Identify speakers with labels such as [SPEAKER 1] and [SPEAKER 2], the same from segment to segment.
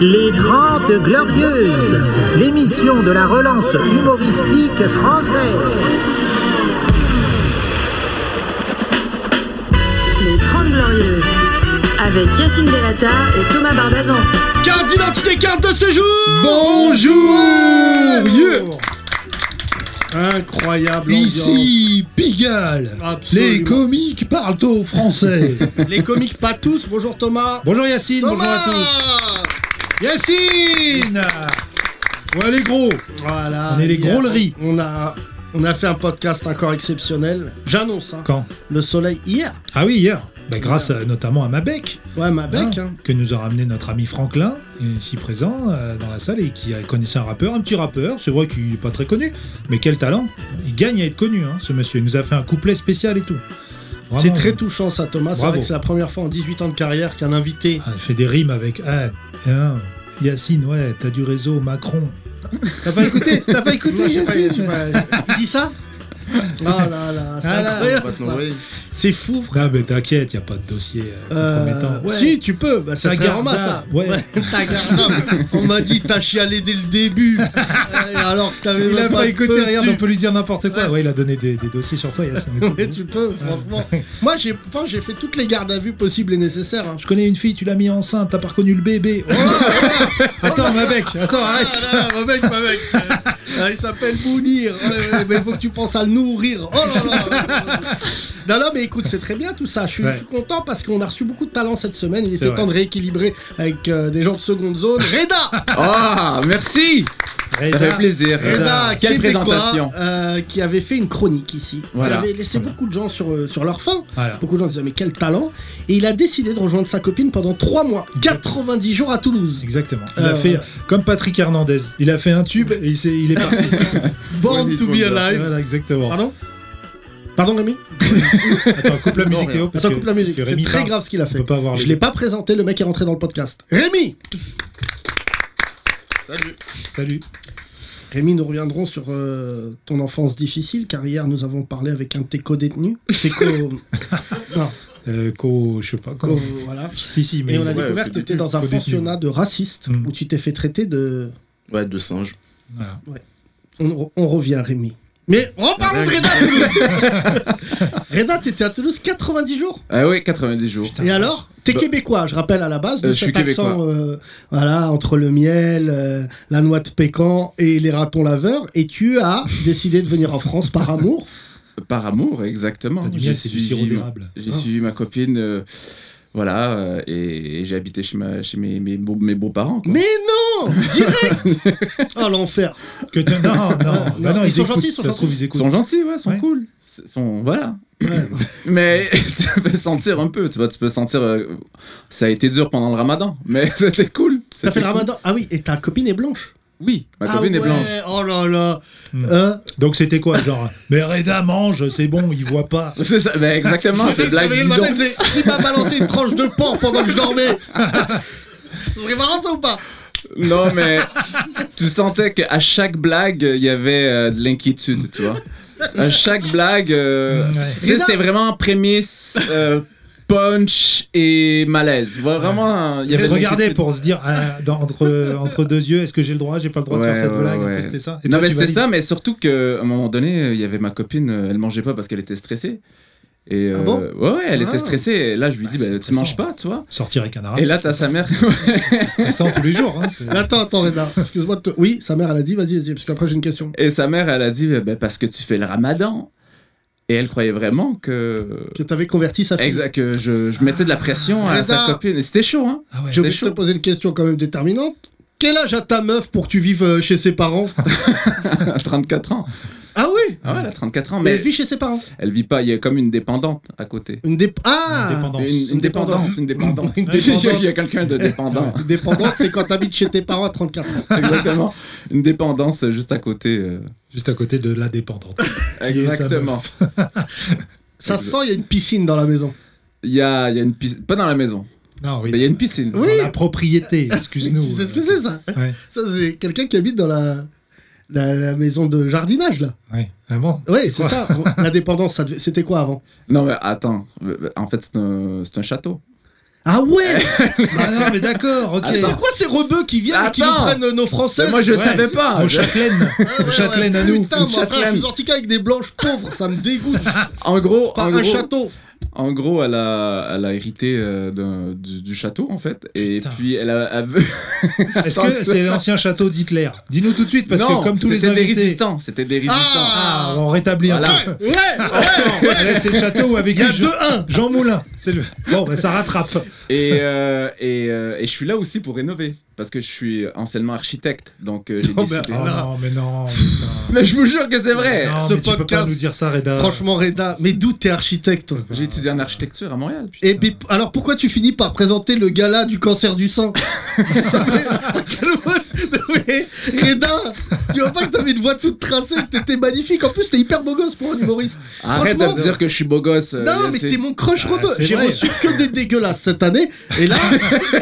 [SPEAKER 1] Les 30 Glorieuses, l'émission de la relance humoristique française.
[SPEAKER 2] Les 30 Glorieuses, avec Yacine Delata et Thomas Barbazan.
[SPEAKER 3] Carte d'identité, carte de séjour
[SPEAKER 4] Bonjour
[SPEAKER 3] Yeah Incroyable
[SPEAKER 4] Ici Pigalle
[SPEAKER 3] Absolument.
[SPEAKER 4] Les comiques parlent au français
[SPEAKER 3] ambiance. Les comiques pas tous, bonjour Thomas
[SPEAKER 4] Bonjour Yacine,
[SPEAKER 3] Thomas
[SPEAKER 4] bonjour à tous Yacine Ouais les gros
[SPEAKER 3] Voilà
[SPEAKER 4] On est les
[SPEAKER 3] hier,
[SPEAKER 4] grosleries.
[SPEAKER 3] On a, on a fait un podcast encore exceptionnel. J'annonce, hein,
[SPEAKER 4] Quand
[SPEAKER 3] le soleil hier.
[SPEAKER 4] Ah oui hier Bah, Grâce à- notamment à Mabec,
[SPEAKER 3] Ouais, ma bec, hein.
[SPEAKER 4] que nous a ramené notre ami Franklin, ici présent euh, dans la salle, et qui euh, connaissait un rappeur, un petit rappeur, c'est vrai qu'il est pas très connu, mais quel talent Il gagne à être connu, hein, ce monsieur, il nous a fait un couplet spécial et tout. Vraiment, euh,
[SPEAKER 3] C'est très touchant ça Thomas, c'est
[SPEAKER 4] Bravo.
[SPEAKER 3] vrai que c'est la première fois en 18 ans de carrière qu'un invité...
[SPEAKER 4] Ah, il fait des rimes avec ah, hein, Yacine, ouais, t'as du réseau, Macron. T'as pas écouté T'as pas écouté
[SPEAKER 3] Ouais, je sais pas,
[SPEAKER 4] Yacine
[SPEAKER 3] je sais pas, Il dit ça Oh là là, c'est
[SPEAKER 4] Ah là,
[SPEAKER 3] incroyable
[SPEAKER 5] Pas te
[SPEAKER 3] ça.
[SPEAKER 5] l'envoyer.
[SPEAKER 3] C'est fou frère.
[SPEAKER 4] Non mais t'inquiète, y a pas de dossier euh,
[SPEAKER 3] Euh,
[SPEAKER 4] compromettant. Ouais.
[SPEAKER 3] Si tu peux, bah, ça
[SPEAKER 4] Ta
[SPEAKER 3] serait Roma, ça.
[SPEAKER 4] garda, ouais.
[SPEAKER 3] ta garda. On m'a dit t'as chialé dès le début. Ouais, alors que t'avais
[SPEAKER 4] il
[SPEAKER 3] même
[SPEAKER 4] a
[SPEAKER 3] de
[SPEAKER 4] pas écouté,
[SPEAKER 3] peur,
[SPEAKER 4] regarde,
[SPEAKER 3] tu-
[SPEAKER 4] on peut lui dire n'importe quoi. Ouais. il a donné des, des dossiers sur toi, Yacine. et tout.
[SPEAKER 3] Ouais, tu peux, franchement. Moi, j'ai, enfin, j'ai fait toutes les gardes à vue possibles et nécessaires. hein.
[SPEAKER 4] Je connais une fille, tu l'as mis enceinte, t'as pas reconnu le bébé. Oh, attends, ma bec, attends,
[SPEAKER 3] Ah,
[SPEAKER 4] arrête.
[SPEAKER 3] là, là, mon mec, mon mec. Euh, il s'appelle Mounir. Ouais, ouais, mais il faut que tu penses à le nourrir. Oh là là. Non, non, mais écoute, c'est très bien tout ça. Je suis,
[SPEAKER 4] Ouais.
[SPEAKER 3] je suis content parce qu'on a reçu beaucoup de talents cette semaine. Il
[SPEAKER 4] C'est
[SPEAKER 3] était
[SPEAKER 4] vrai.
[SPEAKER 3] temps de rééquilibrer avec euh, des gens de seconde zone. Reda
[SPEAKER 5] Ah, merci Ça fait
[SPEAKER 4] Reda,
[SPEAKER 5] plaisir.
[SPEAKER 3] Eh Reda,
[SPEAKER 5] Quelle
[SPEAKER 3] Québécois,
[SPEAKER 5] présentation
[SPEAKER 3] euh, qui avait fait une chronique ici.
[SPEAKER 5] Voilà.
[SPEAKER 3] Qui avait laissé
[SPEAKER 4] Voilà.
[SPEAKER 3] beaucoup de gens sur, euh, sur leur faim.
[SPEAKER 4] Voilà.
[SPEAKER 3] Beaucoup de gens disaient, mais quel talent Et il a décidé de rejoindre sa copine pendant 3 mois, 90 jours à Toulouse.
[SPEAKER 4] Exactement. Il
[SPEAKER 3] Euh,
[SPEAKER 4] a fait comme Patrick Hernandez. Il a fait un tube et il, s'est- il est parti.
[SPEAKER 3] Born to be alive.
[SPEAKER 4] voilà, exactement.
[SPEAKER 3] Pardon Pardon Rémi
[SPEAKER 4] Attends, coupe la musique,
[SPEAKER 5] Non,
[SPEAKER 4] Théo. parce
[SPEAKER 3] Attends,
[SPEAKER 4] que-
[SPEAKER 3] coupe la musique.
[SPEAKER 4] parce
[SPEAKER 3] C'est
[SPEAKER 4] que Rémi
[SPEAKER 3] très
[SPEAKER 4] parle.
[SPEAKER 3] grave ce qu'il a
[SPEAKER 4] On
[SPEAKER 3] fait.
[SPEAKER 4] peut pas avoir
[SPEAKER 3] Je
[SPEAKER 4] les
[SPEAKER 3] l'ai
[SPEAKER 4] deux.
[SPEAKER 3] pas présenté, le mec est rentré dans le podcast. Rémi
[SPEAKER 5] Salut
[SPEAKER 4] Salut.
[SPEAKER 3] Rémi, nous reviendrons sur euh, ton enfance difficile, car hier nous avons parlé avec un de tes co-détenus. Tes co- non,
[SPEAKER 4] Euh, co, je sais pas.
[SPEAKER 3] co-
[SPEAKER 4] comment-
[SPEAKER 3] voilà.
[SPEAKER 4] Si, si, mais.
[SPEAKER 3] Et on a
[SPEAKER 5] Ouais,
[SPEAKER 3] découvert que tu
[SPEAKER 5] co-détenu,
[SPEAKER 3] étais dans un
[SPEAKER 4] co-détenu.
[SPEAKER 3] pensionnat de racistes,
[SPEAKER 4] Mm.
[SPEAKER 3] où tu t'es fait traiter de...
[SPEAKER 5] Ouais, de singe.
[SPEAKER 4] Voilà.
[SPEAKER 3] On, re- on revient, Rémi. Mais
[SPEAKER 5] Ah,
[SPEAKER 3] reparlons de Reda Reda, t'étais à Toulouse 90 jours
[SPEAKER 5] Ah oui, 90 jours.
[SPEAKER 4] Putain.
[SPEAKER 3] Et alors T'es
[SPEAKER 5] Bah-
[SPEAKER 3] québécois, je rappelle à la base, de
[SPEAKER 5] Euh, je
[SPEAKER 3] cet
[SPEAKER 5] suis
[SPEAKER 3] accent euh, voilà, entre le miel, euh, la noix de pécan et les ratons laveurs. Et tu as décidé de venir en France par amour.
[SPEAKER 5] Par amour, exactement.
[SPEAKER 4] Pas du
[SPEAKER 5] J'ai
[SPEAKER 4] miel, c'est du
[SPEAKER 5] suivi-
[SPEAKER 4] sirop d'érable.
[SPEAKER 5] J'ai
[SPEAKER 3] Ah.
[SPEAKER 5] suivi ma copine, euh, voilà, euh, et, et j'ai habité chez, ma, chez mes, mes, beaux- mes beaux-parents. quoi.
[SPEAKER 3] Mais non Direct Oh l'enfer
[SPEAKER 4] Que tu- Non, non, bah
[SPEAKER 3] Non,
[SPEAKER 4] non,
[SPEAKER 3] ils sont
[SPEAKER 4] écoutent.
[SPEAKER 3] gentils, ils sont
[SPEAKER 4] Ça se trouve,
[SPEAKER 3] gentils.
[SPEAKER 4] ils
[SPEAKER 5] Ils
[SPEAKER 4] écoutent.
[SPEAKER 5] sont gentils, ouais, ils sont
[SPEAKER 4] Ouais.
[SPEAKER 5] cool. Ils Sont, voilà.
[SPEAKER 3] Ouais.
[SPEAKER 5] Mais tu peux sentir un peu, tu vois, tu peux sentir. euh, ça a été dur pendant le ramadan, mais c'était cool.
[SPEAKER 3] T'as fait
[SPEAKER 5] C'était
[SPEAKER 3] le
[SPEAKER 5] cool.
[SPEAKER 3] ramadan Ah oui, et ta copine est blanche.
[SPEAKER 5] Oui, ma
[SPEAKER 3] ah
[SPEAKER 5] copine
[SPEAKER 3] ouais,
[SPEAKER 5] est blanche. Hmm.
[SPEAKER 3] Oh là là
[SPEAKER 4] Mm.
[SPEAKER 3] Hein
[SPEAKER 4] Donc c'était quoi Genre, mais Reda mange, c'est bon, il voit pas.
[SPEAKER 5] C'est ça, mais exactement,
[SPEAKER 3] Je
[SPEAKER 5] c'est
[SPEAKER 3] sais, je
[SPEAKER 5] blague
[SPEAKER 3] réveillais le
[SPEAKER 5] bidon.
[SPEAKER 3] matin, c'est- Qui m'a balancé une tranche de porc pendant que je dormais C'est marrant ça ou pas
[SPEAKER 5] Non, mais tu sentais qu'à chaque blague, il y avait euh, de l'inquiétude, tu vois. À chaque blague, euh,
[SPEAKER 4] Ouais.
[SPEAKER 5] tu sais,
[SPEAKER 3] Et
[SPEAKER 5] c'était vraiment prémisse, euh, punch et malaise. Vra- Vraiment, il y
[SPEAKER 4] Il
[SPEAKER 5] avait
[SPEAKER 4] se
[SPEAKER 5] de
[SPEAKER 4] regardait
[SPEAKER 5] l'inquiétude.
[SPEAKER 4] pour se dire ah, dans- entre, entre deux yeux, est-ce que j'ai le droit, j'ai pas le droit de
[SPEAKER 5] Ouais,
[SPEAKER 4] faire cette
[SPEAKER 5] ouais,
[SPEAKER 4] blague Un
[SPEAKER 5] ouais.
[SPEAKER 4] peu, C'était ça. Et
[SPEAKER 5] Non,
[SPEAKER 4] toi,
[SPEAKER 5] mais
[SPEAKER 4] tu
[SPEAKER 5] c'était
[SPEAKER 4] valides
[SPEAKER 5] ça, mais surtout qu'à un moment donné, euh, il y avait ma copine, euh, elle mangeait pas parce qu'elle était stressée. Et
[SPEAKER 3] Ah
[SPEAKER 5] euh,
[SPEAKER 3] bon
[SPEAKER 5] ouais, ouais, elle
[SPEAKER 3] Ah.
[SPEAKER 5] était stressée. Et là, je lui dis,
[SPEAKER 4] Ouais,
[SPEAKER 5] bah,
[SPEAKER 4] Ah, c'est
[SPEAKER 5] tu manges
[SPEAKER 4] stressant. Ah,
[SPEAKER 5] pas, tu vois.
[SPEAKER 4] Sortir avec un arabe.
[SPEAKER 5] Et là, t'as sa mère.
[SPEAKER 4] c'est stressant tous les jours. Hein, c'est-
[SPEAKER 3] Attends, attends Reda, excuse-moi de te- Oui, sa mère elle a dit, vas-y, vas-y, parce qu'après j'ai une question.
[SPEAKER 5] et sa mère, elle a dit, ben, parce que tu fais le ramadan. Et elle croyait vraiment que.
[SPEAKER 3] Que t'avais converti sa fille.
[SPEAKER 5] Exact, que je, je mettais de la pression à
[SPEAKER 3] Reda.
[SPEAKER 5] sa copine. Et C'était chaud, hein
[SPEAKER 4] Ah ouais.
[SPEAKER 3] J'ai oublié
[SPEAKER 5] C'est
[SPEAKER 3] de te
[SPEAKER 5] chaud.
[SPEAKER 3] poser une question quand même déterminante. Quel âge a ta meuf pour que tu vives euh, chez ses parents
[SPEAKER 5] À 34 ans.
[SPEAKER 3] Ah oui
[SPEAKER 5] Ah ouais, elle a 34 ans,
[SPEAKER 3] Mais
[SPEAKER 5] mais
[SPEAKER 3] elle vit chez ses parents.
[SPEAKER 5] elle vit pas, il y a comme une dépendante à côté.
[SPEAKER 3] Une dép-
[SPEAKER 4] Une
[SPEAKER 3] Ah
[SPEAKER 4] dépendance.
[SPEAKER 5] Une, une dépendance, une dépendante.
[SPEAKER 3] Une dépendante.
[SPEAKER 5] il y a quelqu'un de dépendant.
[SPEAKER 3] Une Dépendante, c'est quand t'habites chez tes parents à 34 ans.
[SPEAKER 5] Exactement. Une dépendance juste à côté. euh.
[SPEAKER 4] Juste à côté de la dépendante. est sa
[SPEAKER 5] Exactement.
[SPEAKER 3] Ça se sent, il y a une piscine dans la maison.
[SPEAKER 5] Il y a, il y a une piscine. Pas dans la maison,
[SPEAKER 4] Non, oui.
[SPEAKER 5] mais Bah, il y a une piscine.
[SPEAKER 3] Oui.
[SPEAKER 4] Dans la propriété, excuse-nous.
[SPEAKER 3] Tu sais ce que c'est ça
[SPEAKER 4] euh, Ouais,
[SPEAKER 3] Ça, c'est quelqu'un qui habite dans la... La, la maison de jardinage là.
[SPEAKER 4] ouais. Ah bon
[SPEAKER 3] Ouais, c'est ça. La dépendance, ça devait- c'était quoi avant
[SPEAKER 5] euh, Non, mais attends. En fait, c'est un, c'est un château.
[SPEAKER 3] Ah
[SPEAKER 5] Eh,
[SPEAKER 3] ouais
[SPEAKER 4] Ah non, mais d'accord,
[SPEAKER 5] Ah,
[SPEAKER 4] ok.
[SPEAKER 3] C'est quoi ces rebeux qui viennent et qui nous
[SPEAKER 5] Attends.
[SPEAKER 3] prennent nos françaises
[SPEAKER 5] Mais moi, je
[SPEAKER 4] Ouais.
[SPEAKER 5] savais pas.
[SPEAKER 4] Au
[SPEAKER 5] Je-
[SPEAKER 4] Châtelaine,
[SPEAKER 3] Ouais,
[SPEAKER 4] au
[SPEAKER 3] Ah ouais,
[SPEAKER 4] Châtelaine
[SPEAKER 3] ouais.
[SPEAKER 4] à nous.
[SPEAKER 3] Putain, moi, frère,
[SPEAKER 5] Châtelaine.
[SPEAKER 3] je suis sorti qu'avec des blanches pauvres, ça me dégoûte.
[SPEAKER 5] En gros,
[SPEAKER 3] Pas
[SPEAKER 5] en
[SPEAKER 3] un
[SPEAKER 5] gros,
[SPEAKER 3] château.
[SPEAKER 5] en gros, elle a, elle a hérité euh, d'un- du, du château en fait, et
[SPEAKER 4] Putain.
[SPEAKER 5] puis elle a. elle veut-
[SPEAKER 4] Est-ce que c'est l'ancien château d'Hitler Dis-nous tout de suite, parce
[SPEAKER 5] non,
[SPEAKER 4] que comme tous les
[SPEAKER 5] c'était des
[SPEAKER 4] invités.
[SPEAKER 5] résistants. C'était des résistants.
[SPEAKER 4] Ah, on rétablit un
[SPEAKER 5] Voilà.
[SPEAKER 4] peu.
[SPEAKER 3] Ouais, ouais, ouais.
[SPEAKER 4] Là, c'est le château où avec
[SPEAKER 3] Il y a
[SPEAKER 4] lui,
[SPEAKER 3] 2-1.
[SPEAKER 4] Jean- Jean Moulin. C'est le... Bon, bah, ça rattrape.
[SPEAKER 5] Et, euh, et, euh, et je suis là aussi pour rénover, parce que je suis anciennement architecte, donc euh, j'ai
[SPEAKER 3] Oh,
[SPEAKER 5] décidé.
[SPEAKER 4] Oh
[SPEAKER 3] ben, Voilà.
[SPEAKER 4] non, mais non, putain.
[SPEAKER 5] Mais je vous jure que c'est vrai.
[SPEAKER 4] Non,
[SPEAKER 3] Ce
[SPEAKER 4] mais tu peux pas
[SPEAKER 3] podcast-
[SPEAKER 4] nous dire ça,
[SPEAKER 5] Euh.
[SPEAKER 4] Reda.
[SPEAKER 3] Franchement, Reda, mais d'où t'es architecte
[SPEAKER 5] J'ai étudié en architecture à Montréal. puis-
[SPEAKER 3] et puis, alors pourquoi tu finis par présenter le gala du cancer du sein Mais, Reda, tu vois pas que t'avais une voix toute tracée, que t'étais magnifique. En plus, t'es hyper beau gosse pour un humoriste.
[SPEAKER 5] Arrête de
[SPEAKER 3] franchement-
[SPEAKER 5] me dire que je suis beau gosse. euh,
[SPEAKER 3] Non, mais
[SPEAKER 5] Yassine.
[SPEAKER 3] t'es mon crush
[SPEAKER 4] Ah,
[SPEAKER 3] rebeu.
[SPEAKER 4] c'est
[SPEAKER 3] J'ai
[SPEAKER 4] vrai.
[SPEAKER 3] reçu que des dégueulasses cette année. Et là,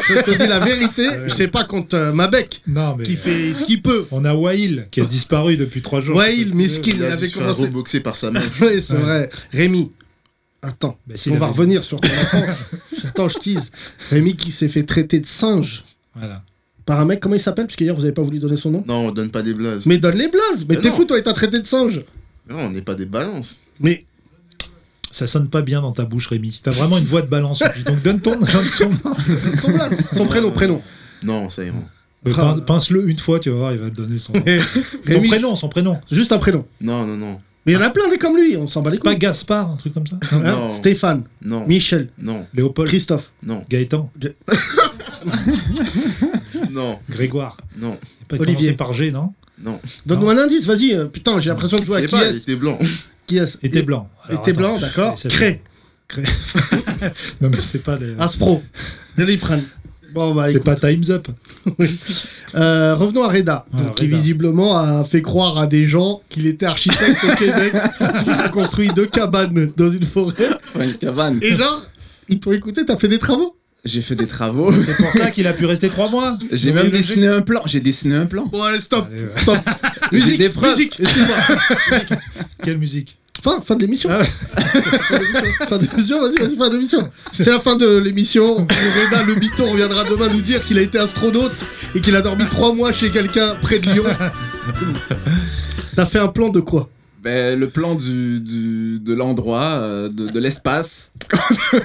[SPEAKER 3] je te dis la vérité, je sais pas contre euh, Mabec,
[SPEAKER 4] Non, mais
[SPEAKER 3] qui fait ce qu'il peut.
[SPEAKER 4] on a Wail qui a disparu depuis trois jours.
[SPEAKER 3] Ouais, il, miskin, il
[SPEAKER 6] Il a
[SPEAKER 3] avait
[SPEAKER 6] dû se faire
[SPEAKER 3] commencé.
[SPEAKER 6] reboxer par sa mère.
[SPEAKER 3] Ouais, c'est vrai. Rémi, attends,
[SPEAKER 4] Bah, s'il
[SPEAKER 3] on va
[SPEAKER 4] avait-
[SPEAKER 3] revenir sur ton enfance. attends, je tease. Rémi qui s'est fait traiter de singe
[SPEAKER 4] Voilà.
[SPEAKER 3] par un mec, comment il s'appelle Parce qu'hier, vous avez pas voulu donner son nom.
[SPEAKER 6] Non, on donne pas des blases.
[SPEAKER 3] Mais donne les blases Mais
[SPEAKER 6] Mais
[SPEAKER 3] t'es
[SPEAKER 6] non.
[SPEAKER 3] fou, toi, et t'as traité de singe
[SPEAKER 6] Non, on n'est pas des balances.
[SPEAKER 3] Mais
[SPEAKER 4] Ça sonne pas bien dans ta bouche, Rémi. T'as vraiment une voix de balance. en plus. Donc donne ton, donne son nom.
[SPEAKER 3] son blase, son prénom, prénom.
[SPEAKER 6] Non, ça ira.
[SPEAKER 4] Mais pin- Pince-le une fois, tu vas voir, il va te donner son nom.
[SPEAKER 3] Mais
[SPEAKER 4] Son
[SPEAKER 3] Ah. Eh, Rémi,
[SPEAKER 4] prénom, son prénom.
[SPEAKER 3] juste un prénom.
[SPEAKER 6] Non, non, non.
[SPEAKER 3] Mais il y en a plein des comme lui, on s'en bat les
[SPEAKER 4] C'est pas
[SPEAKER 3] couilles.
[SPEAKER 4] Gaspard, un truc comme ça
[SPEAKER 3] Hein
[SPEAKER 6] Non.
[SPEAKER 3] Stéphane,
[SPEAKER 6] Non,
[SPEAKER 3] Michel,
[SPEAKER 6] non,
[SPEAKER 4] Léopold,
[SPEAKER 3] Christophe.
[SPEAKER 6] non,
[SPEAKER 4] Gaëtan,
[SPEAKER 6] non,
[SPEAKER 4] Grégoire.
[SPEAKER 6] non,
[SPEAKER 4] Il a pas
[SPEAKER 3] Olivier.
[SPEAKER 4] commencé par G, non
[SPEAKER 6] non.
[SPEAKER 3] Donne-nous un indice, vas-y. euh, putain, j'ai l'impression de
[SPEAKER 6] Je
[SPEAKER 3] jouer à
[SPEAKER 6] sais
[SPEAKER 3] qui
[SPEAKER 6] pas, il
[SPEAKER 3] est
[SPEAKER 6] était blanc.
[SPEAKER 3] Qui est
[SPEAKER 4] Et t'es blanc.
[SPEAKER 3] Et
[SPEAKER 4] Alors,
[SPEAKER 3] t'es
[SPEAKER 4] attends.
[SPEAKER 3] blanc, d'accord.
[SPEAKER 4] Il s'appelle-
[SPEAKER 3] Cré,
[SPEAKER 4] Non, mais c'est pas les-
[SPEAKER 3] Aspro, Deliprane. Bon, bah,
[SPEAKER 4] C'est
[SPEAKER 3] écoute.
[SPEAKER 4] pas Time's Up.
[SPEAKER 3] Euh, revenons à Reda,
[SPEAKER 4] Voilà,
[SPEAKER 3] donc, qui
[SPEAKER 4] Reda.
[SPEAKER 3] visiblement a fait croire à des gens qu'il était architecte au Québec, qu'il a construit deux cabanes dans une forêt.
[SPEAKER 5] Enfin, une cabane.
[SPEAKER 3] Et genre, ils t'ont écouté, t'as fait des travaux.
[SPEAKER 5] J'ai fait des travaux.
[SPEAKER 4] C'est pour ça qu'il a pu rester trois mois.
[SPEAKER 5] J'ai
[SPEAKER 4] Oui,
[SPEAKER 5] même
[SPEAKER 4] logique.
[SPEAKER 5] dessiné un plan. J'ai dessiné un plan.
[SPEAKER 3] Bon, allez, stop,
[SPEAKER 4] Allez, ouais.
[SPEAKER 3] stop.
[SPEAKER 5] J'ai
[SPEAKER 3] musique,
[SPEAKER 5] des preuves.
[SPEAKER 3] musique, excuse-moi.
[SPEAKER 4] Quelle musique
[SPEAKER 3] Fin, fin de l'émission.
[SPEAKER 4] Ah.
[SPEAKER 3] Fin de l'émission, fin de l'émission, vas-y, vas-y, fin de l'émission. C'est la fin de l'émission. Reda, le biton, reviendra demain nous dire qu'il a été astronaute et qu'il a dormi trois mois chez quelqu'un près de Lyon. C'est bon. T'as fait un plan de quoi
[SPEAKER 5] Ben, le plan du, du- de l'endroit, euh, de, de l'espace.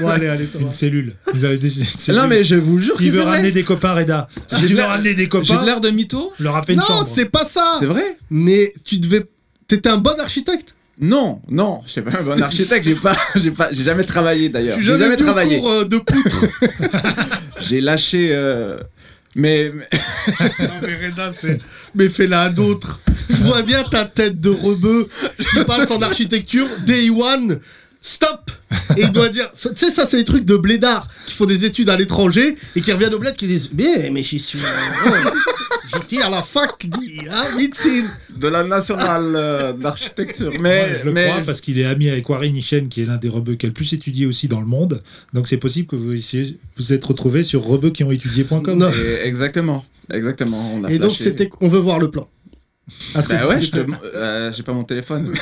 [SPEAKER 3] Bon, allez, allez, Thomas.
[SPEAKER 4] Une cellule. Il avait décidé de cellule.
[SPEAKER 5] Non, mais je vous jure
[SPEAKER 4] S'il
[SPEAKER 5] que
[SPEAKER 4] veut
[SPEAKER 5] c'est
[SPEAKER 4] ramener
[SPEAKER 5] vrai.
[SPEAKER 4] des copains, Reda. Si
[SPEAKER 5] J'ai
[SPEAKER 4] tu
[SPEAKER 5] de
[SPEAKER 4] veux
[SPEAKER 5] la-
[SPEAKER 4] ramener des
[SPEAKER 5] J'ai de
[SPEAKER 4] copains, Ah.
[SPEAKER 5] l'air de mytho.
[SPEAKER 4] leur a fait une
[SPEAKER 3] Non,
[SPEAKER 4] chambre.
[SPEAKER 3] c'est pas ça.
[SPEAKER 5] C'est vrai
[SPEAKER 3] Mais tu devais. T'étais un bon architecte.
[SPEAKER 5] Non, non. Je sais pas un bon architecte. J'ai pas, j'ai pas, j'ai jamais travaillé d'ailleurs.
[SPEAKER 3] Tu
[SPEAKER 5] J'ai
[SPEAKER 3] jamais,
[SPEAKER 5] jamais
[SPEAKER 3] vu le
[SPEAKER 5] travaillé.
[SPEAKER 3] cours euh, de poutre.
[SPEAKER 5] J'ai lâché. euh, Mais, mais-
[SPEAKER 3] non, mais Reda, c'est. Mais fais-la à d'autres. Je vois bien ta tête de rebeu qui passe en architecture. Day one, stop Et il doit dire. Tu sais, ça, c'est les trucs de blédards qui font des études à l'étranger et qui reviennent au bled qui disent Mais, mais j'y suis. oh, J'étais à la fac, dit, hein, médecine.
[SPEAKER 5] de la nationale euh, d'architecture. Mais,
[SPEAKER 4] Moi, je le
[SPEAKER 5] mais-
[SPEAKER 4] crois parce qu'il est ami avec Warren Nishen, qui est l'un des rebeux qui a le plus étudié aussi dans le monde. Donc c'est possible que vous essayez- vous êtes retrouvé sur rebeuxquiontétudié.com.
[SPEAKER 3] Non.
[SPEAKER 5] Et- exactement, exactement. On a
[SPEAKER 3] Et donc,
[SPEAKER 5] flashé.
[SPEAKER 3] c'était. On veut voir le plan. Ah, c'est-
[SPEAKER 5] Bah ouais, je te- euh, j'ai pas mon téléphone.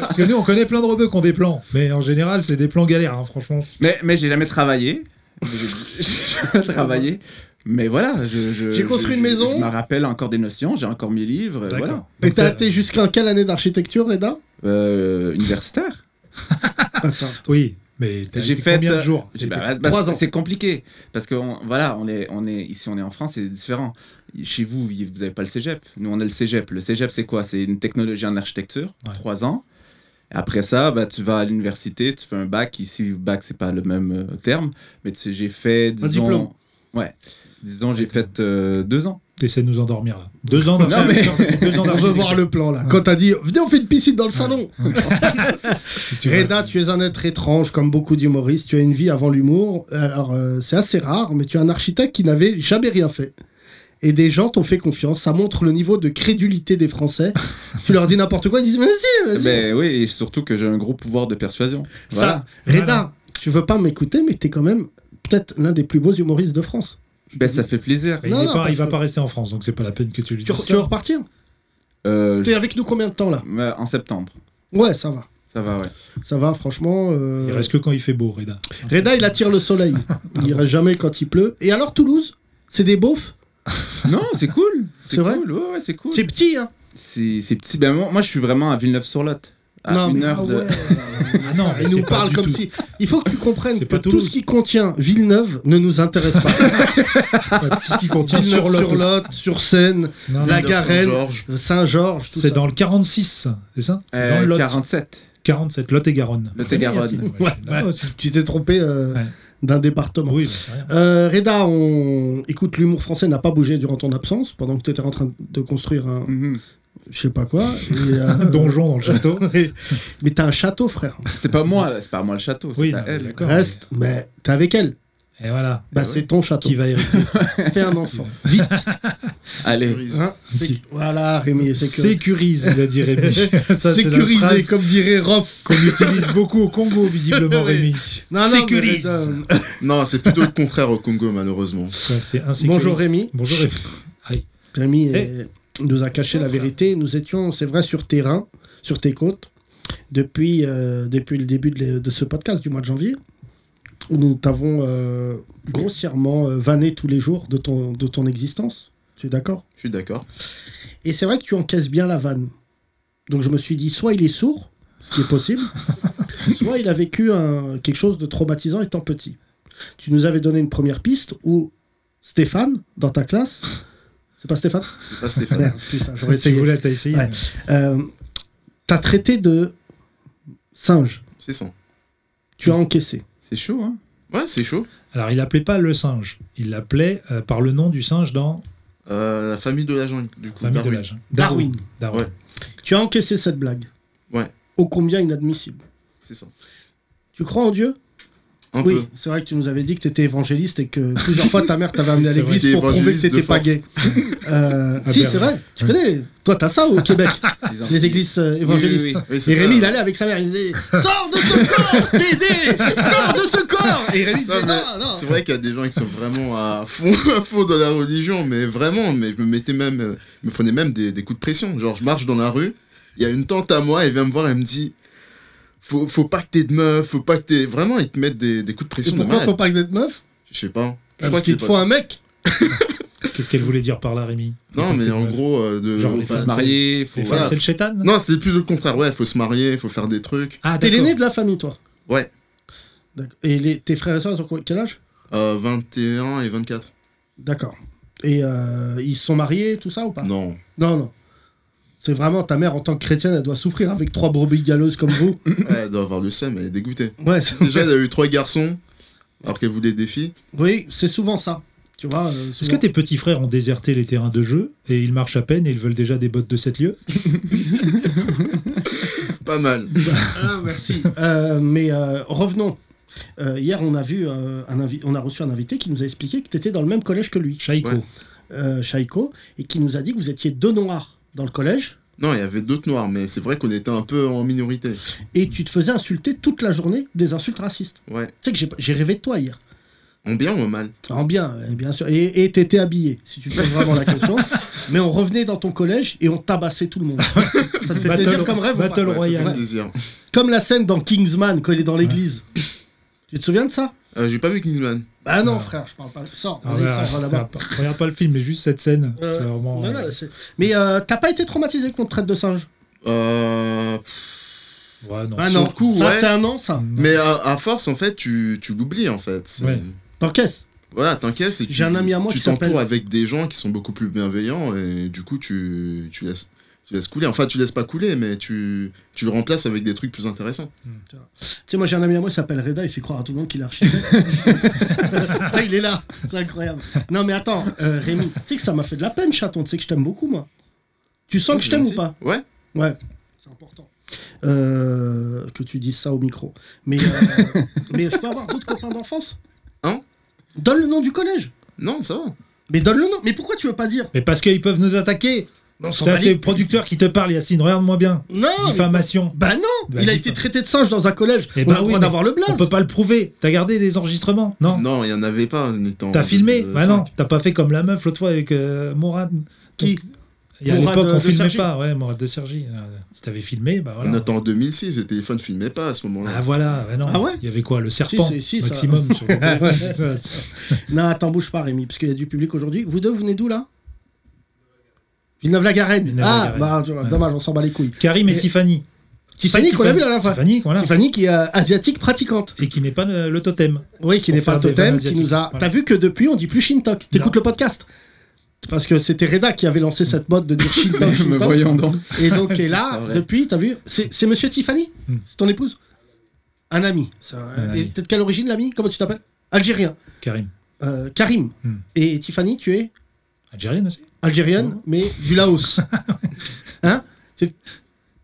[SPEAKER 4] Parce que nous, on connaît plein de rebeux qui ont des plans. Mais en général, c'est des plans galères, hein, franchement.
[SPEAKER 5] Mais, mais j'ai jamais travaillé. J'ai- j'ai jamais travaillé. Mais voilà, je- je-
[SPEAKER 3] J'ai construit
[SPEAKER 5] je-
[SPEAKER 3] une maison.
[SPEAKER 5] Je me rappelle encore des notions, j'ai encore mes livres. euh, Voilà.
[SPEAKER 4] D'accord.
[SPEAKER 3] Mais
[SPEAKER 4] Donc,
[SPEAKER 3] t'as
[SPEAKER 4] t'as-
[SPEAKER 3] été jusqu'à quelle année d'architecture, Reda
[SPEAKER 5] Euh, universitaire.
[SPEAKER 3] Attends.
[SPEAKER 4] Oui, mais t'as
[SPEAKER 5] J'ai
[SPEAKER 4] été
[SPEAKER 5] fait
[SPEAKER 3] euh,
[SPEAKER 4] combien de jours
[SPEAKER 5] j'ai-
[SPEAKER 4] T'as
[SPEAKER 5] bah,
[SPEAKER 4] été-
[SPEAKER 5] bah,
[SPEAKER 3] trois
[SPEAKER 5] c'est-
[SPEAKER 3] ans.
[SPEAKER 5] C'est compliqué parce que on- voilà, on est, on est ici, on est en France, c'est différent. Chez vous, vous vous avez pas le cégep. Nous, on a le cégep. Le cégep, c'est quoi C'est une technologie en architecture,
[SPEAKER 4] Ouais.
[SPEAKER 5] trois ans. Après ça, bah, tu vas à l'université, tu fais un bac. Ici, bac, c'est pas le même euh, terme, mais tu sais, j'ai fait disons,
[SPEAKER 3] diplôme.
[SPEAKER 5] Ouais, disons, j'ai fait euh, deux ans.
[SPEAKER 4] T'essaies de nous endormir là. Deux ans
[SPEAKER 5] Non, mais-
[SPEAKER 4] d'architecture, deux
[SPEAKER 3] On
[SPEAKER 4] ans
[SPEAKER 3] veut
[SPEAKER 4] d'architecture.
[SPEAKER 3] voir le plan là.
[SPEAKER 4] Ouais.
[SPEAKER 3] Quand t'as dit, venez, on fait une piscine dans le salon.
[SPEAKER 4] Tu vas-
[SPEAKER 3] Reda, tu es un être étrange, comme beaucoup d'humoristes. Tu as une vie avant l'humour. Alors, euh, c'est assez rare, mais tu es un architecte qui n'avait jamais rien fait. Et des gens t'ont fait confiance. Ça montre le niveau de crédulité des Français. tu leur dis n'importe quoi, ils disent, mais si, vas-y.
[SPEAKER 5] Ben oui, et surtout que j'ai un gros pouvoir de persuasion. Voilà.
[SPEAKER 3] Ça, Reda,
[SPEAKER 4] Voilà.
[SPEAKER 3] tu veux pas m'écouter, mais t'es quand même peut-être l'un des plus beaux humoristes de France.
[SPEAKER 5] Ben, ça fait plaisir.
[SPEAKER 4] Mais Bah, il
[SPEAKER 3] Non,
[SPEAKER 4] est
[SPEAKER 3] non,
[SPEAKER 4] pas- il
[SPEAKER 3] parce
[SPEAKER 4] va
[SPEAKER 3] que-
[SPEAKER 4] pas rester en France, donc c'est pas la peine que tu lui
[SPEAKER 3] Tu,
[SPEAKER 4] dises.
[SPEAKER 3] re-
[SPEAKER 4] ça.
[SPEAKER 3] tu veux repartir
[SPEAKER 5] Euh,
[SPEAKER 3] T'es avec nous combien de temps là
[SPEAKER 5] je- En septembre.
[SPEAKER 3] Ouais, ça va.
[SPEAKER 5] Ça va, ouais.
[SPEAKER 3] Ça va, franchement. euh,
[SPEAKER 4] Il reste que quand il fait beau, Reda.
[SPEAKER 3] Reda, il attire le soleil. Il reste jamais quand il pleut. Et alors, Toulouse, c'est des beaufs
[SPEAKER 5] Non, c'est cool.
[SPEAKER 3] C'est
[SPEAKER 5] C'est
[SPEAKER 3] vrai
[SPEAKER 5] cool. Ouais, ouais, c'est cool.
[SPEAKER 3] C'est petit, hein
[SPEAKER 5] C'est c'est petit. Ben, moi, moi, je suis vraiment à Villeneuve-sur-Lot. À
[SPEAKER 3] Non,
[SPEAKER 5] une
[SPEAKER 3] mais-
[SPEAKER 5] heure
[SPEAKER 3] ah
[SPEAKER 5] de.
[SPEAKER 3] ouais.
[SPEAKER 4] Ah non, mais
[SPEAKER 3] Il
[SPEAKER 4] c'est
[SPEAKER 3] nous
[SPEAKER 4] pas
[SPEAKER 3] parle
[SPEAKER 4] du
[SPEAKER 3] comme
[SPEAKER 4] tout.
[SPEAKER 3] si. Il faut que tu comprennes
[SPEAKER 4] C'est
[SPEAKER 3] que
[SPEAKER 4] pas
[SPEAKER 3] tout
[SPEAKER 4] Toulouse.
[SPEAKER 3] ce qui contient Villeneuve ne nous intéresse pas.
[SPEAKER 4] Ouais, tout ce qui contient sur
[SPEAKER 3] Villeneuve sur
[SPEAKER 4] l'autre.
[SPEAKER 3] Lot, sur Seine,
[SPEAKER 4] Non, non,
[SPEAKER 3] La
[SPEAKER 6] Villeneuve,
[SPEAKER 3] Garenne.
[SPEAKER 6] Saint-Georges.
[SPEAKER 3] Saint-Georges, tout
[SPEAKER 4] C'est
[SPEAKER 3] ça.
[SPEAKER 4] dans le 46, c'est ça C'est
[SPEAKER 5] Euh,
[SPEAKER 4] Dans le Lot.
[SPEAKER 5] 47.
[SPEAKER 4] 47, Lot et Garonne.
[SPEAKER 5] Lot et Garonne.
[SPEAKER 4] Ouais,
[SPEAKER 3] Ouais,
[SPEAKER 4] là aussi.
[SPEAKER 3] Tu t'es trompé euh,
[SPEAKER 4] Ouais.
[SPEAKER 3] d'un département.
[SPEAKER 4] Oui, bah, c'est rien.
[SPEAKER 3] Euh, Reda, on... écoute, l'humour français n'a pas bougé durant ton absence, pendant que tu étais en train de construire un
[SPEAKER 5] Mhm.
[SPEAKER 3] je sais pas quoi. et, euh,
[SPEAKER 4] Mm. Un donjon dans le château.
[SPEAKER 3] Mais t'as un château, frère.
[SPEAKER 5] C'est pas moi, là, c'est pas moi le château, c'est
[SPEAKER 4] Oui,
[SPEAKER 5] à
[SPEAKER 4] non, mais
[SPEAKER 5] elle.
[SPEAKER 4] d'accord.
[SPEAKER 3] Reste, mais t'es avec elle.
[SPEAKER 4] Et voilà.
[SPEAKER 3] Bah,
[SPEAKER 5] Ah
[SPEAKER 3] c'est ton château.
[SPEAKER 4] Qui va hériter
[SPEAKER 3] Fais un enfant.
[SPEAKER 5] Allez.
[SPEAKER 6] Sécurise.
[SPEAKER 3] Hein, c'est-
[SPEAKER 4] Petit.
[SPEAKER 3] Voilà, Rémi, sécurise.
[SPEAKER 4] Sécurise, il a dit Rémi. Ça, c'est la
[SPEAKER 3] Sécuriser,
[SPEAKER 4] phrase
[SPEAKER 3] comme dirait Rof.
[SPEAKER 4] qu'on utilise beaucoup au Congo, visiblement,
[SPEAKER 3] Oui.
[SPEAKER 4] Rémi.
[SPEAKER 3] Non, non, mais euh,
[SPEAKER 4] Sécurise.
[SPEAKER 3] Reda,
[SPEAKER 6] Non, c'est plutôt le contraire au Congo, malheureusement.
[SPEAKER 4] Ça, c'est insécurise.
[SPEAKER 3] Bonjour Rémi.
[SPEAKER 4] Bonjour Rémi.
[SPEAKER 3] Rémi
[SPEAKER 4] Eh.
[SPEAKER 3] euh, nous a caché la vérité. Nous étions, c'est vrai, sur terrain, sur tes côtes, depuis, euh, depuis le début de, les- de ce podcast du mois de janvier, où nous t'avons euh, grossièrement euh, vanné tous les jours de ton, de ton existence. Tu es d'accord
[SPEAKER 6] Je suis d'accord.
[SPEAKER 3] Et c'est vrai que tu encaisses bien la vanne. Donc je me suis dit, soit il est sourd, ce qui est possible, soit il a vécu un- quelque chose de traumatisant étant petit. Tu nous avais donné une première piste où Stéphane, dans ta classe, c'est pas Stéphane
[SPEAKER 6] C'est pas Stéphane.
[SPEAKER 3] Ah, Merde, putain, j'aurais
[SPEAKER 4] Si vous
[SPEAKER 3] essayé.
[SPEAKER 4] voulez, t'as essayé.
[SPEAKER 3] Ouais. Euh, T'as traité de singe.
[SPEAKER 6] C'est ça.
[SPEAKER 3] Tu as encaissé.
[SPEAKER 5] C'est chaud, hein
[SPEAKER 6] Ouais, c'est chaud.
[SPEAKER 4] Alors, il l'appelait pas le singe. Il l'appelait euh, par le nom du singe dans
[SPEAKER 6] Euh, la famille de la jungle, du coup. Bah
[SPEAKER 4] Famille
[SPEAKER 6] Darwin.
[SPEAKER 4] de l'âge.
[SPEAKER 3] Darwin.
[SPEAKER 4] Darwin.
[SPEAKER 6] Ouais.
[SPEAKER 3] Tu as encaissé cette blague.
[SPEAKER 6] Ouais.
[SPEAKER 3] Ô combien inadmissible.
[SPEAKER 6] C'est ça.
[SPEAKER 3] Tu crois en Dieu
[SPEAKER 6] Un
[SPEAKER 3] Oui,
[SPEAKER 6] peu.
[SPEAKER 3] c'est vrai que tu nous avais dit que tu étais évangéliste et que plusieurs fois ta mère t'avait amené à
[SPEAKER 4] C'est vrai.
[SPEAKER 3] l'église
[SPEAKER 6] J'étais
[SPEAKER 3] pour prouver que
[SPEAKER 6] évangéliste
[SPEAKER 3] t'étais pas
[SPEAKER 6] de force.
[SPEAKER 3] gay. Euh,
[SPEAKER 4] Ah,
[SPEAKER 3] si,
[SPEAKER 4] merde.
[SPEAKER 3] c'est vrai. Tu connais, toi, t'as ça au Québec, les églises euh, évangélistes.
[SPEAKER 5] Oui, oui, oui.
[SPEAKER 6] Oui, c'est
[SPEAKER 3] Et
[SPEAKER 6] ça.
[SPEAKER 3] Rémi, il allait avec sa mère, il disait Sors de ce corps, PD Sors de ce corps Et Rémi disait
[SPEAKER 6] Non,
[SPEAKER 3] Non,
[SPEAKER 6] mais
[SPEAKER 3] non
[SPEAKER 6] C'est vrai qu'il y a des gens qui sont vraiment à fond, à fond dans la religion, mais vraiment, mais je me mettais même, euh, je me prenais même des, des coups de pression. Genre, je marche dans la rue, il y a une tante à moi, elle vient me voir, elle me dit, faut, faut pas que t'aies de meuf, faut pas que t'aies, vraiment, ils te mettent des, des coups de
[SPEAKER 3] Et
[SPEAKER 6] pression de
[SPEAKER 3] pourquoi
[SPEAKER 6] malade.
[SPEAKER 3] faut pas que d'être meuf
[SPEAKER 6] Je sais pas.
[SPEAKER 3] Parce
[SPEAKER 6] Je crois
[SPEAKER 3] qu'il
[SPEAKER 6] que
[SPEAKER 3] te
[SPEAKER 6] c'est
[SPEAKER 3] faut
[SPEAKER 6] pas-
[SPEAKER 3] un mec
[SPEAKER 4] Qu'est-ce qu'elle voulait dire par là, Rémi
[SPEAKER 6] Non, mais en
[SPEAKER 4] Ouais.
[SPEAKER 6] gros, euh, de.
[SPEAKER 4] Genre,
[SPEAKER 5] Il faut se marier, faut. euh,
[SPEAKER 4] Les
[SPEAKER 6] Voilà.
[SPEAKER 4] femmes, c'est le chétan
[SPEAKER 6] Non, c'est plus le contraire. Ouais, faut se marier, faut faire des trucs.
[SPEAKER 4] Ah,
[SPEAKER 3] T'es
[SPEAKER 4] d'accord.
[SPEAKER 3] l'aîné de la famille, toi
[SPEAKER 6] Ouais.
[SPEAKER 3] D'accord. Et les- tes frères et sœurs, ils ont quoi- quel âge
[SPEAKER 6] Euh, 21 et 24.
[SPEAKER 3] D'accord. Et euh, ils se sont mariés, tout ça, ou pas
[SPEAKER 6] Non.
[SPEAKER 3] Non, non. C'est vraiment ta mère en tant que chrétienne, elle doit souffrir avec trois brebis galeuses comme vous.
[SPEAKER 6] Ouais, elle doit avoir le seum, elle est dégoûtée.
[SPEAKER 3] Ouais, c'est-
[SPEAKER 6] Déjà, elle a eu trois garçons, alors qu'elle voulait des filles.
[SPEAKER 3] oui, c'est souvent ça. Tu vois. euh,
[SPEAKER 4] Est-ce que
[SPEAKER 3] souvent.
[SPEAKER 4] tes petits frères ont déserté les terrains de jeu et ils marchent à peine et ils veulent déjà des bottes de 7 lieux
[SPEAKER 6] Pas mal.
[SPEAKER 3] Ah, merci. Euh, mais euh, revenons. Euh, hier, on a vu euh, un invi- on a reçu un invité qui nous a expliqué que tu étais dans le même collège que lui,
[SPEAKER 4] Chaïko.
[SPEAKER 6] Ouais.
[SPEAKER 3] euh, Shaiko, et qui nous a dit que vous étiez deux noirs dans le collège
[SPEAKER 6] Non, il y avait d'autres noirs, mais c'est vrai qu'on était un peu en minorité.
[SPEAKER 3] et tu te faisais insulter toute la journée des insultes racistes.
[SPEAKER 6] Ouais.
[SPEAKER 3] Tu sais que j'ai- j'ai rêvé de toi hier.
[SPEAKER 6] En bien ou en mal
[SPEAKER 3] En bien, euh, bien sûr. Et et t'étais habillé, si tu te poses vraiment la question. Mais on revenait dans ton collège et on tabassait tout le monde. Ça te fait
[SPEAKER 4] Battle-
[SPEAKER 3] plaisir comme rêve ou pas
[SPEAKER 4] Battle
[SPEAKER 6] Ouais, ça fait
[SPEAKER 4] Royale. Ah,
[SPEAKER 6] plaisir.
[SPEAKER 3] Comme la scène dans Kingsman quand il est dans l'église. Tu te souviens de ça
[SPEAKER 6] Euh, J'ai pas vu Kingsman.
[SPEAKER 3] Bah non,
[SPEAKER 4] Non.
[SPEAKER 3] frère, je parle pas. Sors,
[SPEAKER 4] Ah,
[SPEAKER 3] vas-y,
[SPEAKER 4] regarde,
[SPEAKER 3] sors, va là-bas.
[SPEAKER 4] regarde pas- regarde pas le film, mais juste cette scène.
[SPEAKER 3] Euh,
[SPEAKER 4] c'est vraiment.
[SPEAKER 3] Non, non,
[SPEAKER 4] euh,
[SPEAKER 3] c'est- Mais euh, t'as pas été traumatisé qu'on te traite de singe
[SPEAKER 6] Euh...
[SPEAKER 4] ouais, non.
[SPEAKER 3] Ah
[SPEAKER 6] sur
[SPEAKER 3] non,
[SPEAKER 6] le coup,
[SPEAKER 3] ça
[SPEAKER 6] ouais.
[SPEAKER 3] c'est un an ça.
[SPEAKER 4] Non.
[SPEAKER 6] Mais à, à force, en fait, tu, tu l'oublies, en fait. C'est-
[SPEAKER 4] Ouais.
[SPEAKER 3] T'encaisses.
[SPEAKER 6] Voilà, t'inquiète, c'est que
[SPEAKER 3] J'ai un
[SPEAKER 6] tu-
[SPEAKER 3] ami à moi
[SPEAKER 6] tu
[SPEAKER 3] qui s'appelle-
[SPEAKER 6] t'entoures avec des gens qui sont beaucoup plus bienveillants et du coup tu, tu laisses tu laisses couler. Enfin, tu laisses pas couler, mais tu, tu le remplaces avec des trucs plus intéressants.
[SPEAKER 3] Tu sais, moi j'ai un ami à moi, il s'appelle Reda, il fait croire à tout le monde qu'il est architecte. Ah, il est là, c'est incroyable. Non mais attends, euh, Rémi, tu sais que ça m'a fait de la peine, chaton, tu sais que je t'aime beaucoup moi. Tu sens que je t'aime ou
[SPEAKER 6] Gentil.
[SPEAKER 3] pas
[SPEAKER 6] Ouais.
[SPEAKER 3] Ouais, c'est important. Euh, que tu dises ça au micro. Mais, euh, mais je peux avoir d'autres copains d'enfance
[SPEAKER 6] Hein
[SPEAKER 3] Donne le nom du collège.
[SPEAKER 6] Non, ça va.
[SPEAKER 3] Mais donne le nom. Mais pourquoi tu veux pas dire
[SPEAKER 4] Mais parce qu'ils peuvent nous attaquer
[SPEAKER 3] Non,
[SPEAKER 4] Putain, C'est le producteur qui te parle, Yacine, regarde-moi bien.
[SPEAKER 3] Non mais-
[SPEAKER 4] Diffamation.
[SPEAKER 3] Bah non
[SPEAKER 4] Bah,
[SPEAKER 3] Il a
[SPEAKER 4] dis
[SPEAKER 3] été
[SPEAKER 4] pas.
[SPEAKER 3] traité de singe dans un collège.
[SPEAKER 4] Eh
[SPEAKER 3] on
[SPEAKER 4] bah
[SPEAKER 3] a le
[SPEAKER 4] oui,
[SPEAKER 3] droit
[SPEAKER 4] mais
[SPEAKER 3] d'avoir le blaze.
[SPEAKER 4] On peut pas le prouver. T'as gardé des enregistrements Non.
[SPEAKER 6] Non, il y en avait pas. on était en
[SPEAKER 4] T'as filmé
[SPEAKER 6] 2005.
[SPEAKER 4] Bah non, t'as pas fait comme la meuf l'autre fois avec euh, Morad.
[SPEAKER 3] Qui
[SPEAKER 4] Donc, Et à
[SPEAKER 3] Morad euh,
[SPEAKER 4] l'époque,
[SPEAKER 3] de-
[SPEAKER 4] on
[SPEAKER 3] de
[SPEAKER 4] filmait
[SPEAKER 3] Sergi.
[SPEAKER 4] pas, ouais, Morad de Sergi. Euh, Si t'avais filmé, bah voilà.
[SPEAKER 6] On attend en 2006, les téléphones ne filmaient pas à ce moment-là.
[SPEAKER 4] Ah voilà, ouais, non.
[SPEAKER 3] Ah ouais
[SPEAKER 4] Il y avait quoi Le serpent
[SPEAKER 3] si, si, ça-
[SPEAKER 4] maximum sur le téléphone.
[SPEAKER 3] Non, attends, bouge pas, Rémi, parce qu'il y a du public aujourd'hui. Vous deux, vous venez d'où là Villeneuve-la-Garenne. Ah,
[SPEAKER 4] Villeneuve-la-Garenne.
[SPEAKER 3] bah, tu vois,
[SPEAKER 4] Ouais.
[SPEAKER 3] dommage, on s'en bat les couilles.
[SPEAKER 4] Karim et,
[SPEAKER 3] Et-
[SPEAKER 4] Tiffany.
[SPEAKER 3] Tiffany, qu'on a vu la dernière fois.
[SPEAKER 4] Tiffany, voilà.
[SPEAKER 3] Tiffany qui est euh, asiatique pratiquante.
[SPEAKER 4] Et qui n'est pas le, le totem.
[SPEAKER 3] Oui, qui
[SPEAKER 4] Pour
[SPEAKER 3] n'est pas
[SPEAKER 4] faire
[SPEAKER 3] le
[SPEAKER 4] des
[SPEAKER 3] totem,
[SPEAKER 4] vannes
[SPEAKER 3] qui nous a.
[SPEAKER 4] asiatiques. Voilà.
[SPEAKER 3] T'as vu que depuis, on dit plus Shintok. T'écoutes le podcast. Parce que c'était Reda qui avait lancé cette mode de dire Shintok,
[SPEAKER 5] me
[SPEAKER 3] Shintok.
[SPEAKER 5] voyant donc.
[SPEAKER 3] Et donc, et
[SPEAKER 5] pas
[SPEAKER 3] là,
[SPEAKER 5] vrai.
[SPEAKER 3] depuis, t'as vu C'est c'est Monsieur Tiffany
[SPEAKER 4] Hmm.
[SPEAKER 3] C'est ton épouse Un ami. Ça, euh,
[SPEAKER 4] Un
[SPEAKER 3] et
[SPEAKER 4] ami.
[SPEAKER 3] t'es de quelle origine, l'ami Comment tu t'appelles Algérien.
[SPEAKER 4] Karim.
[SPEAKER 3] Euh, Karim.
[SPEAKER 4] Hmm.
[SPEAKER 3] Et Tiffany, tu es
[SPEAKER 4] Algérienne aussi
[SPEAKER 3] algérienne, mais du Laos. hein C'est-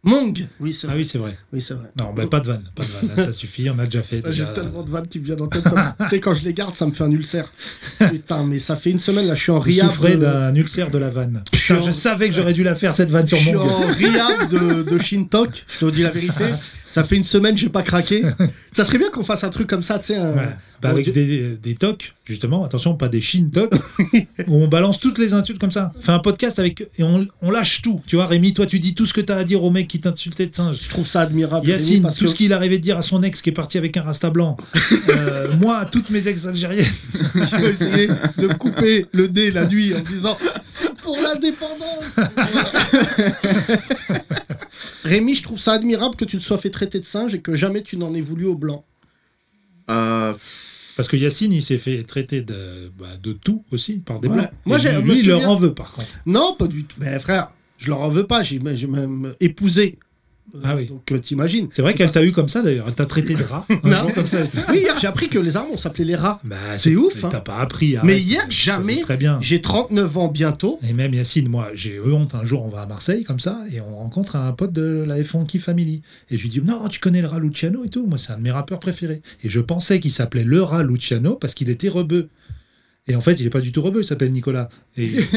[SPEAKER 3] Mong Oui, c'est
[SPEAKER 4] Ah
[SPEAKER 3] vrai.
[SPEAKER 4] oui, c'est vrai.
[SPEAKER 3] Oui, c'est vrai.
[SPEAKER 4] Non, bah, pas de vanne. Pas de vanne. Là, ça suffit, on a déjà fait.
[SPEAKER 3] Ah,
[SPEAKER 4] déjà, euh,
[SPEAKER 3] J'ai
[SPEAKER 4] là.
[SPEAKER 3] tellement de vannes qui me viennent en tête. ça me- tu sais, quand je les garde, ça me fait un ulcère. Putain, mais ça fait une semaine, là, je suis en
[SPEAKER 4] Vous
[SPEAKER 3] riable.
[SPEAKER 4] souffrez
[SPEAKER 3] de-
[SPEAKER 4] d'un ulcère de la vanne.
[SPEAKER 3] Putain,
[SPEAKER 4] Putain, je savais que j'aurais dû la faire cette vanne
[SPEAKER 3] Je
[SPEAKER 4] sur
[SPEAKER 3] suis
[SPEAKER 4] mon
[SPEAKER 3] en riable de, de Shintok, je te dis la vérité. Ça fait une semaine, j'ai pas craqué. Ça serait bien qu'on fasse un truc comme ça, tu sais. un-
[SPEAKER 4] Ouais. Bah,
[SPEAKER 3] un-
[SPEAKER 4] avec des, des tocs, justement, attention, pas des shin tocs, où on balance toutes les insultes comme ça. Fait un podcast avec. Et on, on lâche tout. Tu vois, Rémi, toi, tu dis tout ce que t'as à dire au mec qui t'insultait de singe.
[SPEAKER 3] Je trouve ça admirable. Rémi,
[SPEAKER 4] Yacine,
[SPEAKER 3] parce
[SPEAKER 4] tout
[SPEAKER 3] que-
[SPEAKER 4] ce qu'il arrivait de dire à son ex qui est parti avec un rasta blanc. Euh, moi, toutes mes ex algériennes.
[SPEAKER 3] Je vais essayer de couper le nez la nuit en me disant c'est pour l'indépendance. Voilà. Rémi, je trouve ça admirable que tu te sois fait traiter de singe et que jamais tu n'en aies voulu aux blancs.
[SPEAKER 6] Ah,
[SPEAKER 4] Parce que Yacine, il s'est fait traiter de, bah, de tout aussi par des
[SPEAKER 3] Ouais.
[SPEAKER 4] blancs.
[SPEAKER 3] Moi,
[SPEAKER 4] Et
[SPEAKER 3] j'ai-
[SPEAKER 4] lui,
[SPEAKER 3] me
[SPEAKER 4] lui, il leur
[SPEAKER 3] souviens-
[SPEAKER 4] en veut par contre.
[SPEAKER 3] Non, pas du tout. Mais frère, je leur en veux pas. J'ai j'ai même épousé. Euh,
[SPEAKER 4] Ah oui.
[SPEAKER 3] Donc euh, t'imagines.
[SPEAKER 4] C'est vrai qu'elle t'a eu comme ça d'ailleurs. Elle t'a traité de rat. un
[SPEAKER 3] Non.
[SPEAKER 4] jour comme ça.
[SPEAKER 3] Oui, hier, j'ai appris que les armes, on s'appelait les rats.
[SPEAKER 4] Bah,
[SPEAKER 3] C'est ouf, hein.
[SPEAKER 4] T'as pas appris.
[SPEAKER 3] Mais
[SPEAKER 4] arrête.
[SPEAKER 3] hier,
[SPEAKER 4] Tu
[SPEAKER 3] jamais-
[SPEAKER 4] savais Très bien.
[SPEAKER 3] J'ai 39 ans bientôt.
[SPEAKER 4] Et même Yacine, moi, j'ai eu honte. Un jour, on va à Marseille, comme ça, et on rencontre un pote de la Funky Family. Et je lui dis Non, tu connais le rat Luciano et tout. Moi, c'est un de mes rappeurs préférés. Et je pensais qu'il s'appelait le rat Luciano parce qu'il était rebeu. Et en fait, il est pas du tout rebeu, il s'appelle Nicolas. Et, et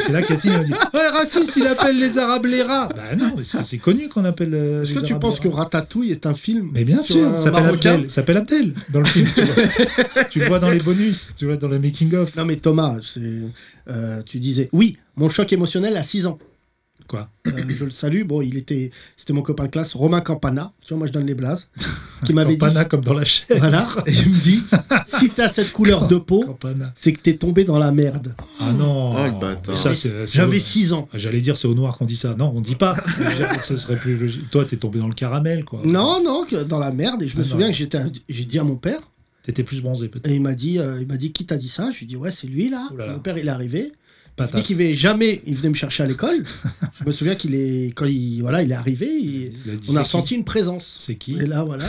[SPEAKER 4] c'est là qu'Yacine m'a dit Oh, le raciste, il appelle les Arabes les rats. Bah non, parce que c'est connu qu'on appelle. euh,
[SPEAKER 3] Est-ce que
[SPEAKER 4] les
[SPEAKER 3] tu
[SPEAKER 4] Arabes
[SPEAKER 3] penses que
[SPEAKER 4] les rats.
[SPEAKER 3] Ratatouille est un film
[SPEAKER 4] Mais bien
[SPEAKER 3] sur
[SPEAKER 4] sûr,
[SPEAKER 3] un
[SPEAKER 4] il s'appelle
[SPEAKER 3] Marocain
[SPEAKER 4] Abdel. il s'appelle Abdel dans le film. Tu, vois. Tu le vois dans les bonus, tu vois, dans le making-of.
[SPEAKER 3] Non mais Thomas, c'est- euh, tu disais oui, mon choc émotionnel à 6 ans.
[SPEAKER 4] Quoi
[SPEAKER 3] Euh, Je le salue. Bon, il était, c'était mon copain de classe, Romain Campana. Tu vois, moi je donne les blazes. Qui m'avait dit,
[SPEAKER 4] Campana comme dans la chaîne.
[SPEAKER 3] voilà, et il me dit, si t'as cette couleur de peau,
[SPEAKER 4] Campana.
[SPEAKER 3] c'est que t'es tombé dans la merde.
[SPEAKER 4] Ah non
[SPEAKER 6] Oh, le bâtard.
[SPEAKER 4] Ça, c'est- c'est-
[SPEAKER 3] J'avais 6 ans.
[SPEAKER 4] J'allais dire c'est au noir qu'on dit ça. Non, on dit pas. Ce serait plus logique. Toi, t'es tombé dans le caramel, quoi.
[SPEAKER 3] Non, non, que dans la merde. Et je me
[SPEAKER 4] Ah, non.
[SPEAKER 3] souviens que j'étais, à- j'ai dit à mon père,
[SPEAKER 4] T'étais plus bronzé, peut-être.
[SPEAKER 3] et il m'a dit, euh, il m'a dit, qui t'a dit ça Je lui ai dit, ouais, c'est lui là.
[SPEAKER 4] Ouh là là.
[SPEAKER 3] Mon père, il est arrivé.
[SPEAKER 4] Pas
[SPEAKER 3] Il dit qu'il venait jamais, il venait me chercher à l'école. je me souviens qu'il est, quand il, voilà, il est arrivé, il-
[SPEAKER 4] Il dit,
[SPEAKER 3] on
[SPEAKER 4] c'est
[SPEAKER 3] a
[SPEAKER 4] qui
[SPEAKER 3] senti une présence.
[SPEAKER 4] C'est qui
[SPEAKER 3] Et là, voilà.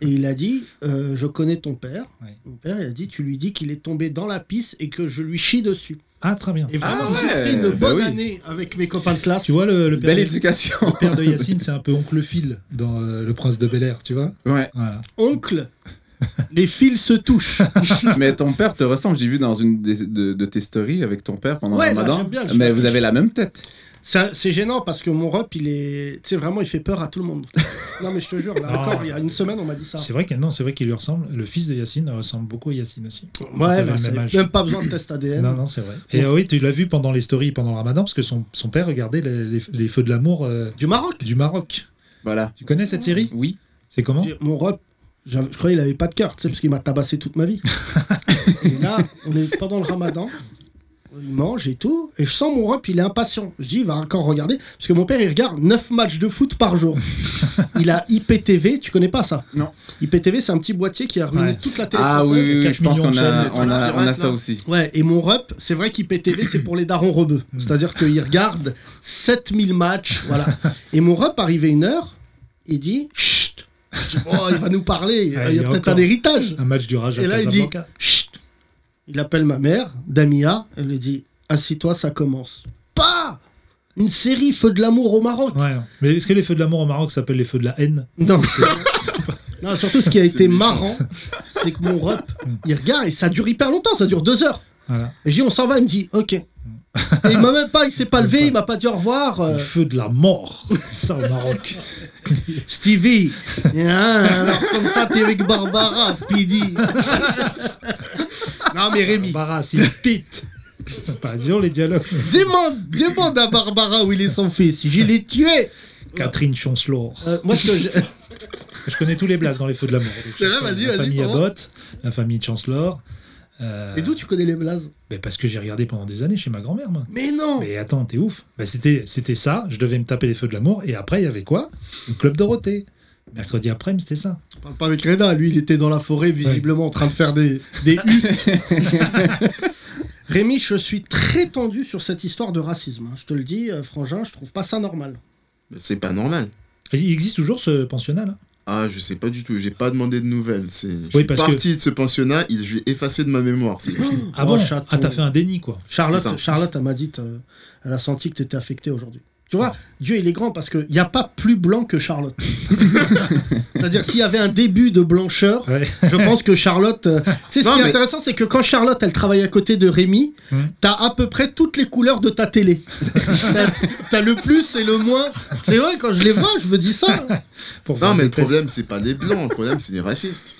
[SPEAKER 3] Et il a dit euh, Je connais ton père.
[SPEAKER 4] Ouais.
[SPEAKER 3] Mon père, il a dit Tu lui dis qu'il est tombé dans la pisse et que je lui chie dessus.
[SPEAKER 4] Ah, très bien. Ah,
[SPEAKER 3] Et vraiment,
[SPEAKER 5] Ah
[SPEAKER 3] j'ai
[SPEAKER 5] ouais,
[SPEAKER 3] fait une
[SPEAKER 5] bah
[SPEAKER 3] bonne
[SPEAKER 5] oui.
[SPEAKER 3] année avec mes copains de classe.
[SPEAKER 4] Tu vois, le, le père,
[SPEAKER 5] Belle
[SPEAKER 4] de,
[SPEAKER 5] éducation.
[SPEAKER 4] le père de Yacine, c'est un peu oncle Phil dans euh, Le Prince de Bel Air, tu vois
[SPEAKER 5] Ouais.
[SPEAKER 4] Voilà.
[SPEAKER 3] Oncle, les fils se touchent.
[SPEAKER 5] Mais ton père te ressemble. J'ai vu dans une des- de, de tes stories avec ton père pendant
[SPEAKER 3] Ouais,
[SPEAKER 5] le
[SPEAKER 3] bah,
[SPEAKER 5] Ramadan.
[SPEAKER 3] j'aime bien, j'aime
[SPEAKER 5] mais
[SPEAKER 3] bien.
[SPEAKER 5] vous avez la même tête.
[SPEAKER 3] Ça, C'est gênant parce que mon rep, il est. Tu sais, vraiment, il fait peur à tout le monde. non, mais je te jure, là
[SPEAKER 4] Non.
[SPEAKER 3] encore, il y a une semaine, on m'a dit ça.
[SPEAKER 4] C'est vrai que- non, c'est vrai qu'il lui ressemble. Le fils de Yacine ressemble beaucoup à Yacine aussi. Ils
[SPEAKER 3] Ouais,
[SPEAKER 4] avaient
[SPEAKER 3] bah,
[SPEAKER 4] le
[SPEAKER 3] c'est-
[SPEAKER 4] même âge.
[SPEAKER 3] même pas besoin de test ADN.
[SPEAKER 4] Non, non, c'est vrai. Et euh, oui, tu l'as vu pendant les stories, pendant le ramadan, parce que son, son père regardait les, les- les Feux de l'amour euh,
[SPEAKER 3] Du Maroc.
[SPEAKER 4] du Maroc.
[SPEAKER 5] Voilà.
[SPEAKER 4] Tu connais cette série
[SPEAKER 5] Oui.
[SPEAKER 4] C'est comment
[SPEAKER 3] J'ai- Mon rep, j'avais- je croyais qu'il avait pas de cœur, tu sais, parce qu'il m'a tabassé toute ma vie. et là, on est pendant le ramadan. Il mange et tout, et je sens mon rep, il est impatient. Je dis, il va encore regarder, parce que mon père, il regarde 9 matchs de foot par jour. il a IPTV, tu connais pas ça
[SPEAKER 5] Non.
[SPEAKER 3] IPTV, c'est un petit boîtier qui a ruiné
[SPEAKER 4] Ouais.
[SPEAKER 3] toute la télé
[SPEAKER 5] Ah oui,
[SPEAKER 3] française.
[SPEAKER 5] oui, oui,
[SPEAKER 4] 4
[SPEAKER 5] je pense
[SPEAKER 4] millions
[SPEAKER 5] qu'on
[SPEAKER 4] de
[SPEAKER 5] a,
[SPEAKER 4] chaînes,
[SPEAKER 5] on a,
[SPEAKER 6] trucs
[SPEAKER 5] on a
[SPEAKER 6] là.
[SPEAKER 5] ça aussi.
[SPEAKER 3] Ouais, et mon rep, c'est vrai qu'IPTV, c'est pour les darons rebeux. C'est-à-dire qu'il regarde 7000 matchs, voilà. Et mon rep, arrivé une heure, il dit Chut Je dis, Oh, il va nous parler, il y a-
[SPEAKER 4] Ah,
[SPEAKER 3] il y
[SPEAKER 4] il y
[SPEAKER 3] a
[SPEAKER 4] a
[SPEAKER 3] peut-être
[SPEAKER 4] encore.
[SPEAKER 3] un héritage.
[SPEAKER 4] Un match du Raj à
[SPEAKER 3] Et là, il dit
[SPEAKER 4] Casablanca.
[SPEAKER 3] Chut Il appelle ma mère, Damia, elle lui dit Assis-toi, ça commence. Pas Une série Feu de l'amour au Maroc
[SPEAKER 4] Ouais, non. mais est-ce que les feux de l'amour au Maroc s'appellent les feux de la haine
[SPEAKER 3] Non. Non, surtout ce qui a
[SPEAKER 6] C'est
[SPEAKER 3] été
[SPEAKER 6] méchant.
[SPEAKER 3] marrant, c'est que mon rep, il regarde et ça dure hyper longtemps, ça dure deux heures.
[SPEAKER 4] Voilà.
[SPEAKER 3] Et je dis, on s'en va, il me dit, ok. Et il m'a même pas, il s'est pas levé, il m'a pas dit au revoir. euh,
[SPEAKER 4] Le feu de la mort, ça au Maroc.
[SPEAKER 3] Stevie, Hein, alors comme ça, t'es avec Barbara, Pidi. non mais Rémi,
[SPEAKER 4] Barras, il pite. pas. Disons les dialogues.
[SPEAKER 3] Demande, demande à Barbara où il est son fils. Je l'ai tué.
[SPEAKER 4] Catherine Chancelor.
[SPEAKER 3] Euh, moi, ce que j'ai-
[SPEAKER 4] Je connais tous les blases dans les feux de l'amour. Donc,
[SPEAKER 3] C'est vrai,
[SPEAKER 4] je-
[SPEAKER 3] vas-y,
[SPEAKER 4] La
[SPEAKER 3] vas-y,
[SPEAKER 4] famille
[SPEAKER 3] prends.
[SPEAKER 4] Abbott, la famille Chancellor. euh,
[SPEAKER 3] Et d'où tu connais les blazes
[SPEAKER 4] ben, Parce que j'ai regardé pendant des années chez ma grand-mère, moi.
[SPEAKER 3] Mais non.
[SPEAKER 4] Mais attends, t'es ouf. Bah, c'était, c'était ça, je devais me taper les feux de l'amour, et après, il y avait quoi Le Club Dorothée. Mercredi après, c'était ça.
[SPEAKER 3] Parle pas avec Reda. Lui, il était dans la forêt, visiblement en train de faire des des huttes. Rémi, je suis très tendu sur cette histoire de racisme. hein. Je te le dis, euh, Frangin, je trouve pas ça normal.
[SPEAKER 6] Mais C'est pas normal.
[SPEAKER 4] Et Il existe toujours ce pensionnat, là
[SPEAKER 6] Ah, je sais pas du tout, j'ai pas demandé de nouvelles. C'est... Je
[SPEAKER 4] Oui,
[SPEAKER 6] suis
[SPEAKER 4] parce que-
[SPEAKER 6] parti de ce pensionnat, il... je l'ai effacé de ma mémoire. C'est fini.
[SPEAKER 4] Ah
[SPEAKER 3] Oh,
[SPEAKER 4] bon
[SPEAKER 3] chaton.
[SPEAKER 4] Ah, t'as fait un déni, quoi.
[SPEAKER 6] C'est
[SPEAKER 3] Charlotte,
[SPEAKER 6] ça.
[SPEAKER 3] Charlotte, elle m'a dit, euh, elle a senti que t'étais affecté aujourd'hui. Tu vois, Dieu, il est grand parce qu'il n'y a pas plus blanc que Charlotte. C'est-à-dire, s'il y avait un début de blancheur,
[SPEAKER 4] Ouais.
[SPEAKER 3] je pense que Charlotte. euh, Tu sais, ce
[SPEAKER 6] Non,
[SPEAKER 3] qui est
[SPEAKER 6] mais-
[SPEAKER 3] intéressant, c'est que quand Charlotte, elle travaille à côté de Rémi,
[SPEAKER 4] Hum.
[SPEAKER 3] t'as à peu près toutes les couleurs de ta télé. t'as, t'as le plus et le moins. C'est vrai, quand je les vois, je me dis ça. hein.
[SPEAKER 4] Pour faire
[SPEAKER 6] Non, mais
[SPEAKER 4] des
[SPEAKER 6] le
[SPEAKER 4] tests.
[SPEAKER 6] problème, c'est pas les blancs, le problème, c'est les racistes.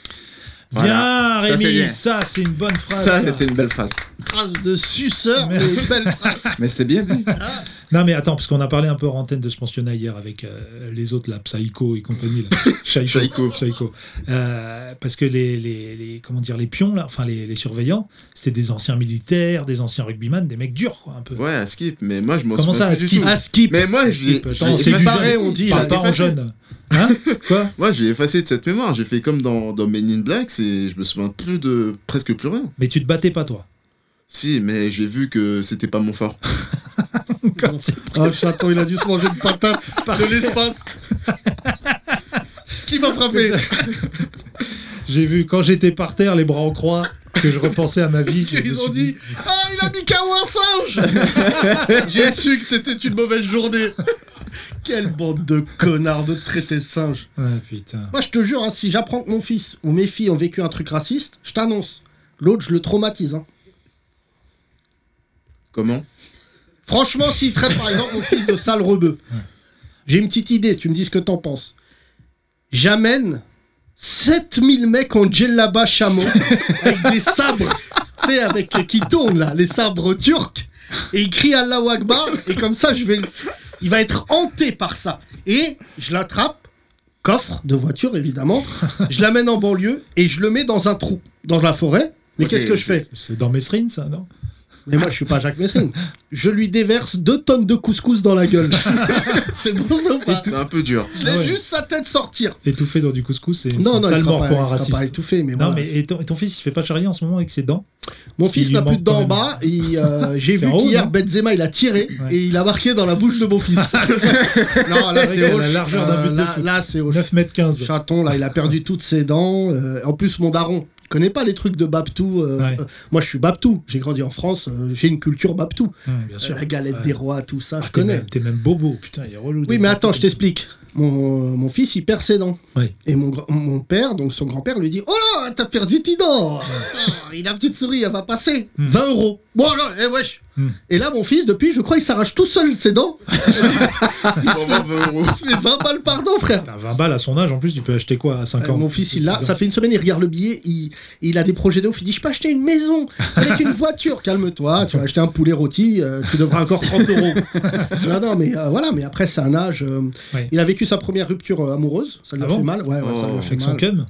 [SPEAKER 4] Bien,
[SPEAKER 5] Ça fait
[SPEAKER 4] Rémi,
[SPEAKER 5] bien.
[SPEAKER 4] ça, c'est une bonne phrase.
[SPEAKER 5] Ça,
[SPEAKER 4] ça.
[SPEAKER 5] c'était une belle phrase.
[SPEAKER 3] Trace de suceur, mais
[SPEAKER 4] Merci.
[SPEAKER 3] belle phrase.
[SPEAKER 5] Mais c'est bien dit.
[SPEAKER 4] Non, mais attends, parce qu'on a parlé un peu en antenne de ce pensionnat hier avec euh, les autres, là, Psycho et compagnie. Là. Psycho.
[SPEAKER 6] Psycho.
[SPEAKER 4] Psycho. Euh, parce que les, les, les- comment dire, les pions, là, enfin les, les surveillants, c'était des anciens militaires, des anciens rugbyman, des mecs durs, quoi, un peu.
[SPEAKER 6] Ouais, à skip, mais moi, je m'en
[SPEAKER 4] Comment ça,
[SPEAKER 6] souviens
[SPEAKER 4] à
[SPEAKER 6] plus du
[SPEAKER 4] skip
[SPEAKER 6] tout.
[SPEAKER 3] Ah, skip.
[SPEAKER 6] Mais moi, je l'ai,
[SPEAKER 4] Skip,
[SPEAKER 6] je
[SPEAKER 4] attends,
[SPEAKER 6] l'ai
[SPEAKER 4] c'est du
[SPEAKER 6] effacé,
[SPEAKER 4] jeune,
[SPEAKER 3] on dit,
[SPEAKER 6] je
[SPEAKER 4] Parle
[SPEAKER 6] l'ai
[SPEAKER 4] pas en
[SPEAKER 6] effacé.
[SPEAKER 4] jeune. Hein Quoi
[SPEAKER 6] Moi, je l'ai effacé de cette mémoire. J'ai fait comme dans, dans Men in Black, c'est, je me souviens plus de presque plus rien.
[SPEAKER 4] Mais tu te battais pas, toi.
[SPEAKER 6] Si, mais j'ai vu que c'était pas mon fort.
[SPEAKER 3] Ah, le chaton, il a dû se manger une patate de l'espace. Qui m'a frappé
[SPEAKER 4] J'ai vu, quand j'étais par terre, les bras en croix, que je repensais à ma vie. je me
[SPEAKER 3] Ils ont
[SPEAKER 4] suis
[SPEAKER 3] dit Ah, il a mis KO un singe J'ai su que c'était une mauvaise journée. Quelle bande de connards de traiter de singe.
[SPEAKER 4] Ah, putain.
[SPEAKER 3] Moi, je te jure, hein, si j'apprends que mon fils ou mes filles ont vécu un truc raciste, je t'annonce. L'autre, je le traumatise. hein.
[SPEAKER 6] Comment
[SPEAKER 3] Franchement, s'il traite par exemple mon fils de sale rebeu, j'ai une petite idée, tu me dis ce que t'en penses. J'amène 7000 mecs en djellaba chameau avec des sabres, tu sais, avec euh, qui tournent là, les sabres turcs, et il crie Allahu Akbar, et comme ça, je vais. le- Il va être hanté par ça. Et je l'attrape, coffre de voiture évidemment, je l'amène en banlieue et je le mets dans un trou, dans la forêt. Mais
[SPEAKER 5] Ok,
[SPEAKER 3] qu'est-ce que je fais
[SPEAKER 4] C'est dans Mesrine, ça, non
[SPEAKER 3] mais moi, je suis pas Jacques Messrine. Je lui déverse deux tonnes de couscous dans la gueule. c'est bon ça ou pas
[SPEAKER 6] C'est un peu dur.
[SPEAKER 3] Je laisse
[SPEAKER 4] Ah ouais.
[SPEAKER 3] juste sa tête sortir.
[SPEAKER 4] Étouffé dans du couscous, c'est c'est
[SPEAKER 3] Non,
[SPEAKER 4] une
[SPEAKER 3] non, il
[SPEAKER 4] sale
[SPEAKER 3] sera
[SPEAKER 4] mort
[SPEAKER 3] pas,
[SPEAKER 4] pour un
[SPEAKER 3] il sera pas
[SPEAKER 4] raciste.
[SPEAKER 3] étouffé, mais
[SPEAKER 4] Non,
[SPEAKER 3] voilà.
[SPEAKER 4] mais et ton, et ton fils, il se fait pas charrier en ce moment avec ses dents
[SPEAKER 3] Mon
[SPEAKER 4] il
[SPEAKER 3] fils
[SPEAKER 4] lui
[SPEAKER 3] n'a plus
[SPEAKER 4] manque
[SPEAKER 3] de dents en
[SPEAKER 4] quand
[SPEAKER 3] bas. et, euh, J'ai
[SPEAKER 4] C'est
[SPEAKER 3] vu
[SPEAKER 4] en haut,
[SPEAKER 3] qu'hier,
[SPEAKER 4] non
[SPEAKER 3] Benzema, il a tiré
[SPEAKER 4] Ouais.
[SPEAKER 3] et il a marqué dans la bouche de mon fils. non, là,
[SPEAKER 4] C'est à la
[SPEAKER 3] hoche. Euh,
[SPEAKER 4] largeur d'un but de
[SPEAKER 3] là,
[SPEAKER 4] foot.
[SPEAKER 3] là, c'est hoche.
[SPEAKER 4] 9 mètres 15.
[SPEAKER 3] Chaton, là, il a perdu toutes ses dents. Euh, en plus, mon daron, il connaît pas les trucs de Babtou. euh,
[SPEAKER 4] Ouais.
[SPEAKER 3] euh, moi, je suis Babtou. J'ai grandi en France. euh, J'ai une culture Babtou.
[SPEAKER 4] Hum, bien sûr.
[SPEAKER 3] la galette
[SPEAKER 4] Ouais.
[SPEAKER 3] des rois, tout ça,
[SPEAKER 4] Ah,
[SPEAKER 3] je
[SPEAKER 4] t'es
[SPEAKER 3] connais.
[SPEAKER 4] même- T'es même bobo, putain, il est relou.
[SPEAKER 3] Oui,
[SPEAKER 4] t'es
[SPEAKER 3] mais
[SPEAKER 4] bobo.
[SPEAKER 3] attends, je t'explique. Mon, mon fils, il perd ses dents.
[SPEAKER 4] Oui.
[SPEAKER 3] Et mon, gr- mon père, donc son grand-père, lui dit Oh là, t'as perdu tes dents Oh, Il a une petite souris, elle va passer.
[SPEAKER 4] Hmm.
[SPEAKER 3] 20 euros. Bon, là, eh wesh
[SPEAKER 4] Hmm.
[SPEAKER 3] Et là, mon fils, depuis, je crois, il s'arrache tout seul ses dents.
[SPEAKER 6] Pour moi, 20 euros.
[SPEAKER 3] Il se fait 20 balles par dent, frère.
[SPEAKER 4] T'as 20 balles à son âge, en plus, tu peux acheter quoi à 5
[SPEAKER 3] Euh,
[SPEAKER 4] ans
[SPEAKER 3] mon fils, il
[SPEAKER 4] six
[SPEAKER 3] l'a,
[SPEAKER 4] ans
[SPEAKER 3] ça fait une semaine, il regarde le billet, il, il a des projets de ouf. Il dit Je peux acheter une maison avec une voiture. Calme-toi, tu vas acheter un poulet rôti, euh, tu devras encore 30 euros. non, non, mais euh, voilà, mais après, c'est un âge. euh,
[SPEAKER 4] Ouais.
[SPEAKER 3] Il a vécu sa première rupture euh, amoureuse, ça lui
[SPEAKER 4] Ah
[SPEAKER 3] a fait
[SPEAKER 4] bon
[SPEAKER 3] mal. Ouais, ouais, ça lui a
[SPEAKER 6] Oh.
[SPEAKER 3] fait
[SPEAKER 4] Avec son
[SPEAKER 3] mal.
[SPEAKER 4] cum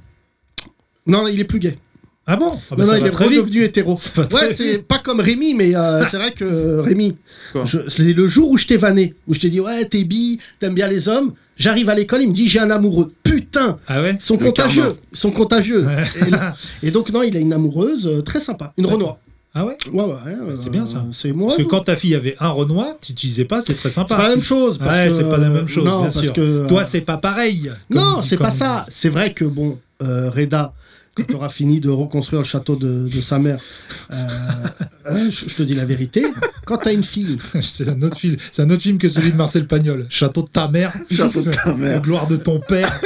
[SPEAKER 3] Non, il est plus gay.
[SPEAKER 4] Ah bon Ah bah,
[SPEAKER 3] non,
[SPEAKER 4] ça
[SPEAKER 3] non, il
[SPEAKER 4] va
[SPEAKER 3] est
[SPEAKER 4] très vite.
[SPEAKER 3] redevenu hétéro.
[SPEAKER 4] Ça va très Ah.
[SPEAKER 3] Ouais, c'est pas comme Rémi, mais euh, c'est vrai que euh, Rémi,
[SPEAKER 6] Quoi
[SPEAKER 3] je- c'est le jour où je t'ai vanné, où je t'ai dit ouais, t'es bi, t'aimes bien les hommes, j'arrive à l'école, il me dit j'ai un amoureux. Putain,
[SPEAKER 4] Ah ouais
[SPEAKER 3] ils sont
[SPEAKER 6] Le
[SPEAKER 3] contagieux,
[SPEAKER 6] karma.
[SPEAKER 3] ils sont contagieux.
[SPEAKER 4] Ouais.
[SPEAKER 3] Et là- Et, donc non, il a une amoureuse euh, très sympa, une
[SPEAKER 4] D'accord.
[SPEAKER 3] Renoir.
[SPEAKER 4] Ah ouais
[SPEAKER 3] Ouais, ouais, euh,
[SPEAKER 4] C'est bien, ça.
[SPEAKER 3] C'est moi.
[SPEAKER 4] Parce que quand ta fille avait un Renoir, tu disais pas, c'est très
[SPEAKER 3] C'est pas
[SPEAKER 4] sympa.
[SPEAKER 3] la même chose. parce
[SPEAKER 4] Ouais,
[SPEAKER 3] que, euh,
[SPEAKER 4] c'est pas la même chose,
[SPEAKER 3] non,
[SPEAKER 4] bien
[SPEAKER 3] parce
[SPEAKER 4] sûr.
[SPEAKER 3] que,
[SPEAKER 4] Toi,
[SPEAKER 3] euh,
[SPEAKER 4] c'est pas pareil. comme-
[SPEAKER 3] Non, c'est
[SPEAKER 4] comme-
[SPEAKER 3] pas ça. C'est vrai que, bon, euh, Reda, quand t'auras fini de reconstruire le château de, de sa mère, euh, hein, je je te dis la vérité, quand t'as une fille,
[SPEAKER 4] c'est un autre film. C'est un autre film que celui de Marcel Pagnol. Château de ta mère.
[SPEAKER 5] Château de ta mère.
[SPEAKER 4] La gloire de ton père.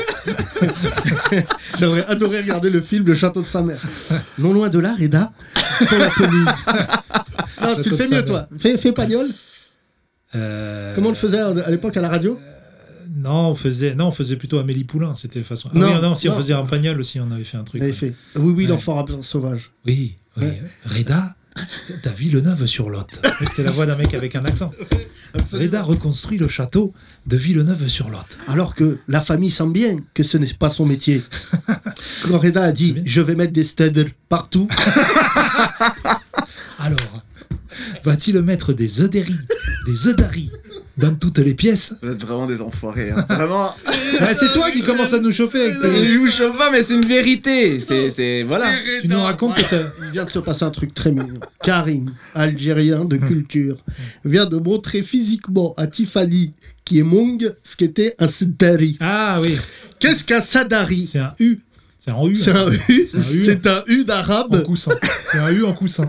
[SPEAKER 3] j'aurais adoré regarder le film Le château de sa mère. Non loin de là, Reda, t'as la pelouse. Non, tu
[SPEAKER 4] Château
[SPEAKER 3] le
[SPEAKER 4] de
[SPEAKER 3] fais
[SPEAKER 4] sa
[SPEAKER 3] mieux, toi. Fais, fais Pagnol.
[SPEAKER 4] Euh,
[SPEAKER 3] Comment on le faisait à à l'époque à la radio
[SPEAKER 4] Non, on faisait, non, on faisait plutôt Amélie Poulain. C'était façon. Ah
[SPEAKER 3] Non,
[SPEAKER 4] oui, non, si
[SPEAKER 3] non.
[SPEAKER 4] on faisait un Pagnol aussi, on avait fait un truc.
[SPEAKER 3] Il avait
[SPEAKER 4] ouais.
[SPEAKER 3] fait. Oui, oui,
[SPEAKER 4] Ouais.
[SPEAKER 3] l'enfant rap- sauvage.
[SPEAKER 4] Oui, oui.
[SPEAKER 3] Ouais.
[SPEAKER 4] Reda, T'as Villeneuve-sur-Lot. C'était la voix d'un mec avec un accent. Breda reconstruit le château de Villeneuve-sur-Lot.
[SPEAKER 3] Alors que la famille sent bien que ce n'est pas son métier. Quand Reda a
[SPEAKER 4] C'est
[SPEAKER 3] dit
[SPEAKER 4] bien.
[SPEAKER 3] Je vais mettre des studs partout,
[SPEAKER 4] Alors, va-t-il mettre des œdéries, des œdaries dans toutes les pièces
[SPEAKER 5] Vous êtes vraiment des enfoirés. hein. Vraiment.
[SPEAKER 4] Ah, C'est toi qui commences à nous chauffer avec tes-
[SPEAKER 5] Je vous chauffe pas, mais c'est une vérité. C'est, c'est- voilà.
[SPEAKER 4] Tu nous racontes que t'as-
[SPEAKER 3] il vient de se passer un truc très mignon. Karim, algérien de culture, vient de montrer physiquement à Tiffany, qui est mong, ce qu'était un sudari.
[SPEAKER 4] Ah oui,
[SPEAKER 7] Qu'est-ce qu'un sadari
[SPEAKER 4] c'est un U. C'est un U.
[SPEAKER 7] C'est
[SPEAKER 4] hein.
[SPEAKER 7] un U,
[SPEAKER 4] C'est un U.
[SPEAKER 7] c'est un U
[SPEAKER 4] En
[SPEAKER 7] d'arabe.
[SPEAKER 4] coussin. C'est un U en coussin.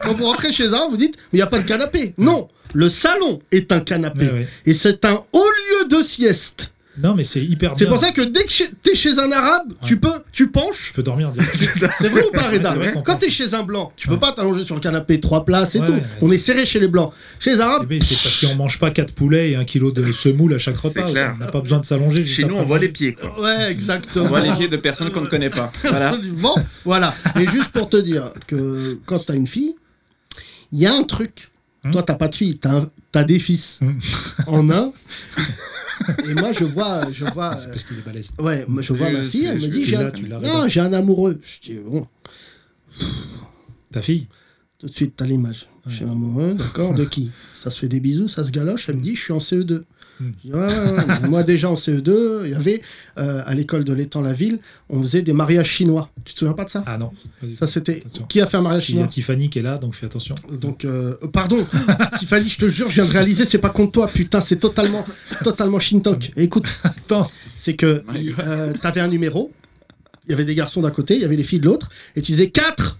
[SPEAKER 7] Quand vous rentrez chez un, vous dites il n'y a pas de canapé. Non, le salon est un canapé.
[SPEAKER 3] Ah,
[SPEAKER 4] Ouais, ouais.
[SPEAKER 7] Et c'est un haut lieu de sieste.
[SPEAKER 4] Non, mais c'est hyper Ah, bien.
[SPEAKER 7] C'est pour ça que dès que chez- t'es chez un arabe, tu peux, tu penches.
[SPEAKER 4] Je peux dormir direct.
[SPEAKER 7] C'est vrai ou pas, Reda
[SPEAKER 4] Ouais, c'est vrai qu'on
[SPEAKER 7] Quand
[SPEAKER 4] penche.
[SPEAKER 7] t'es chez un blanc, tu
[SPEAKER 4] Ouais.
[SPEAKER 7] peux pas t'allonger sur le canapé, trois places et
[SPEAKER 4] Ouais,
[SPEAKER 7] tout.
[SPEAKER 4] ouais.
[SPEAKER 7] On est serré chez les blancs. Chez les
[SPEAKER 4] Eh
[SPEAKER 7] arabes,
[SPEAKER 4] ben, c'est parce qu'on mange pas 4 poulets et un kilo de semoule à chaque repas.
[SPEAKER 5] clair.
[SPEAKER 4] On n'a pas besoin de s'allonger. juste
[SPEAKER 5] Chez nous,
[SPEAKER 4] après
[SPEAKER 5] on voit
[SPEAKER 4] manger.
[SPEAKER 5] les pieds. quoi.
[SPEAKER 7] ouais,
[SPEAKER 5] On
[SPEAKER 7] exactement.
[SPEAKER 5] voit les pieds de personnes qu'on ne connaît pas. Voilà.
[SPEAKER 7] Absolument.
[SPEAKER 3] Voilà. Et juste pour te dire que quand t'as une fille, il y a un truc.
[SPEAKER 4] Hmm.
[SPEAKER 3] Toi, t'as pas de fille, t'as un- t'as des fils
[SPEAKER 4] Hmm.
[SPEAKER 3] en un. Et moi, je vois, je vois,
[SPEAKER 4] Ah, C'est parce qu'il est balèze.
[SPEAKER 3] euh, ouais, moi, je vois
[SPEAKER 5] Je-
[SPEAKER 3] ma fille. Elle
[SPEAKER 5] je-
[SPEAKER 3] me
[SPEAKER 5] je-
[SPEAKER 3] dit,
[SPEAKER 5] tu
[SPEAKER 3] j'ai
[SPEAKER 5] l'as,
[SPEAKER 3] un-
[SPEAKER 5] tu l'as,
[SPEAKER 3] non, j'ai un amoureux. Je dis bon,
[SPEAKER 4] Ta fille
[SPEAKER 3] tout de suite, t'as l'image. J'ai un amoureux, d'accord. De qui Ça se fait des bisous, ça se galoche. Elle me dit, je suis en CE2.
[SPEAKER 4] Hmm.
[SPEAKER 3] Je dis, ouais, ouais, ouais. Mais Moi déjà en CE2, il y avait euh, à l'école de l'étang la ville, on faisait des mariages chinois. Tu te souviens pas de ça
[SPEAKER 4] Ah non. pas du
[SPEAKER 3] Ça
[SPEAKER 4] tout.
[SPEAKER 3] c'était
[SPEAKER 4] Attention.
[SPEAKER 3] qui a fait un mariage
[SPEAKER 4] Il y
[SPEAKER 3] chinois
[SPEAKER 4] a Tiffany qui est là, donc fais attention.
[SPEAKER 3] Donc, euh, euh, pardon, Tiffany, je te jure, je viens de réaliser, c'est pas contre toi, putain, c'est totalement, totalement Shintok. Et écoute,
[SPEAKER 4] Attends.
[SPEAKER 3] c'est que il- euh, t'avais un numéro, il y avait des garçons d'un côté, il y avait les filles de l'autre, et tu disais 4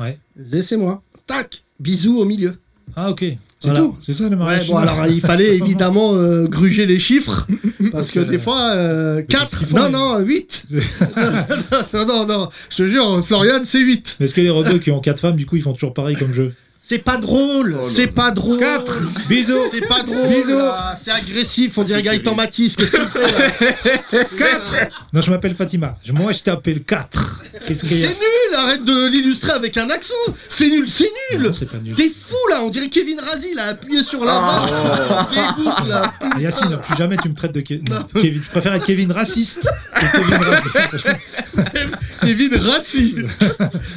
[SPEAKER 4] Ouais.
[SPEAKER 3] C'est moi. Tac Bisous au milieu.
[SPEAKER 4] Ah ok. C'est
[SPEAKER 3] Voilà.
[SPEAKER 4] tout. C'est ça le
[SPEAKER 3] Ouais,
[SPEAKER 4] mariage.
[SPEAKER 3] bon,
[SPEAKER 4] chinois.
[SPEAKER 3] alors il fallait
[SPEAKER 4] Ça va.
[SPEAKER 3] évidemment euh, gruger les chiffres, parce que
[SPEAKER 4] Euh,
[SPEAKER 3] des fois,
[SPEAKER 4] qu'est-ce
[SPEAKER 3] 4,
[SPEAKER 4] qu'ils font,
[SPEAKER 3] non, non,
[SPEAKER 4] les-
[SPEAKER 3] 8. non, non, non, je te jure, Florian, c'est 8.
[SPEAKER 4] Mais est-ce que les robots qui ont 4 femmes, du coup, ils font toujours pareil comme jeu
[SPEAKER 3] C'est pas drôle,
[SPEAKER 6] Oh là
[SPEAKER 3] c'est
[SPEAKER 6] là.
[SPEAKER 3] pas drôle.
[SPEAKER 4] 4 Bisous
[SPEAKER 3] C'est pas drôle,
[SPEAKER 4] Bisous.
[SPEAKER 3] là, c'est agressif, on dirait Gaëtan Matisse, qu'est-ce que tu fais là
[SPEAKER 4] 4 Non, je m'appelle Fatima. Je- Moi, je t'appelle 4. Qu'est-ce qu'il y a
[SPEAKER 7] C'est nul, arrête de l'illustrer avec un accent. C'est nul, c'est nul.
[SPEAKER 4] Non, C'est pas nul.
[SPEAKER 7] T'es fou là, on dirait Kevin Razi là, appuyé sur la barre. Dégoûte là.
[SPEAKER 4] Ah, Yacine, non, plus jamais tu me traites de Ke- non, Kevin. Je préfère être Kevin raciste que Kevin raciste.
[SPEAKER 7] Kevin Rassi.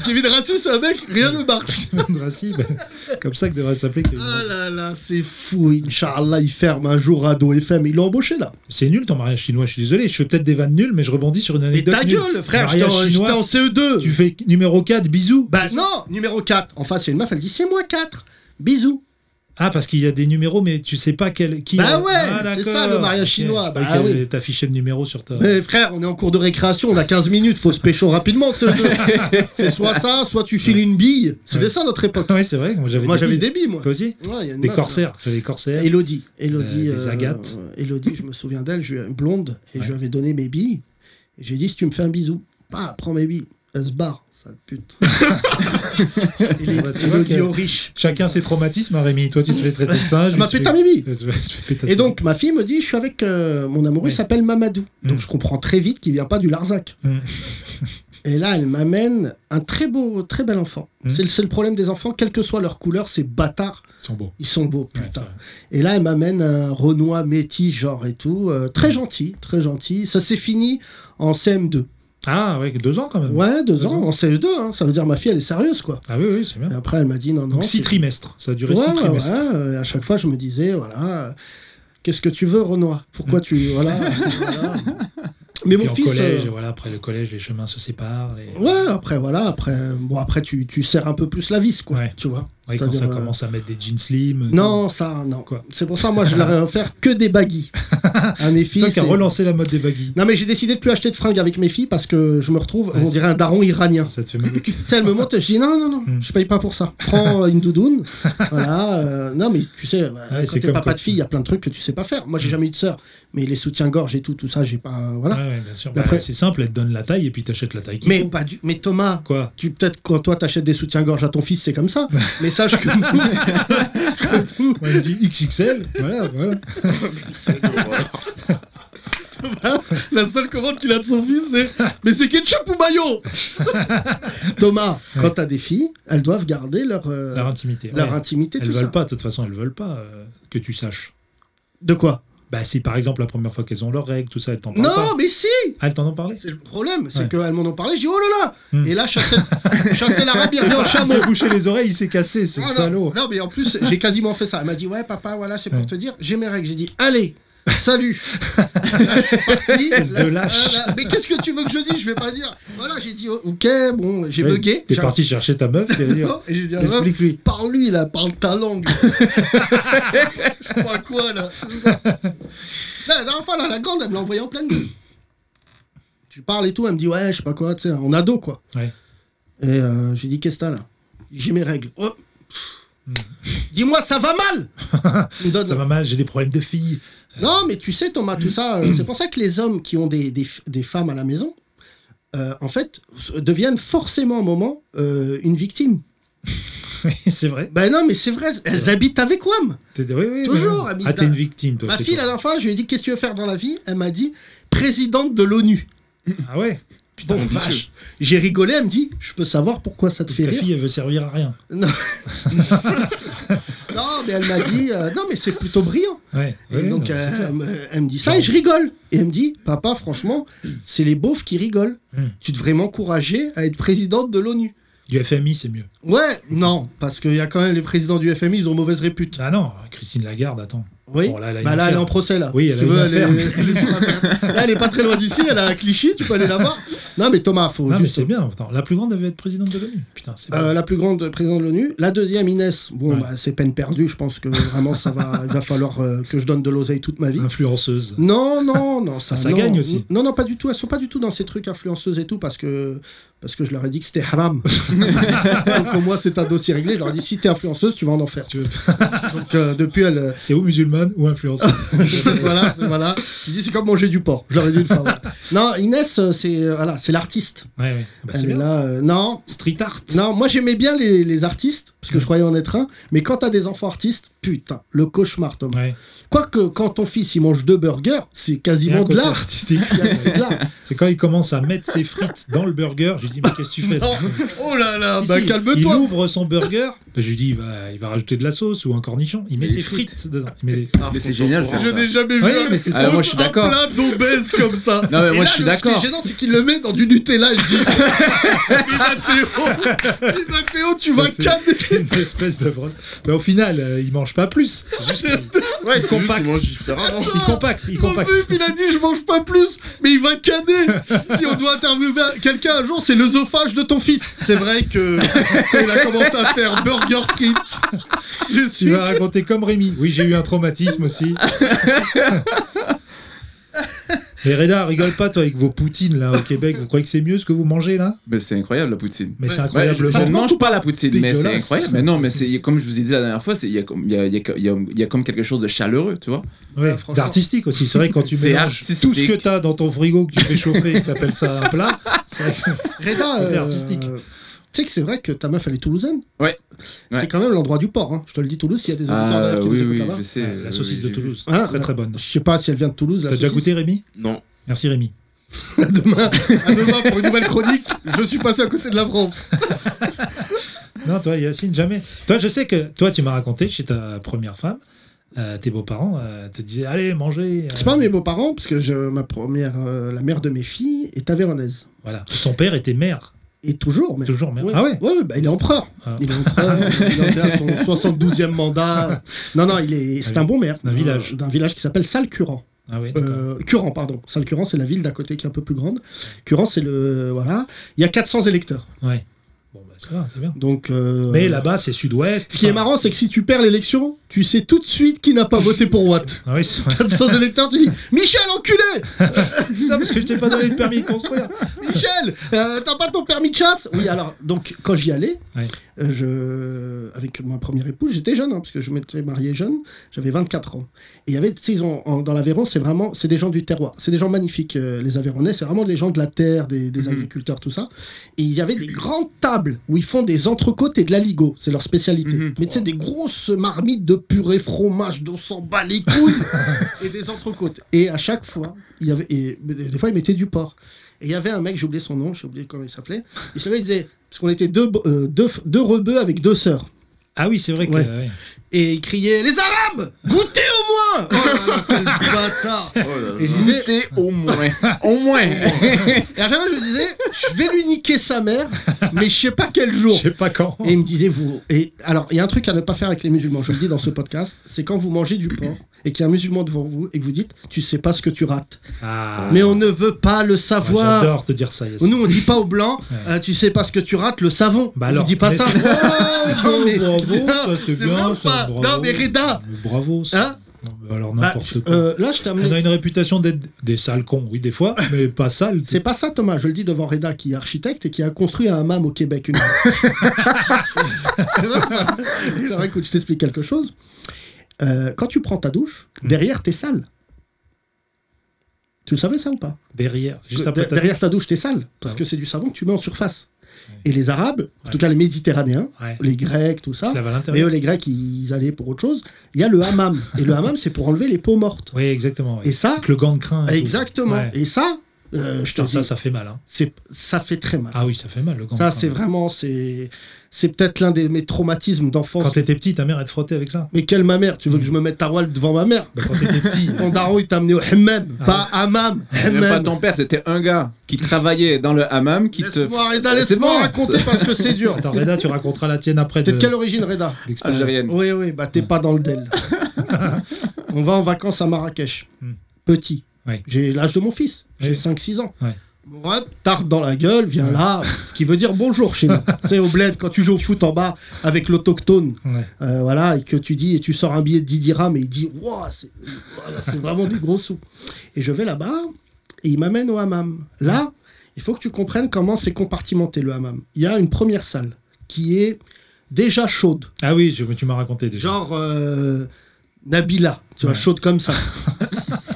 [SPEAKER 7] Kevin Rassi, c'est un mec, rien ne marche.
[SPEAKER 4] Kevin raciste, ben, comme ça que devrait s'appeler Kevin.
[SPEAKER 3] Euh.
[SPEAKER 7] Ah là là, c'est
[SPEAKER 3] C'est fou, Inch'Allah, il ferme un jour Ado FM, il l'a embauché là.
[SPEAKER 4] C'est nul ton mariage chinois, je suis désolé. Je fais peut-être des vannes nulles, mais je rebondis sur une
[SPEAKER 7] Mais
[SPEAKER 4] anecdote.
[SPEAKER 7] ta
[SPEAKER 4] nulle.
[SPEAKER 7] gueule, frère, j'étais
[SPEAKER 4] Mariage
[SPEAKER 7] en j'étais
[SPEAKER 4] chinois,
[SPEAKER 7] en E CE2.
[SPEAKER 4] tu fais numéro 4, bisous.
[SPEAKER 3] Bah non, numéro 4. En face, il y a une meuf, elle dit c'est moi 4. Bisous.
[SPEAKER 4] Ah, parce qu'il y a des numéros, mais tu sais pas quel. Qui
[SPEAKER 3] Bah
[SPEAKER 4] a-
[SPEAKER 3] ouais,
[SPEAKER 4] Ah,
[SPEAKER 3] c'est
[SPEAKER 4] d'accord.
[SPEAKER 3] ça, le mariage
[SPEAKER 4] Ok,
[SPEAKER 3] chinois,
[SPEAKER 4] je
[SPEAKER 3] bah
[SPEAKER 4] croyais que
[SPEAKER 3] oui.
[SPEAKER 4] T'as affiché le numéro sur ta.
[SPEAKER 3] Mais frère, on est en cours de récréation, on a 15 minutes, faut se pécho rapidement CE2. c'est soit ça, soit tu files une bille. C'était
[SPEAKER 4] Ouais.
[SPEAKER 3] ça notre époque.
[SPEAKER 4] Ouais, c'est vrai, moi j'avais
[SPEAKER 3] Moi j'avais
[SPEAKER 4] billes.
[SPEAKER 3] des billes, moi.
[SPEAKER 4] Toi aussi
[SPEAKER 3] Ouais, il y a une
[SPEAKER 4] Des
[SPEAKER 3] meuf,
[SPEAKER 4] corsaires. J'avais des corsaires.
[SPEAKER 3] Euh, Elodie. Elodie,
[SPEAKER 4] Euh, des agates.
[SPEAKER 3] euh, Elodie, je me souviens d'elle, je lui ai- une blonde, et
[SPEAKER 4] Ouais.
[SPEAKER 3] je lui avais donné mes billes. Et j'ai dit, si tu me fais un bisou, bah, prends mes billes. Elle se barre, sale pute. Il est
[SPEAKER 4] Bah, tu vois que-
[SPEAKER 3] Elodie aux riches.
[SPEAKER 4] Chacun ses traumatismes, hein, Rémi. Toi, tu te fais traiter de singe.
[SPEAKER 3] Je
[SPEAKER 4] lui, tu
[SPEAKER 3] m'appelle
[SPEAKER 4] fais-
[SPEAKER 3] ta Mimi.
[SPEAKER 4] Tu fais pétasser.
[SPEAKER 3] Et donc, ma fille me dit, je suis avec euh, mon amoureux, il
[SPEAKER 4] Ouais.
[SPEAKER 3] s'appelle Mamadou. Donc,
[SPEAKER 4] Mm.
[SPEAKER 3] je comprends très vite qu'il vient pas du Larzac.
[SPEAKER 4] Mm.
[SPEAKER 3] Et là, elle m'amène un très beau, très bel enfant.
[SPEAKER 4] Mm.
[SPEAKER 3] C'est le- C'est le problème des enfants, quelle que soit leur couleur, ces bâtards,
[SPEAKER 4] Ils sont beaux.
[SPEAKER 3] ils sont beaux,
[SPEAKER 4] Ouais, c'est
[SPEAKER 3] putain.
[SPEAKER 4] vrai.
[SPEAKER 3] Et là, elle m'amène un Renoir métis, genre et tout. euh, très gentil, très gentil. Ça s'est fini en CM2.
[SPEAKER 4] Ah, ouais, deux ans quand même.
[SPEAKER 3] Ouais, deux
[SPEAKER 4] Deux
[SPEAKER 3] ans,
[SPEAKER 4] ans.
[SPEAKER 3] en CM2. hein, ça veut dire ma fille, elle est sérieuse, quoi.
[SPEAKER 4] Ah oui, oui, c'est bien.
[SPEAKER 3] Et après, elle m'a dit non, Euh, non.
[SPEAKER 4] Donc six
[SPEAKER 3] c'est-
[SPEAKER 4] trimestres. Ça a duré
[SPEAKER 3] Ouais,
[SPEAKER 4] six
[SPEAKER 3] ouais,
[SPEAKER 4] trimestres.
[SPEAKER 3] ouais, euh, à chaque fois, je me disais, voilà, euh, qu'est-ce que tu veux, Renoir Pourquoi tu. Voilà. voilà. Mais
[SPEAKER 4] Puis
[SPEAKER 3] mon
[SPEAKER 4] en
[SPEAKER 3] fils.
[SPEAKER 4] collège,
[SPEAKER 3] euh,
[SPEAKER 4] et voilà, après le collège, les chemins se séparent. les-
[SPEAKER 3] Ouais, après, voilà, après, bon, après tu, tu serres un peu plus la vis, quoi,
[SPEAKER 4] Ouais.
[SPEAKER 3] tu vois.
[SPEAKER 4] Ouais, quand
[SPEAKER 3] C'est-à-dire,
[SPEAKER 4] ça
[SPEAKER 3] euh,
[SPEAKER 4] commence à mettre des jeans slim.
[SPEAKER 3] Non, ça, non.
[SPEAKER 4] Quoi
[SPEAKER 3] C'est pour ça, moi, je leur ai offert que des baggies à mes
[SPEAKER 4] C'est
[SPEAKER 3] filles.
[SPEAKER 4] toi qui as
[SPEAKER 3] c'est-
[SPEAKER 4] relancé la mode des baggy.
[SPEAKER 3] Non mais j'ai décidé de plus acheter de fringues avec mes filles parce que je me retrouve,
[SPEAKER 4] Ouais,
[SPEAKER 3] on
[SPEAKER 4] c'est-
[SPEAKER 3] dirait un daron iranien.
[SPEAKER 4] Ça te fait mal au cul.
[SPEAKER 3] Tu sais, elle me montre, je dis non, non, non,
[SPEAKER 4] Hmm.
[SPEAKER 3] je paye pas pour ça. Prends euh, une doudoune. voilà. euh, non mais tu sais,
[SPEAKER 4] Ouais,
[SPEAKER 3] quand
[SPEAKER 4] c'est
[SPEAKER 3] t'es
[SPEAKER 4] comme Hmm.
[SPEAKER 3] papa
[SPEAKER 4] quand-
[SPEAKER 3] de fille, il y a plein de trucs que tu sais pas faire. Moi j'ai jamais eu de sœur, mais les soutiens-gorge et tout, tout ça, j'ai pas. Voilà.
[SPEAKER 4] Ouais, ouais, bien sûr.
[SPEAKER 3] Mais
[SPEAKER 4] Bah,
[SPEAKER 3] après-
[SPEAKER 4] c'est simple, elle te donne la taille et puis t'achètes la taille qui
[SPEAKER 3] mais
[SPEAKER 4] faut.
[SPEAKER 3] pas du. Mais Thomas.
[SPEAKER 4] Quoi
[SPEAKER 3] Tu peut-être quand toi t'achètes des soutiens-gorge à ton fils c'est comme ça, mais sache que
[SPEAKER 4] Moi, elle dit XXL. Voilà, voilà.
[SPEAKER 7] La seule commande qu'il a de son fils, c'est Mais c'est ketchup ou maillot
[SPEAKER 3] Thomas, quand t'as des filles, elles doivent garder leur, euh,
[SPEAKER 4] Leur intimité.
[SPEAKER 3] leur
[SPEAKER 4] ouais.
[SPEAKER 3] intimité,
[SPEAKER 4] Elles
[SPEAKER 3] tout ça.
[SPEAKER 4] veulent pas, de toute façon, elles veulent pas euh, que tu saches.
[SPEAKER 3] De quoi
[SPEAKER 4] Bah, si par exemple, la première fois qu'elles ont leurs règles, tout ça, elles t'en parlent
[SPEAKER 3] Non,
[SPEAKER 4] pas.
[SPEAKER 3] mais si
[SPEAKER 4] Ah, elles t'en ont parlé
[SPEAKER 3] C'est le problème, c'est
[SPEAKER 4] Ouais.
[SPEAKER 3] qu'elles m'en ont parlé, j'ai dit oh là là
[SPEAKER 4] Hmm.
[SPEAKER 3] Et là, chasser, chasser la rabière,
[SPEAKER 4] Il
[SPEAKER 3] viens, chameau
[SPEAKER 4] s'est bouché Ah, les oreilles, il s'est cassé, ce
[SPEAKER 3] Oh non,
[SPEAKER 4] salaud.
[SPEAKER 3] Non, mais en plus, j'ai quasiment fait ça. Elle m'a dit, ouais, papa, voilà, c'est pour
[SPEAKER 4] Ouais.
[SPEAKER 3] te dire, j'ai mes règles. J'ai dit, allez, salut. Je suis parti.
[SPEAKER 4] Espèce de lâche.
[SPEAKER 3] Voilà. Mais qu'est-ce que tu veux que je dise Je vais pas dire. Voilà, j'ai dit, oh, ok, bon, j'ai
[SPEAKER 4] Ouais,
[SPEAKER 3] bugué.
[SPEAKER 4] T'es
[SPEAKER 3] J'ai-
[SPEAKER 4] parti chercher ta meuf, t'es dit,
[SPEAKER 3] Et j'ai dit, ah, ouais,
[SPEAKER 4] explique-lui.
[SPEAKER 3] parle-lui, là, parle ta langue. je crois à quoi, là Tout ça. Là, La dernière fois, là, la grande, elle me l'a envoyé en pleine gueule. Tu parles et tout, elle me dit, ouais, je sais pas quoi, tu sais, en ado, quoi.
[SPEAKER 4] Ouais.
[SPEAKER 3] Et euh, j'ai dit, qu'est-ce que t'as, là J'ai mes règles. Oh. Dis-moi, ça va mal Il me donne-
[SPEAKER 4] Hmm. Ça va mal, j'ai des problèmes de filles.
[SPEAKER 3] Non, mais tu sais, Thomas, tout ça, euh, c'est pour ça que les hommes qui ont des, des, des femmes à la maison, euh, en fait, s- deviennent forcément, à un moment, euh, une victime.
[SPEAKER 4] c'est vrai.
[SPEAKER 3] Ben non, mais c'est vrai, elles habitent avec WAM.
[SPEAKER 4] T'es- oui, oui,
[SPEAKER 3] Toujours,
[SPEAKER 4] mais-
[SPEAKER 3] Amistad.
[SPEAKER 4] Ah, t'es une victime, toi.
[SPEAKER 3] Ma
[SPEAKER 4] c'est
[SPEAKER 3] fille, la
[SPEAKER 4] toi.
[SPEAKER 3] dernière fois, je lui ai dit Qu'est-ce que tu veux faire dans la vie Elle m'a dit Présidente de l'ONU.
[SPEAKER 4] Ah ouais Putain,
[SPEAKER 3] bah,
[SPEAKER 6] Bon,
[SPEAKER 4] vache.
[SPEAKER 6] ambitieux.
[SPEAKER 3] J'ai rigolé, elle me dit Je peux savoir pourquoi ça te fait
[SPEAKER 4] Ta
[SPEAKER 3] rire
[SPEAKER 4] fille, elle veut servir à rien.
[SPEAKER 3] non. Non, mais elle m'a dit euh, Non, mais c'est plutôt brillant.
[SPEAKER 4] Ouais.
[SPEAKER 3] Et
[SPEAKER 4] ouais, non,
[SPEAKER 3] donc,
[SPEAKER 4] c'est
[SPEAKER 3] euh,
[SPEAKER 4] clair.
[SPEAKER 3] elle, me- elle me dit ça et je rigole. Et elle me dit Papa, franchement, c'est les beaufs qui rigolent.
[SPEAKER 4] Hmm.
[SPEAKER 3] Tu devrais m'encourager à être présidente de l'ONU.
[SPEAKER 4] Du FMI, c'est mieux.
[SPEAKER 3] Ouais, non, parce qu'il y a quand même les présidents du FMI, ils ont mauvaise répute.
[SPEAKER 4] Ah non, Christine Lagarde, attends.
[SPEAKER 3] Oui.
[SPEAKER 4] Bon, là, elle a
[SPEAKER 3] bah là,
[SPEAKER 4] une
[SPEAKER 3] elle est
[SPEAKER 4] affaire.
[SPEAKER 3] en procès là.
[SPEAKER 4] Oui,
[SPEAKER 3] Si
[SPEAKER 4] elle a
[SPEAKER 3] tu
[SPEAKER 4] une
[SPEAKER 3] veux,
[SPEAKER 4] affaire.
[SPEAKER 3] elle est- elle est sur la perte. là, elle est pas très loin d'ici. Elle a un cliché. Tu peux aller la voir. Non, mais Thomas, faut
[SPEAKER 4] non, mais
[SPEAKER 3] juste.
[SPEAKER 4] c'est bien. Attends, la plus grande, elle veut être présidente de l'ONU. Putain, c'est
[SPEAKER 3] Euh,
[SPEAKER 4] bien.
[SPEAKER 3] la plus grande présidente de l'ONU. La deuxième, Inès. Bon,
[SPEAKER 4] Ouais.
[SPEAKER 3] bah, c'est peine perdue. Je pense que vraiment, ça va. Il va falloir euh, que je donne de l'oseille toute ma vie.
[SPEAKER 4] Influenceuse.
[SPEAKER 3] Non, non, non, ça,
[SPEAKER 4] Ça
[SPEAKER 3] non.
[SPEAKER 4] gagne aussi.
[SPEAKER 3] Non, non, pas du tout. Elles sont pas du tout dans ces trucs influenceuses et tout parce que parce que je leur ai dit que c'était haram. Donc pour moi, c'est un dossier réglé. Je leur ai dit si t'es influenceuse, tu vas en enfer.
[SPEAKER 4] Tu veux-
[SPEAKER 3] Donc euh, depuis elle. euh,
[SPEAKER 4] C'est ou musulmane ou influenceuse.
[SPEAKER 3] voilà, c'est- voilà. Je dis c'est comme manger du porc. Je leur ai dû le faire. voilà. Non, Inès, euh, c'est euh, voilà, c'est l'artiste.
[SPEAKER 4] Ouais, ouais. Bah, c'est
[SPEAKER 3] Elle est
[SPEAKER 4] bien.
[SPEAKER 3] là. euh, non,
[SPEAKER 4] Street art.
[SPEAKER 3] non. Moi, j'aimais bien les, les artistes parce que
[SPEAKER 4] Mm.
[SPEAKER 3] je croyais en être un. Mais quand t'as des enfants artistes, putain, le cauchemar, Thomas.
[SPEAKER 4] Ouais.
[SPEAKER 3] Quoique quand ton fils il mange deux burgers, c'est
[SPEAKER 4] Il y a un
[SPEAKER 3] quasiment de
[SPEAKER 4] côté
[SPEAKER 3] l'art.
[SPEAKER 4] artistique.
[SPEAKER 3] Il y a- C'est de l'art.
[SPEAKER 4] C'est quand il commence à mettre ses frites dans le burger, je lui dis mais qu'est-ce que tu fais
[SPEAKER 7] Non. Oh là là,
[SPEAKER 4] Si,
[SPEAKER 7] bah
[SPEAKER 4] si,
[SPEAKER 7] calme-toi
[SPEAKER 4] Il ouvre son burger, bah, je lui dis il va, il va rajouter de la sauce ou un cornichon, il met
[SPEAKER 6] Et
[SPEAKER 4] ses
[SPEAKER 6] les frites.
[SPEAKER 4] frites dedans. Il met les-
[SPEAKER 6] Art
[SPEAKER 5] Mais c'est génial,
[SPEAKER 6] contemporain.
[SPEAKER 7] Je n'ai jamais vu
[SPEAKER 4] Ouais,
[SPEAKER 7] un,
[SPEAKER 4] mais c'est
[SPEAKER 5] ça. Ah, moi, je suis
[SPEAKER 7] un
[SPEAKER 5] d'accord.
[SPEAKER 7] plat d'obèse comme ça.
[SPEAKER 5] Non, mais moi
[SPEAKER 3] Et là,
[SPEAKER 5] je suis
[SPEAKER 3] le- Ce
[SPEAKER 5] d'accord.
[SPEAKER 3] qui est gênant, c'est qu'il le met dans du Nutella. Je dis,
[SPEAKER 7] Et Mathéo, et Mathéo, tu vas
[SPEAKER 4] Bah, c'est-
[SPEAKER 7] calmer.
[SPEAKER 4] c'est une espèce de fraude. Mais au final, euh, il mange pas plus. C'est juste qu'il-
[SPEAKER 6] Ouais, c'est juste
[SPEAKER 4] compact.
[SPEAKER 6] qu'ils mangent différemment.
[SPEAKER 4] il compacte, il
[SPEAKER 7] Mon
[SPEAKER 4] compacte.
[SPEAKER 7] pub, il a dit je mange pas plus, mais il va canner. si on doit interviewer quelqu'un un jour, c'est l'œsophage de ton fils. C'est vrai que quand il a commencé à faire burger frites. Je
[SPEAKER 4] Tu
[SPEAKER 7] suis.
[SPEAKER 4] vas raconter comme Rémi. Oui, j'ai eu un traumatisme aussi. Mais Reda, rigole pas toi avec vos poutines là au Québec. Vous croyez que c'est mieux ce que vous mangez là
[SPEAKER 5] Mais c'est incroyable la poutine.
[SPEAKER 4] Mais c'est
[SPEAKER 5] Ouais, je
[SPEAKER 4] incroyablement.
[SPEAKER 5] ne mange pas la poutine, mais c'est
[SPEAKER 4] dégueulasse.
[SPEAKER 5] incroyable. Mais non, mais c'est comme je vous ai dit la dernière fois, c'est- il y a comme- il y a- il y a- il y a- il y a comme quelque chose de chaleureux, tu vois.
[SPEAKER 4] Ouais,
[SPEAKER 3] Ah, franchement.
[SPEAKER 4] d'artistique aussi. C'est vrai que quand tu
[SPEAKER 5] C'est
[SPEAKER 4] mélanges
[SPEAKER 5] artistique.
[SPEAKER 4] tout ce que t'as dans ton frigo que tu fais chauffer et que t'appelles ça un plat, c'est vrai que-
[SPEAKER 3] Reda,
[SPEAKER 4] Côté
[SPEAKER 3] euh,
[SPEAKER 4] artistique.
[SPEAKER 3] Tu sais que c'est vrai que ta meuf, elle est toulousaine
[SPEAKER 5] Ouais. Ouais.
[SPEAKER 3] C'est quand même l'endroit du port. hein. Je te le dis, Toulouse, s'il y a des auditeurs
[SPEAKER 5] Ah,
[SPEAKER 3] d'ailleurs qui nous
[SPEAKER 5] oui,
[SPEAKER 3] écoutent
[SPEAKER 5] oui,
[SPEAKER 3] là-bas.
[SPEAKER 5] je sais.
[SPEAKER 4] la saucisse
[SPEAKER 5] oui,
[SPEAKER 4] de
[SPEAKER 5] j'ai vu.
[SPEAKER 4] Toulouse,
[SPEAKER 3] Ah,
[SPEAKER 4] très très bonne.
[SPEAKER 3] Je sais pas si elle vient de Toulouse. la
[SPEAKER 4] T'as déjà
[SPEAKER 3] saucisse.
[SPEAKER 4] goûté Rémi
[SPEAKER 6] Non.
[SPEAKER 4] Merci Rémi.
[SPEAKER 7] À demain pour une nouvelle chronique. Je suis passé à côté de la France.
[SPEAKER 4] Non, toi, Yacine, jamais. Toi, je sais que toi, tu m'as raconté chez ta première femme, euh, tes beaux-parents euh, te disaient Allez, mangez. euh,
[SPEAKER 3] C'est pas mes beaux-parents, parce que je, ma première, euh, la mère de mes filles est tavéronnaise.
[SPEAKER 4] Voilà. Son père était maire,
[SPEAKER 3] Et toujours, mais.
[SPEAKER 4] toujours maire. Ah ouais
[SPEAKER 3] bah, il est empereur.
[SPEAKER 4] Ah.
[SPEAKER 3] Il est empereur, il en est à son 72e mandat. Non, non, il est, c'est
[SPEAKER 4] Ah oui.
[SPEAKER 3] un bon maire.
[SPEAKER 4] D'un village.
[SPEAKER 3] D'un village qui s'appelle Salcuran.
[SPEAKER 4] Ah ouais, d'accord.
[SPEAKER 3] Euh, Curan, pardon. Salcuran, c'est la ville d'à côté qui est un peu plus grande. Curan, c'est le. Voilà. Il y a 400 électeurs.
[SPEAKER 4] Bon, bah, ça va, c'est bien.
[SPEAKER 3] Donc. euh,
[SPEAKER 4] Mais là-bas, c'est sud-ouest.
[SPEAKER 3] Ce qui est marrant, c'est que si tu perds l'élection, tu sais tout de suite qui n'a pas voté pour Watt.
[SPEAKER 4] Ah oui, c'est vrai.
[SPEAKER 3] Sans électeur, tu dis Michel, enculé
[SPEAKER 4] ça, parce que je t'ai pas donné le permis de construire.
[SPEAKER 3] Michel, euh, t'as pas ton permis de chasse Oui, alors, donc, quand j'y allais,
[SPEAKER 4] Ouais.
[SPEAKER 3] euh, je... avec ma première épouse, j'étais jeune, hein, parce que je m'étais marié jeune, j'avais 24 ans. Et il y avait, tu sais, ils ont- en- dans l'Aveyron, c'est vraiment, c'est des gens du terroir, c'est des gens magnifiques, euh, les Aveyronnais, c'est vraiment des gens de la terre, des, des agriculteurs, tout ça. Et il y avait des grandes tables où ils font des entrecôtes et de l'aligot. C'est leur spécialité.
[SPEAKER 5] Mhm.
[SPEAKER 3] Mais tu sais, des grosses marmites de purée fromage dont s'en bat les couilles et des entrecôtes. Et à chaque fois, il y avait, et, mais des fois, ils mettaient du porc. Et il y avait un mec, j'ai oublié son nom, j'ai oublié comment il s'appelait. Il se levait, il disait, parce qu'on était deux, bo- euh, deux, f- deux rebeux avec deux sœurs.
[SPEAKER 4] Ah oui, c'est vrai que.
[SPEAKER 3] Ouais.
[SPEAKER 4] ouais.
[SPEAKER 3] Et il criait, les Arabes, goûtez au moins Oh là là, quel bâtard
[SPEAKER 6] Oh là
[SPEAKER 3] Et
[SPEAKER 6] là.
[SPEAKER 3] je disais,
[SPEAKER 5] Goûter au moins. au moins.
[SPEAKER 3] et à chaque fois, je me disais, je vais lui niquer sa mère, mais je sais pas quel
[SPEAKER 4] Je
[SPEAKER 3] jour.
[SPEAKER 4] sais pas quand.
[SPEAKER 3] Et il me disait, vous. Et alors, il y a un truc à ne pas faire avec les musulmans, je le dis dans ce podcast, c'est quand vous mangez du porc et qu'il y a un musulman devant vous et que vous dites, tu sais pas ce que tu rates.
[SPEAKER 4] Ah.
[SPEAKER 3] Mais on ne veut pas le
[SPEAKER 4] Ah,
[SPEAKER 3] savoir.
[SPEAKER 4] J'adore te dire ça, Yassine.
[SPEAKER 3] Nous, on dit pas aux blancs,
[SPEAKER 4] Ouais.
[SPEAKER 3] euh, tu sais pas ce que tu rates, le savon.
[SPEAKER 4] Bah
[SPEAKER 3] Tu
[SPEAKER 4] alors,
[SPEAKER 3] dis pas
[SPEAKER 4] mais
[SPEAKER 3] ça.
[SPEAKER 4] c'est-
[SPEAKER 3] Non, mais-
[SPEAKER 4] bravo, ça c'est
[SPEAKER 7] c'est
[SPEAKER 4] bien,
[SPEAKER 7] vraiment
[SPEAKER 4] ça,
[SPEAKER 7] pas-
[SPEAKER 4] bravo.
[SPEAKER 7] non, mais Reda
[SPEAKER 4] Mais Bravo, ça.
[SPEAKER 3] Hein
[SPEAKER 4] Non, mais alors
[SPEAKER 3] Bah,
[SPEAKER 4] n'importe quoi.
[SPEAKER 3] euh, là, je t'ai
[SPEAKER 4] On
[SPEAKER 3] amené.
[SPEAKER 4] a une réputation d'être des sales cons, oui, des fois, mais pas sales.
[SPEAKER 3] C'est pas ça, Thomas. Je le dis devant Reda, qui est architecte et qui a construit un hammam au Québec. Une... Et alors, écoute, je t'explique quelque chose. Euh, quand tu prends ta douche,
[SPEAKER 4] Hmm.
[SPEAKER 3] derrière, t'es sale. Tu le savais ça ou pas
[SPEAKER 4] Derrière, juste
[SPEAKER 3] Que-
[SPEAKER 4] après
[SPEAKER 3] de-
[SPEAKER 4] ta-
[SPEAKER 3] Derrière ta douche, t'es sale. Parce
[SPEAKER 4] Ah
[SPEAKER 3] que c'est du savon que tu mets en surface.
[SPEAKER 4] Ouais.
[SPEAKER 3] Et les Arabes, en
[SPEAKER 4] Ouais.
[SPEAKER 3] tout cas les Méditerranéens,
[SPEAKER 4] Ouais,
[SPEAKER 3] les Grecs, tout
[SPEAKER 4] tu
[SPEAKER 3] ça,
[SPEAKER 4] se laves à
[SPEAKER 3] mais eux,
[SPEAKER 4] l'intérieur.
[SPEAKER 3] les Grecs, ils allaient pour autre chose. Il y a le hammam. et le hammam, c'est pour enlever les peaux mortes.
[SPEAKER 4] Oui, exactement. ouais.
[SPEAKER 3] Et ça,
[SPEAKER 4] Avec le gant de crin. et tout.
[SPEAKER 3] exactement.
[SPEAKER 4] Ouais.
[SPEAKER 3] Et ça, euh, je te
[SPEAKER 4] Putain, ça,
[SPEAKER 3] dis,
[SPEAKER 4] ça fait mal. hein.
[SPEAKER 3] c'est- ça fait très mal.
[SPEAKER 4] Ah oui, ça fait mal, le gant
[SPEAKER 3] ça,
[SPEAKER 4] de crin.
[SPEAKER 3] c'est vraiment, c'est c'est peut-être l'un de mes traumatismes
[SPEAKER 4] Quand
[SPEAKER 3] d'enfance.
[SPEAKER 4] t'étais petit, ta mère, elle te frottait avec ça.
[SPEAKER 3] Mais quelle ma mère Tu veux que je me mette ta voile devant ma mère
[SPEAKER 4] Bah, quand t'étais petit.
[SPEAKER 3] Ton daron, il t'a amené au hammam,
[SPEAKER 4] Ah
[SPEAKER 3] pas hammam,
[SPEAKER 5] Même pas
[SPEAKER 3] hammam.
[SPEAKER 5] ton père, c'était un gars qui travaillait dans le hammam qui te.
[SPEAKER 3] Laisse-moi, Reda,
[SPEAKER 5] C'est
[SPEAKER 3] laisse-moi
[SPEAKER 5] bon.
[SPEAKER 3] raconter parce que c'est dur.
[SPEAKER 4] euh, Attends, Reda, tu raconteras la tienne après.
[SPEAKER 3] T'es
[SPEAKER 4] De...
[SPEAKER 3] de quelle Ah, origine, Reda
[SPEAKER 4] d'expérience.
[SPEAKER 5] Algérienne.
[SPEAKER 3] Oui, oui, bah t'es pas dans le DEL. on va en vacances à Marrakech.
[SPEAKER 4] Hmm.
[SPEAKER 3] Petit.
[SPEAKER 4] Ouais.
[SPEAKER 3] J'ai l'âge de mon fils. J'ai
[SPEAKER 4] Oui.
[SPEAKER 3] 5-6 ans.
[SPEAKER 4] Ouais.
[SPEAKER 3] Hop, tarte dans la gueule, viens là. Ce qui veut dire bonjour chez nous. tu sais, au bled, quand tu joues au foot en bas avec l'autochtone,
[SPEAKER 4] Ouais.
[SPEAKER 3] euh, voilà, et que tu dis, et tu sors un billet de 10 dirhams, et il dit, Ouah, c'est voilà, c'est vraiment des gros sous. Et je vais là-bas, et il m'amène au hammam. Là, il faut que tu comprennes comment c'est compartimenté le hammam. Il y a une première salle qui est déjà chaude.
[SPEAKER 4] Ah oui, je- mais tu m'as raconté déjà.
[SPEAKER 3] Genre euh, Nabila, tu vois,
[SPEAKER 4] Ouais.
[SPEAKER 3] chaude comme ça.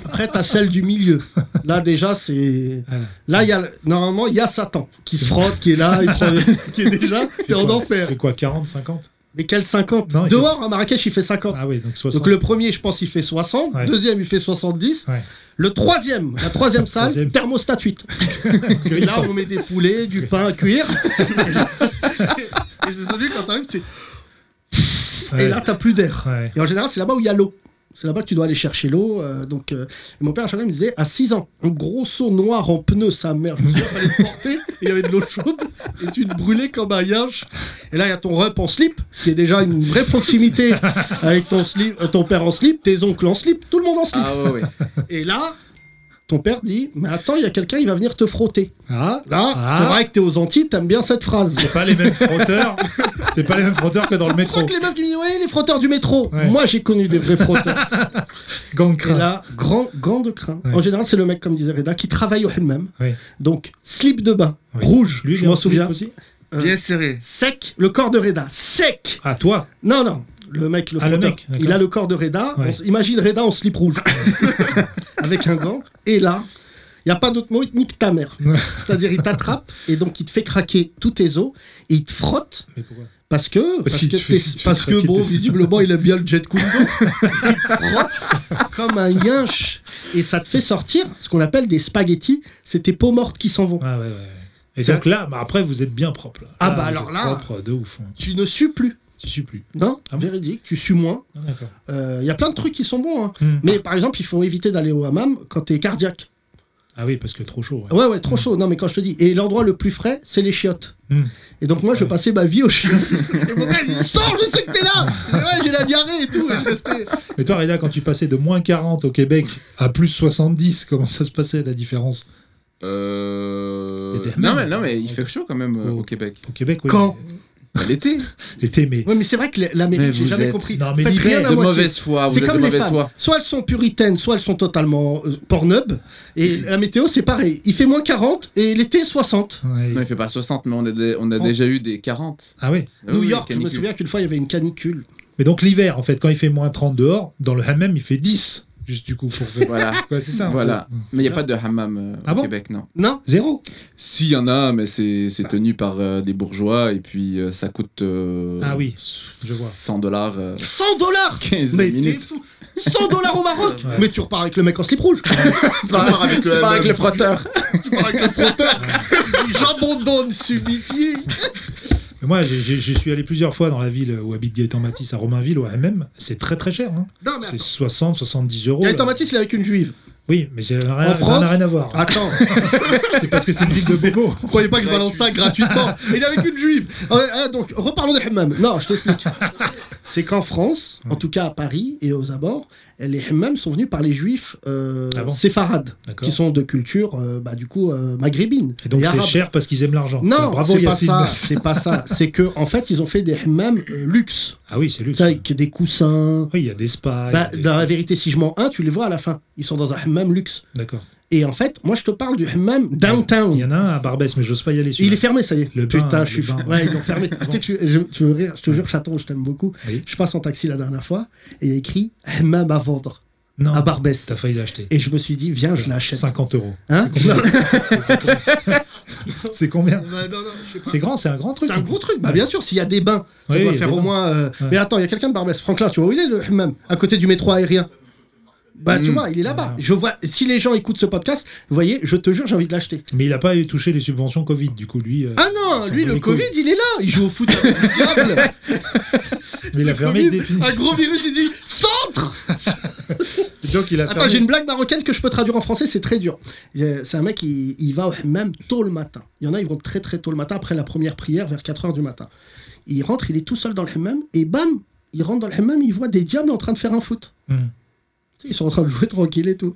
[SPEAKER 3] Après, t'as celle du milieu. Là, déjà, c'est.
[SPEAKER 4] Voilà.
[SPEAKER 3] Là, il y a... le- normalement, il y a Satan qui se frotte, qui est là, il prend- qui est déjà. T'es en
[SPEAKER 4] quoi
[SPEAKER 3] enfer.
[SPEAKER 4] Fais quoi, 40, 50
[SPEAKER 3] Mais quel 50
[SPEAKER 4] Non, il fait-
[SPEAKER 3] Dehors, à Marrakech, il fait 50.
[SPEAKER 4] Ah oui, donc 60.
[SPEAKER 3] Donc le premier, je pense, il fait 60.
[SPEAKER 4] Ouais.
[SPEAKER 3] Deuxième, il fait 70.
[SPEAKER 4] Ouais.
[SPEAKER 3] Le troisième, la troisième salle,
[SPEAKER 4] Troisième.
[SPEAKER 3] thermostat 8. C'est là où on met des poulets, du pain à cuire. et c'est celui quand t'arrives, tu...
[SPEAKER 4] Ouais.
[SPEAKER 3] et là, t'as plus d'air.
[SPEAKER 4] Ouais.
[SPEAKER 3] Et en général, c'est là-bas où il y a l'eau. C'est là-bas que tu dois aller chercher l'eau. euh, donc, euh, et mon père, à chaque fois, il me disait, à 6 ans, un gros seau noir en pneu, sa mère, je me souviens, fallait le porter, et il y avait de l'eau chaude, et tu te brûlais comme un yinche. Et là, il y a ton rep en slip, ce qui est déjà une vraie proximité avec ton, slip, euh, ton père en slip, tes oncles en slip, tout le monde en slip.
[SPEAKER 5] Ah ouais, ouais.
[SPEAKER 3] Et là, ton père dit, mais attends, il y a quelqu'un, il va venir te frotter.
[SPEAKER 4] Ah,
[SPEAKER 3] Là,
[SPEAKER 4] Ah.
[SPEAKER 3] c'est vrai que t'es aux Antilles, t'aimes bien cette phrase.
[SPEAKER 4] c'est pas les mêmes frotteurs. c'est pas les mêmes frotteurs que dans le
[SPEAKER 3] C'est pour ça
[SPEAKER 4] métro.
[SPEAKER 3] que les meufs qui me disent, ouais, les frotteurs du métro.
[SPEAKER 4] Ouais.
[SPEAKER 3] Moi, j'ai connu des vrais frotteurs.
[SPEAKER 4] Gant de
[SPEAKER 3] Et
[SPEAKER 4] crin.
[SPEAKER 3] là, grand, grand de crin.
[SPEAKER 4] Ouais.
[SPEAKER 3] En général, c'est le mec, comme disait Reda, qui travaille au hammam.
[SPEAKER 4] Ouais.
[SPEAKER 3] Donc, slip de bain,
[SPEAKER 4] Oui.
[SPEAKER 3] rouge,
[SPEAKER 4] Lui, il
[SPEAKER 3] je
[SPEAKER 4] est en
[SPEAKER 3] m'en
[SPEAKER 4] slip
[SPEAKER 3] souviens.
[SPEAKER 4] aussi
[SPEAKER 3] Euh,
[SPEAKER 5] Bien serré.
[SPEAKER 3] Sec, le corps de Reda, sec
[SPEAKER 4] Ah, toi
[SPEAKER 3] Non, non, le mec, le
[SPEAKER 4] Ah, le
[SPEAKER 3] frotteur,
[SPEAKER 4] mec, d'accord.
[SPEAKER 3] il a le corps de Reda.
[SPEAKER 4] Ouais.
[SPEAKER 3] On s- imagine Reda en slip rouge, avec un gant. Et là, il n'y a pas d'autre mot, il te nique ta mère. C'est-à-dire, il t'attrape, et donc il te fait craquer tous tes os, et il te frotte.
[SPEAKER 4] Mais pourquoi
[SPEAKER 3] Parce que,
[SPEAKER 4] Parce
[SPEAKER 3] parce
[SPEAKER 4] qu'il
[SPEAKER 3] que,
[SPEAKER 4] te fait-
[SPEAKER 3] t'es-
[SPEAKER 4] il te fait
[SPEAKER 3] parce que
[SPEAKER 4] craquer
[SPEAKER 3] bon,
[SPEAKER 4] tes-
[SPEAKER 3] visiblement, il aime bien le jet kundo. il te frotte comme un yinche. Et ça te fait sortir ce qu'on appelle des spaghettis. C'est tes peaux mortes qui s'en vont.
[SPEAKER 4] Ah ouais, ouais, ouais. Et
[SPEAKER 3] C'est-
[SPEAKER 4] donc là, bah, après, vous êtes bien propre. là.
[SPEAKER 3] Ah bah
[SPEAKER 4] vous
[SPEAKER 3] alors
[SPEAKER 4] êtes
[SPEAKER 3] là-
[SPEAKER 4] Propre de ouf. hein.
[SPEAKER 3] Tu ne sues plus.
[SPEAKER 4] Je suis plus.
[SPEAKER 3] Non,
[SPEAKER 4] Ah bon
[SPEAKER 3] véridique, tu sues moins.
[SPEAKER 4] Ah, D'accord.
[SPEAKER 3] Il y a plein de trucs qui sont bons. hein.
[SPEAKER 4] Hmm.
[SPEAKER 3] Mais par exemple, il faut éviter d'aller au hammam quand t'es cardiaque.
[SPEAKER 4] Ah oui, parce que trop chaud. ouais.
[SPEAKER 3] Ouais, ouais, trop chaud. Non, mais quand je te dis. Et l'endroit le plus frais, c'est les chiottes.
[SPEAKER 4] Hmm.
[SPEAKER 3] Et donc, moi, je
[SPEAKER 4] Ouais.
[SPEAKER 3] passais ma vie aux chiottes. et mon père, il dit Sors, je sais que t'es là Je dis, Ouais, j'ai la diarrhée et tout. Et je restais.
[SPEAKER 4] Mais toi, Reda, quand tu passais de moins 40 au Québec à plus 70, comment ça se passait la différence
[SPEAKER 5] Euh...
[SPEAKER 4] Il y a des
[SPEAKER 5] Non, mais,
[SPEAKER 4] hammams.
[SPEAKER 5] non, mais il fait chaud quand même euh,
[SPEAKER 4] Oh.
[SPEAKER 5] au Québec.
[SPEAKER 4] Au Québec, oui.
[SPEAKER 3] Quand
[SPEAKER 5] À L'été.
[SPEAKER 4] L'été, mais.
[SPEAKER 3] Ouais, mais c'est vrai que l'Amérique,
[SPEAKER 5] Mais
[SPEAKER 3] j'ai
[SPEAKER 5] vous
[SPEAKER 3] jamais
[SPEAKER 5] êtes-
[SPEAKER 3] compris.
[SPEAKER 4] Non, mais
[SPEAKER 3] Faites
[SPEAKER 4] l'hiver
[SPEAKER 3] rien
[SPEAKER 4] est
[SPEAKER 3] à
[SPEAKER 5] de
[SPEAKER 3] moitié.
[SPEAKER 5] mauvaise foi. Vous
[SPEAKER 3] C'est
[SPEAKER 5] êtes de
[SPEAKER 3] comme les
[SPEAKER 5] mauvaise
[SPEAKER 3] femmes.
[SPEAKER 5] foi.
[SPEAKER 3] Soit elles sont puritaines, soit elles sont totalement euh, pornub. Et la météo, c'est pareil. Il fait moins 40 et l'été 60.
[SPEAKER 4] Ouais.
[SPEAKER 5] Non, il fait pas 60, mais on a, des- on a
[SPEAKER 3] Trente.
[SPEAKER 5] déjà eu des 40.
[SPEAKER 4] Ah oui.
[SPEAKER 5] Ah
[SPEAKER 3] New
[SPEAKER 5] oui,
[SPEAKER 3] York, je me
[SPEAKER 5] canicule.
[SPEAKER 3] souviens qu'une fois, il y avait une canicule.
[SPEAKER 4] Mais donc l'hiver, en fait, quand il fait moins 30 dehors, dans le hammam, il fait 10. juste du coup, pour faire.
[SPEAKER 5] Voilà.
[SPEAKER 4] Ouais, c'est ça. hein. un peu.
[SPEAKER 5] Voilà. Mais il n'y a pas de hammam euh,
[SPEAKER 4] Ah
[SPEAKER 5] au
[SPEAKER 4] bon
[SPEAKER 5] Québec, non.
[SPEAKER 3] Non
[SPEAKER 4] Zéro.
[SPEAKER 5] S'il y en a, mais c'est c'est tenu par euh, des bourgeois et puis euh, ça coûte. euh,
[SPEAKER 4] Ah oui, je vois.
[SPEAKER 5] 100 dollars. euh,
[SPEAKER 3] 100 dollars
[SPEAKER 5] 15
[SPEAKER 3] Mais t'es
[SPEAKER 5] minutes.
[SPEAKER 3] fou 100 dollars au Maroc
[SPEAKER 4] Ouais.
[SPEAKER 3] Mais tu repars avec le mec en slip rouge
[SPEAKER 6] Tu pars avec le
[SPEAKER 5] C'est pas
[SPEAKER 6] MM.
[SPEAKER 5] avec le frotteur.
[SPEAKER 3] J'abandonne subitier
[SPEAKER 4] Mais moi, j'ai- j'ai- je suis allé plusieurs fois dans la ville où habite Gaëtan Matisse, à Romainville, ou à MM. C'est très très cher. Hein.
[SPEAKER 3] Non mais
[SPEAKER 4] C'est 60, 70 euros.
[SPEAKER 3] Gaëtan
[SPEAKER 4] là.
[SPEAKER 3] Matisse il est avec une juive
[SPEAKER 4] Oui, mais c'est- ça n'a rien,
[SPEAKER 3] En
[SPEAKER 4] ça n'a
[SPEAKER 3] France Ah.
[SPEAKER 4] rien à voir.
[SPEAKER 3] Attends
[SPEAKER 4] C'est parce que c'est une ville de bobos.
[SPEAKER 3] Vous croyez pas que je balance ça gratuitement Il est avec une juive Ah ouais, ah, Donc, reparlons des hammams. Non, je t'explique. C'est qu'en France, en tout cas à Paris et aux abords, les hammams sont venus par les juifs euh,
[SPEAKER 4] Ah bon
[SPEAKER 3] séfarades,
[SPEAKER 4] D'accord.
[SPEAKER 3] qui sont de culture, euh, bah, du coup, euh, maghrébine.
[SPEAKER 4] Et donc c'est
[SPEAKER 3] arabe.
[SPEAKER 4] cher parce qu'ils aiment l'argent. Ah,
[SPEAKER 3] Non,
[SPEAKER 4] bravo
[SPEAKER 3] c'est pas
[SPEAKER 4] Yacine.
[SPEAKER 3] ça. C'est pas ça. C'est que, en fait, ils ont fait des hammams euh, luxe,
[SPEAKER 4] Ah oui, c'est
[SPEAKER 3] Tu
[SPEAKER 4] luxe.
[SPEAKER 3] sais, avec des coussins.
[SPEAKER 4] Oui, il y a des spas. il y a
[SPEAKER 3] Bah,
[SPEAKER 4] des-
[SPEAKER 3] dans la vérité, si je mens un, tu les vois à la fin. Ils sont dans un hammam luxe.
[SPEAKER 4] D'accord.
[SPEAKER 3] Et en fait, moi, je te parle du hammam
[SPEAKER 4] Il
[SPEAKER 3] downtown.
[SPEAKER 4] y en a un à Barbès, mais j'ose pas y aller.
[SPEAKER 3] Il
[SPEAKER 4] celui-là.
[SPEAKER 3] est fermé, ça y est.
[SPEAKER 4] Le
[SPEAKER 3] Putain,
[SPEAKER 4] bain,
[SPEAKER 3] je suis.
[SPEAKER 4] le bain.
[SPEAKER 3] fa- Ouais, ils l'ont fermé. tu sais que je, je- tu veux rire, je te jure, chaton, je t'aime beaucoup.
[SPEAKER 4] Oui.
[SPEAKER 3] Je passe en taxi la dernière fois et il y a écrit Hammam à vendre
[SPEAKER 4] Non,
[SPEAKER 3] à Barbès.
[SPEAKER 4] t'as failli l'acheter.
[SPEAKER 3] Ah. Et je me suis dit, viens, je l'achète.
[SPEAKER 4] 50 euros.
[SPEAKER 3] Hein Non,
[SPEAKER 4] C'est combien
[SPEAKER 3] bah, non, non, je sais pas.
[SPEAKER 4] C'est grand, c'est un grand truc.
[SPEAKER 3] C'est un gros truc. Bah, bien sûr, s'il y a des bains, ça
[SPEAKER 4] Oui,
[SPEAKER 3] doit
[SPEAKER 4] des
[SPEAKER 3] faire au
[SPEAKER 4] bains.
[SPEAKER 3] moins. euh,
[SPEAKER 4] Ouais.
[SPEAKER 3] Mais attends, il y a quelqu'un de Barbès. Franklin, tu vois où il est le hammam À côté du métro aérien. Bah, tu
[SPEAKER 5] Mm.
[SPEAKER 3] vois, il est là-bas.
[SPEAKER 4] Ah.
[SPEAKER 3] Je vois, si les gens écoutent ce podcast, vous voyez, je te jure, j'ai envie de l'acheter.
[SPEAKER 4] Mais il a pas touché les subventions Covid, du coup, lui. euh,
[SPEAKER 3] Ah non,
[SPEAKER 4] s'en
[SPEAKER 3] lui,
[SPEAKER 4] bat
[SPEAKER 3] le
[SPEAKER 4] les couilles.
[SPEAKER 3] Covid, il est là. Il joue au foot avec le diable.
[SPEAKER 4] Mais il a fermé
[SPEAKER 3] Covid, Ah.
[SPEAKER 4] définitivement.
[SPEAKER 3] un gros virus, il dit centre
[SPEAKER 4] Donc il a
[SPEAKER 3] Attends,
[SPEAKER 4] fermé-
[SPEAKER 3] j'ai une blague marocaine que je peux traduire en français, c'est très dur. Euh, C'est un mec, il, il va au hammam tôt le matin. Il y en a, ils vont très très tôt le matin, après la première prière, vers 4h du matin. Il rentre, il est tout seul dans le hammam, et bam Il rentre dans le hammam, il voit des diables en train de faire un foot.
[SPEAKER 4] Mhm.
[SPEAKER 3] Tu sais, Ils sont en train de jouer tranquille et tout.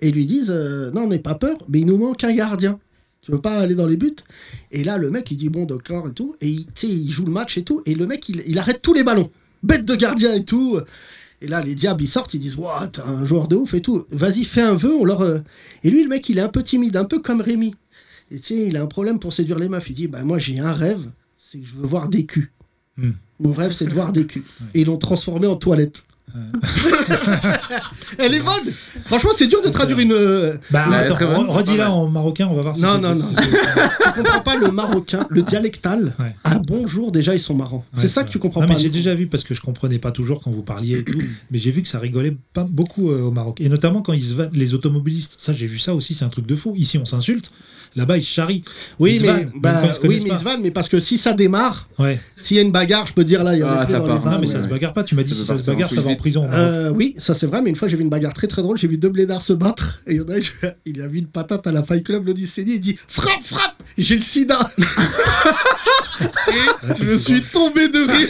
[SPEAKER 3] Et ils lui disent, euh, non, n'aie pas peur, mais il nous manque un gardien. Tu veux pas aller dans les buts Et là, le mec, il dit, bon, d'accord, et tout. Et il, tu sais, il joue le match et tout. Et le mec, il, il arrête tous les ballons. Bête de gardien et tout. Et là, les diables, ils sortent, ils disent Waouh, t'es un joueur de ouf et tout. Vas-y, fais un vœu, on leur. euh. Et lui, le mec, il est un peu timide, un peu comme Rémi. Et tu sais, il a un problème pour séduire les meufs. Il dit Bah, moi, j'ai un rêve, c'est que je veux voir des culs.
[SPEAKER 4] Hmm.
[SPEAKER 3] Mon rêve, c'est de voir des culs. Et ils l'ont transformé en toilette. Elle est bonne Franchement, c'est dur de traduire une. euh,
[SPEAKER 4] Bah,
[SPEAKER 5] Ouais,
[SPEAKER 4] attends,
[SPEAKER 5] très bonne.
[SPEAKER 4] re- redis là en marocain, on va voir si
[SPEAKER 3] Non,
[SPEAKER 4] c'est-
[SPEAKER 3] non,
[SPEAKER 4] si
[SPEAKER 3] non.
[SPEAKER 4] c'est-
[SPEAKER 3] Tu comprends pas le marocain, le dialectal.
[SPEAKER 4] Ouais.
[SPEAKER 3] Ah, bonjour, déjà, ils sont marrants.
[SPEAKER 4] Ouais,
[SPEAKER 3] c'est ça que tu
[SPEAKER 4] vrai.
[SPEAKER 3] comprends
[SPEAKER 4] Non,
[SPEAKER 3] pas.
[SPEAKER 4] Mais j'ai
[SPEAKER 3] nous.
[SPEAKER 4] déjà vu parce que je comprenais pas toujours quand vous parliez et tout, mais j'ai vu que ça rigolait pas beaucoup euh, au Maroc et notamment quand ils se vannent, les automobilistes. Ça, j'ai vu ça aussi, c'est un truc de fou. Ici, on s'insulte, là-bas, ils se charrient.
[SPEAKER 3] Oui,
[SPEAKER 4] ils se
[SPEAKER 3] mais,
[SPEAKER 4] vannent, même
[SPEAKER 3] bah,
[SPEAKER 4] quand ils
[SPEAKER 3] oui,
[SPEAKER 4] se connaissent
[SPEAKER 3] mais
[SPEAKER 4] pas.
[SPEAKER 3] ils se vannent, mais parce que si ça démarre,
[SPEAKER 4] Ouais.
[SPEAKER 3] s'il y a une bagarre, je peux dire là, il y a
[SPEAKER 5] Ah, ça
[SPEAKER 3] dans les
[SPEAKER 5] part.
[SPEAKER 3] vannes,
[SPEAKER 4] non, mais ça
[SPEAKER 3] ouais.
[SPEAKER 4] se bagarre pas. Tu m'as dit
[SPEAKER 5] Ça
[SPEAKER 4] si
[SPEAKER 5] peut
[SPEAKER 4] ça se
[SPEAKER 5] partir en
[SPEAKER 4] bagarre, ça va en
[SPEAKER 5] couille
[SPEAKER 4] prison. au Maroc.
[SPEAKER 3] Euh, oui, ça c'est vrai, mais une fois j'ai vu une bagarre très très drôle, j'ai vu deux blédards se battre, et il y en a, il- il a mis une patate à la Fight Club, l'autre il s'est dit, il dit Frappe, frappe, j'ai le sida
[SPEAKER 4] Ah,
[SPEAKER 3] Et Ah, je suis tombé de rire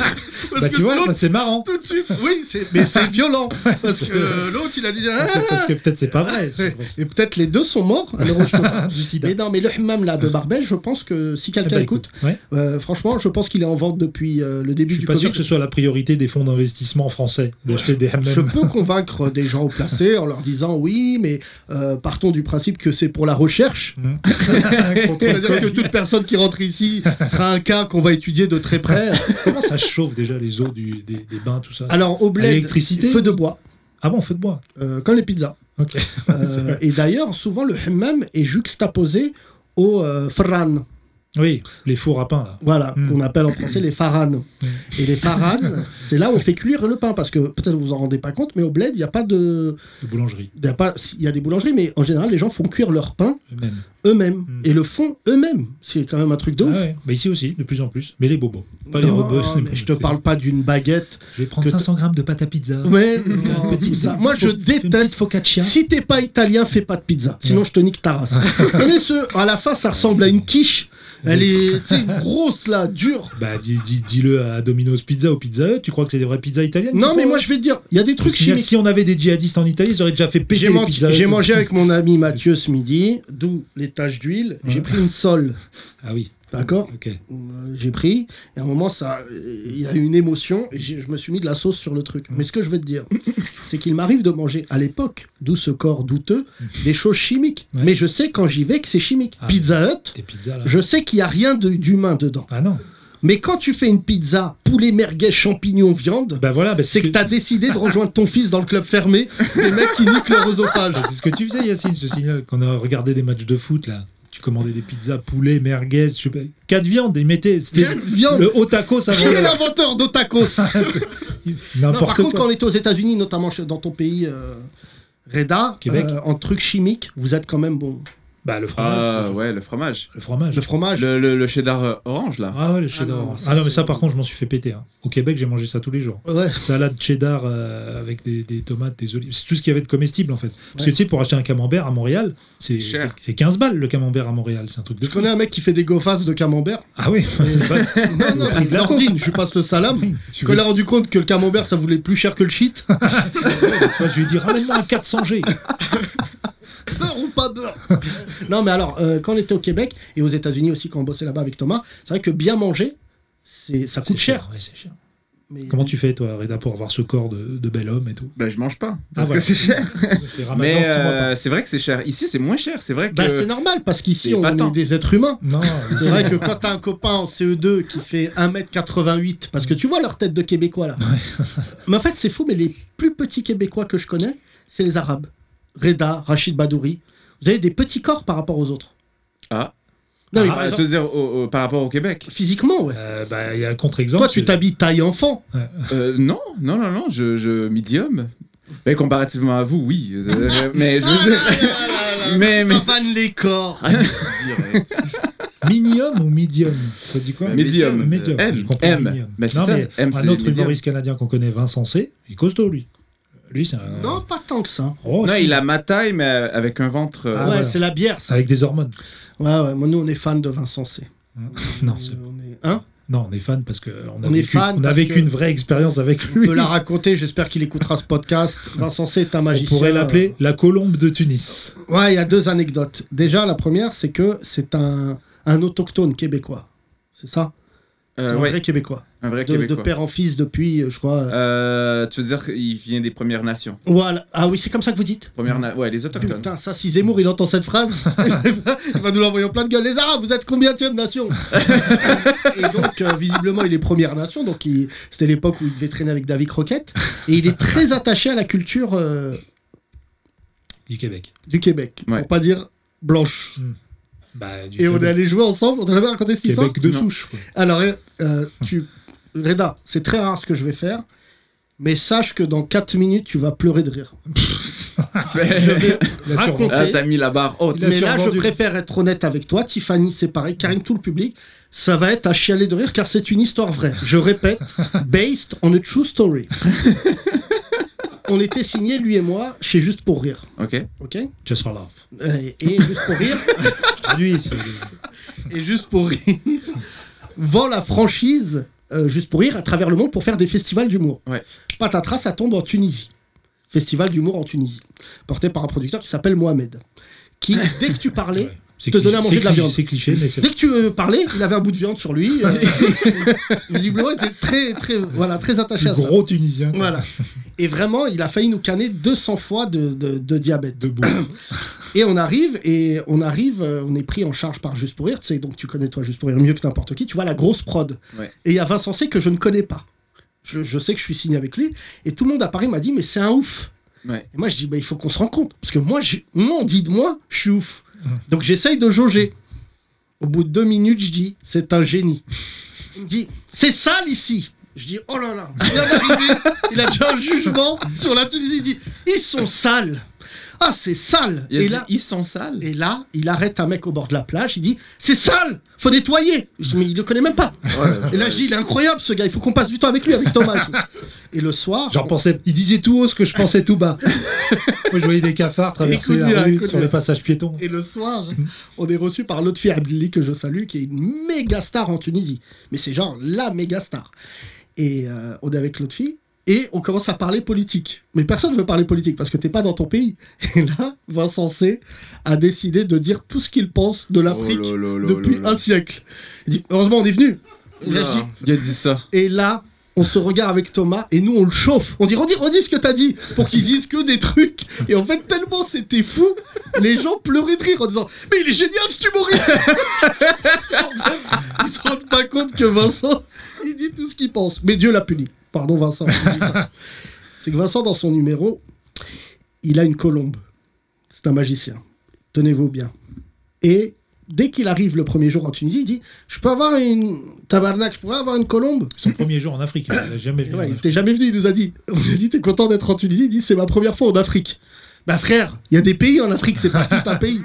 [SPEAKER 3] Parce
[SPEAKER 4] bah,
[SPEAKER 3] que
[SPEAKER 4] tu vois, ça
[SPEAKER 3] l'autre,
[SPEAKER 4] c'est marrant.
[SPEAKER 3] tout de suite, oui, c'est- mais c'est violent Parce
[SPEAKER 4] c'est-
[SPEAKER 3] que l'autre il a dit Ah
[SPEAKER 4] C'est Parce que peut-être c'est pas vrai. c'est-
[SPEAKER 3] Et peut-être les deux sont morts, alors je te parle.
[SPEAKER 4] Du sida.
[SPEAKER 3] Mais non, mais le hammam là de Barbès, je pense que si
[SPEAKER 4] Eh
[SPEAKER 3] quelqu'un
[SPEAKER 4] ben,
[SPEAKER 3] écoute,
[SPEAKER 4] ouais.
[SPEAKER 3] euh, franchement, je pense qu'il est en vente depuis euh, le début
[SPEAKER 4] Je suis
[SPEAKER 3] du
[SPEAKER 4] pas
[SPEAKER 3] Covid.
[SPEAKER 4] sûr que ce soit la priorité des fonds d'investissement français d'acheter des hammams.
[SPEAKER 3] Je peux convaincre des gens au placé en leur disant oui, mais euh, partons du principe que c'est pour la recherche.
[SPEAKER 4] Mhm.
[SPEAKER 3] C'est-à-dire que toute personne qui rentre ici sera un cas qu'on va étudier de très près.
[SPEAKER 4] Comment ça chauffe déjà les eaux du- des, des bains, tout ça
[SPEAKER 3] Alors, au bled,
[SPEAKER 4] L'électricité
[SPEAKER 3] feu de bois,
[SPEAKER 4] Ah bon, feu de bois.
[SPEAKER 3] euh, comme les pizzas.
[SPEAKER 4] Ok.
[SPEAKER 3] Euh, et d'ailleurs, souvent, le hammam est juxtaposé au euh, farran.
[SPEAKER 4] Oui, les fours à pain là.
[SPEAKER 3] Voilà,
[SPEAKER 4] Mhm.
[SPEAKER 3] qu'on appelle en français les faranes.
[SPEAKER 4] Hmm.
[SPEAKER 3] Et les faranes, c'est là où on fait cuire le pain, parce que peut-être vous vous en rendez pas compte, mais au bled, il n'y a pas de...
[SPEAKER 4] de boulangerie.
[SPEAKER 3] Il y a pas- il y a des boulangeries, mais en général, les gens font cuire leur pain
[SPEAKER 4] Même.
[SPEAKER 3] eux-mêmes
[SPEAKER 4] Mm.
[SPEAKER 3] et le font eux-mêmes. C'est quand même un truc de ouf.
[SPEAKER 4] Bah ici aussi, de plus en plus. Mais les bobos. Pas les
[SPEAKER 3] Non,
[SPEAKER 4] bobos.
[SPEAKER 3] mais
[SPEAKER 4] les bobos,
[SPEAKER 3] je te
[SPEAKER 4] c'est-
[SPEAKER 3] parle pas d'une baguette.
[SPEAKER 4] Je vais prendre
[SPEAKER 3] que
[SPEAKER 4] 500 grammes de pâte à pizza.
[SPEAKER 3] Mais
[SPEAKER 4] Une petite-
[SPEAKER 3] pizza. Moi, je
[SPEAKER 4] une petite
[SPEAKER 3] déteste.
[SPEAKER 4] focaccia.
[SPEAKER 3] Si t'es pas italien, fais pas de pizza. Sinon,
[SPEAKER 4] Ouais.
[SPEAKER 3] je te nique ta race. Vous connaissez ce À la fin, ça ressemble à une quiche. Elle est tu sais, grosse là, dure.
[SPEAKER 4] Bah dis- dis- dis-le à Domino's Pizza ou Pizza Hut. Tu crois que c'est des vraies pizzas italiennes
[SPEAKER 3] Non,
[SPEAKER 4] qu'ils
[SPEAKER 3] mais
[SPEAKER 4] font,
[SPEAKER 3] moi,
[SPEAKER 4] là
[SPEAKER 3] je vais te dire, il y a des
[SPEAKER 4] Je
[SPEAKER 3] trucs
[SPEAKER 4] signale,
[SPEAKER 3] chimiques.
[SPEAKER 4] Si on avait des djihadistes en Italie, ils auraient déjà fait péter
[SPEAKER 3] J'ai
[SPEAKER 4] les
[SPEAKER 3] mangé-
[SPEAKER 4] pizzas. Hut.
[SPEAKER 3] j'ai mangé avec mon ami Mathieu ce midi, d'où les taches d'huile. J'ai pris une sole.
[SPEAKER 4] Ah oui.
[SPEAKER 3] D'accord
[SPEAKER 4] Ok.
[SPEAKER 3] Euh, j'ai pris, et à un moment, ça, il y a eu une émotion, et j'ai- je me suis mis de la sauce sur le truc.
[SPEAKER 4] Mm.
[SPEAKER 3] Mais ce que je veux te dire, c'est qu'il m'arrive de manger, à l'époque, d'où ce corps douteux, des choses chimiques.
[SPEAKER 4] Ouais.
[SPEAKER 3] Mais je sais quand j'y vais que c'est chimique.
[SPEAKER 4] Ah,
[SPEAKER 3] Pizza Hut,
[SPEAKER 4] Des pizzas là.
[SPEAKER 3] je sais qu'il n'y a rien de- d'humain dedans.
[SPEAKER 4] Ah non.
[SPEAKER 3] Mais quand tu fais une pizza poulet, merguez, champignons, viande,
[SPEAKER 4] Bah voilà, bah,
[SPEAKER 3] c'est que t'as décidé de rejoindre ton fils dans le club fermé des mecs qui niquent leur oesophage.
[SPEAKER 4] Bah, c'est ce que tu faisais, Yacine. Je te signale qu'on a regardé des matchs de foot là. Tu commandais des pizzas, poulet, merguez, je sais pas, quatre viandes. Ils mettaient c'était
[SPEAKER 3] Viande, viande.
[SPEAKER 4] le haut taco, ça
[SPEAKER 3] Qui est
[SPEAKER 4] valait
[SPEAKER 3] l'inventeur d'Otacos Non, Par
[SPEAKER 4] n'importe quoi.
[SPEAKER 3] contre, quand on était aux États-Unis, notamment chez- dans ton pays, euh, Reda,
[SPEAKER 4] Québec.
[SPEAKER 3] euh, en truc chimique, vous êtes quand même bon.
[SPEAKER 4] Bah le fromage.
[SPEAKER 5] Ah ouais, Ah, le fromage.
[SPEAKER 4] Le fromage.
[SPEAKER 3] Le fromage.
[SPEAKER 5] Le, le- le cheddar euh, orange, là.
[SPEAKER 4] Ah ouais, le cheddar.
[SPEAKER 3] non,
[SPEAKER 4] Ah non,
[SPEAKER 3] ça,
[SPEAKER 4] mais
[SPEAKER 3] c'est-
[SPEAKER 4] ça par contre, je m'en suis fait péter. hein. Au Québec, j'ai mangé ça tous les jours.
[SPEAKER 3] Ouais.
[SPEAKER 4] Salade cheddar euh, avec des, des tomates, des olives. C'est tout ce qu'il y avait de comestible en fait. Parce que
[SPEAKER 3] Ouais.
[SPEAKER 4] tu sais, pour acheter un camembert à Montréal, c'est
[SPEAKER 5] Cher.
[SPEAKER 4] c'est- c'est 15 balles le camembert à Montréal. C'est un truc de
[SPEAKER 3] Je
[SPEAKER 4] fou.
[SPEAKER 3] connais un mec qui fait des gaufasses de camembert.
[SPEAKER 4] Ah oui,
[SPEAKER 3] non, non,
[SPEAKER 4] prix de la
[SPEAKER 3] l'ordine, je lui passe le salam.
[SPEAKER 4] Tu
[SPEAKER 3] Je me
[SPEAKER 4] veux-
[SPEAKER 3] suis rendu compte que le camembert, ça voulait plus cher que le shit.
[SPEAKER 4] Enfin, je lui ai dit ramène-moi un 400G.
[SPEAKER 3] beurre ou pas beurre Non, mais alors, euh, quand on était au Québec et aux États-Unis aussi, quand on bossait là-bas avec Thomas, c'est vrai que bien manger, c'est ça coûte cher.
[SPEAKER 4] ouais, c'est cher.
[SPEAKER 3] Mais
[SPEAKER 4] Comment tu fais toi, Reda, pour avoir ce corps de, de bel homme et tout
[SPEAKER 5] Ben, je mange pas.
[SPEAKER 4] Ah,
[SPEAKER 5] Parce
[SPEAKER 4] voilà.
[SPEAKER 5] que c'est cher.
[SPEAKER 4] Les
[SPEAKER 3] Ah
[SPEAKER 4] ramadans,
[SPEAKER 5] Mais
[SPEAKER 4] c'est moi,
[SPEAKER 5] euh,
[SPEAKER 4] pas.
[SPEAKER 5] c'est vrai que c'est cher. Ici, c'est moins cher. C'est vrai que.
[SPEAKER 3] Bah, c'est normal parce qu'ici,
[SPEAKER 5] C'est
[SPEAKER 3] on
[SPEAKER 5] épatant.
[SPEAKER 3] est des êtres humains.
[SPEAKER 4] Non,
[SPEAKER 3] C'est vrai que quand t'as un copain en CE2 qui fait 1m88, parce que tu vois leur tête de Québécois là. mais en fait, c'est fou, mais les plus petits Québécois que je connais, c'est les Arabes. Reda, Rachid Badouri. Vous avez des petits corps par rapport aux autres.
[SPEAKER 5] Ah.
[SPEAKER 3] Non, mais
[SPEAKER 5] Ah,
[SPEAKER 3] par
[SPEAKER 5] tu
[SPEAKER 3] exemple,
[SPEAKER 5] veux dire au- au- par rapport au Québec
[SPEAKER 3] physiquement, ouais.
[SPEAKER 4] Euh, bah, il y a le contre-exemple.
[SPEAKER 3] Toi, tu
[SPEAKER 4] c'est-
[SPEAKER 3] t'habilles taille enfant.
[SPEAKER 5] Euh, Non, non, non, non. Je, je medium. Mais comparativement à vous, oui. Euh, je- Mais je
[SPEAKER 3] Ah,
[SPEAKER 5] veux dire. Mais, mais,
[SPEAKER 3] vanne les corps.
[SPEAKER 6] Direct.
[SPEAKER 4] Minium ou medium Ça dit quoi Euh,
[SPEAKER 6] Bah,
[SPEAKER 5] Medium.
[SPEAKER 4] Medium.
[SPEAKER 6] M.
[SPEAKER 4] Je comprends
[SPEAKER 5] M.
[SPEAKER 4] medium.
[SPEAKER 5] Bah, c'est
[SPEAKER 4] non,
[SPEAKER 5] ça,
[SPEAKER 4] mais
[SPEAKER 5] M,
[SPEAKER 4] un
[SPEAKER 5] c'est
[SPEAKER 4] autre
[SPEAKER 5] medium.
[SPEAKER 4] humoriste canadien qu'on connaît, Vincent C, il est costaud lui. Lui, c'est un.
[SPEAKER 3] Non, pas tant que ça.
[SPEAKER 4] Oh,
[SPEAKER 5] non,
[SPEAKER 4] si.
[SPEAKER 5] il a ma taille, mais euh, avec un ventre. euh,
[SPEAKER 4] Ah,
[SPEAKER 3] ouais,
[SPEAKER 4] voilà.
[SPEAKER 3] c'est la bière, ça.
[SPEAKER 4] Avec des hormones.
[SPEAKER 3] Ouais, ouais, moi, nous, on est fans de Vincent C.
[SPEAKER 4] Non,
[SPEAKER 3] Euh,
[SPEAKER 4] c'est-
[SPEAKER 3] on est... Hein
[SPEAKER 4] non, on est fan parce qu'on a,
[SPEAKER 3] On est
[SPEAKER 4] vécu,
[SPEAKER 3] fan
[SPEAKER 4] on a
[SPEAKER 3] parce
[SPEAKER 4] vécu
[SPEAKER 3] que-
[SPEAKER 4] une vraie expérience avec
[SPEAKER 3] On
[SPEAKER 4] lui.
[SPEAKER 3] peut la raconter, j'espère qu'il écoutera ce podcast. Vincent C est un
[SPEAKER 4] On
[SPEAKER 3] magicien.
[SPEAKER 4] pourrait l'appeler la colombe de Tunis.
[SPEAKER 3] Ouais, il y a deux anecdotes. Déjà, la première, c'est que c'est un, un autochtone québécois. C'est ça
[SPEAKER 5] euh,
[SPEAKER 3] C'est un
[SPEAKER 5] ouais,
[SPEAKER 3] vrai québécois.
[SPEAKER 5] un vrai
[SPEAKER 3] De, de
[SPEAKER 5] Québécois.
[SPEAKER 3] père en fils depuis, euh, je crois. euh,
[SPEAKER 5] Euh, tu veux dire qu'il vient des Premières Nations
[SPEAKER 3] Voilà. Ah oui, c'est comme ça que vous dites
[SPEAKER 5] Premières Na- Ouais, les Autochtones.
[SPEAKER 3] Putain, ça, si Zemmour il entend cette phrase, il va nous l'envoyer en plein de gueule. Les Arabes, vous êtes combien de nation Et donc, euh, visiblement, il est Première Nation. Donc, il- c'était l'époque où il devait traîner avec David Croquette. Et il est très attaché à la culture euh,
[SPEAKER 4] du Québec.
[SPEAKER 3] du Québec.
[SPEAKER 5] Ouais.
[SPEAKER 3] Pour pas dire blanche.
[SPEAKER 4] Bah, du
[SPEAKER 3] Et on est
[SPEAKER 4] Québec,
[SPEAKER 3] allé jouer ensemble. On t'a jamais raconté cette histoire
[SPEAKER 4] Québec de
[SPEAKER 5] Non.
[SPEAKER 4] souche. quoi.
[SPEAKER 3] Alors, euh, tu... Reda, c'est très rare ce que je vais faire, mais sache que dans 4 minutes, tu vas pleurer de rire. Je vais
[SPEAKER 4] Il a
[SPEAKER 3] raconter-
[SPEAKER 4] survendu.
[SPEAKER 5] Ah, t'as mis la barre haute.
[SPEAKER 4] Il a
[SPEAKER 3] Mais là, je
[SPEAKER 4] survendu.
[SPEAKER 3] préfère être honnête avec toi, Tiffany, c'est pareil, Karine, tout le public. Ça va être à chialer de rire car c'est une histoire vraie. Je répète, based on a true story. On était signés, lui et moi, chez Juste pour Rire.
[SPEAKER 5] Ok.
[SPEAKER 3] Ok
[SPEAKER 4] Just for love.
[SPEAKER 3] Euh, Et Juste pour Rire
[SPEAKER 4] Je traduis, c'est-
[SPEAKER 3] et juste pour rire vend la franchise euh, juste pour rire à travers le monde pour faire des festivals d'humour.
[SPEAKER 5] Ouais.
[SPEAKER 3] Patatras, ça tombe en Tunisie. Festival d'humour en Tunisie, porté par un producteur qui s'appelle Mohamed, qui dès que tu parlais,
[SPEAKER 4] Ouais. C'est
[SPEAKER 3] Te
[SPEAKER 4] cliché-
[SPEAKER 3] donner à manger
[SPEAKER 4] c'est
[SPEAKER 3] de la
[SPEAKER 4] cliché-
[SPEAKER 3] viande.
[SPEAKER 4] C'est cliché, mais c'est
[SPEAKER 3] dès que tu euh, parlais, il avait un bout de viande sur lui. euh, visiblement, il était très, très, voilà, très attaché
[SPEAKER 4] plus
[SPEAKER 3] à ça.
[SPEAKER 4] gros Tunisien. quoi.
[SPEAKER 3] Voilà. Et vraiment, il a failli nous canner 200 fois de, de- de diabète.
[SPEAKER 4] De bouffe.
[SPEAKER 3] Et on arrive, et on arrive, euh, on est pris en charge par Juste pour Rire, tu sais, donc tu connais toi Juste pour Rire mieux que n'importe qui, tu vois la grosse prod.
[SPEAKER 5] Ouais.
[SPEAKER 3] Et il y a Vincent C que je ne connais pas. Je, je sais que je suis signé avec lui, et tout le monde à Paris m'a dit, mais c'est un ouf.
[SPEAKER 5] Ouais.
[SPEAKER 3] Et moi je dis, bah, il faut qu'on se rende compte, parce que moi, j'ai- moi on dit de moi, je suis ouf.
[SPEAKER 4] Mhm.
[SPEAKER 3] Donc j'essaye de jauger. Au bout de deux minutes, je dis, c'est un génie. Il me dit, c'est sale ici. Je dis, oh là là, il vient d'arriver, il a déjà un jugement sur la Tunisie. Il dit, ils sont sales. Ah, c'est sale.
[SPEAKER 5] Il a
[SPEAKER 3] Et
[SPEAKER 5] dit,
[SPEAKER 3] là,
[SPEAKER 5] Ils sont sales.
[SPEAKER 3] et là, il arrête un mec au bord de la plage, il dit C'est sale, faut nettoyer Je dis, Mais il le connaît même pas. Et là, je dis Il est incroyable ce gars, il faut qu'on passe du temps avec lui, avec Thomas. Et, tout. Et le soir,
[SPEAKER 4] J'en pensais. Il disait tout haut ce que je pensais tout bas. Moi, je voyais des cafards traverser
[SPEAKER 3] Écoute bien,
[SPEAKER 4] la rue
[SPEAKER 3] écoute
[SPEAKER 4] sur les
[SPEAKER 3] bien.
[SPEAKER 4] passages piétons.
[SPEAKER 3] et le soir, on est reçu par l'autre fille Abdili que je salue, qui est une méga star en Tunisie. Mais c'est genre la méga star. Et euh, on est avec l'autre fille. Et on commence à parler politique. Mais personne ne veut parler politique parce que t'es pas dans ton pays. Et là, Vincent C a décidé de dire tout ce qu'il pense de l'Afrique
[SPEAKER 5] Oh là là là
[SPEAKER 3] depuis
[SPEAKER 5] là là.
[SPEAKER 3] un siècle. Il dit, heureusement, on est venu. Et là, je dis,
[SPEAKER 5] Il a dit ça.
[SPEAKER 3] Et là, on se regarde avec Thomas et nous on le chauffe. On dit redis, redis ce que t'as dit pour qu'il dise que des trucs. Et en fait, tellement c'était fou, les gens pleuraient de rire en disant Mais il est génial ce humoriste En fait, Ils se rendent pas compte que Vincent, il dit tout ce qu'il pense. Mais Dieu l'a puni. Pardon Vincent. je dis ça. C'est que Vincent, dans son numéro, il a une colombe. C'est un magicien. Tenez-vous bien. Et dès qu'il arrive le premier jour en Tunisie, il dit Je peux avoir une. Tabarnak, je pourrais avoir une colombe
[SPEAKER 4] Son premier jour en Afrique, hein, il a jamais
[SPEAKER 3] et
[SPEAKER 4] vu.
[SPEAKER 3] ouais, il était jamais venu, il nous a dit. On lui a dit, t'es content d'être en Tunisie Il dit, c'est ma première fois en Afrique. Bah frère, il y a des pays en Afrique, c'est pas tout un pays.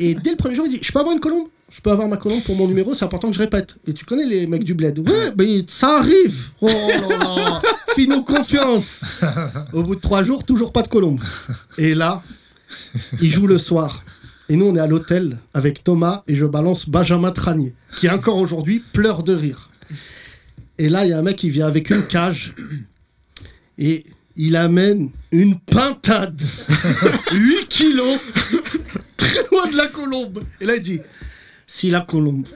[SPEAKER 3] Et dès le premier jour, il dit, je peux avoir une colombe Je peux avoir ma colombe pour mon numéro, c'est important que je répète. Et tu connais les mecs du bled Ouais, mais ça arrive Oh là là Fais-nous confiance Au bout de trois jours, toujours pas de colombe. Et là, il joue le soir. Et nous, on est à l'hôtel avec Thomas et je balance Benjamin Tranier, qui encore aujourd'hui pleure de rire. Et là, il y a un mec qui vient avec une cage et il amène une pintade, 8 kilos, très loin de la colombe. Et là, il dit Si la colombe.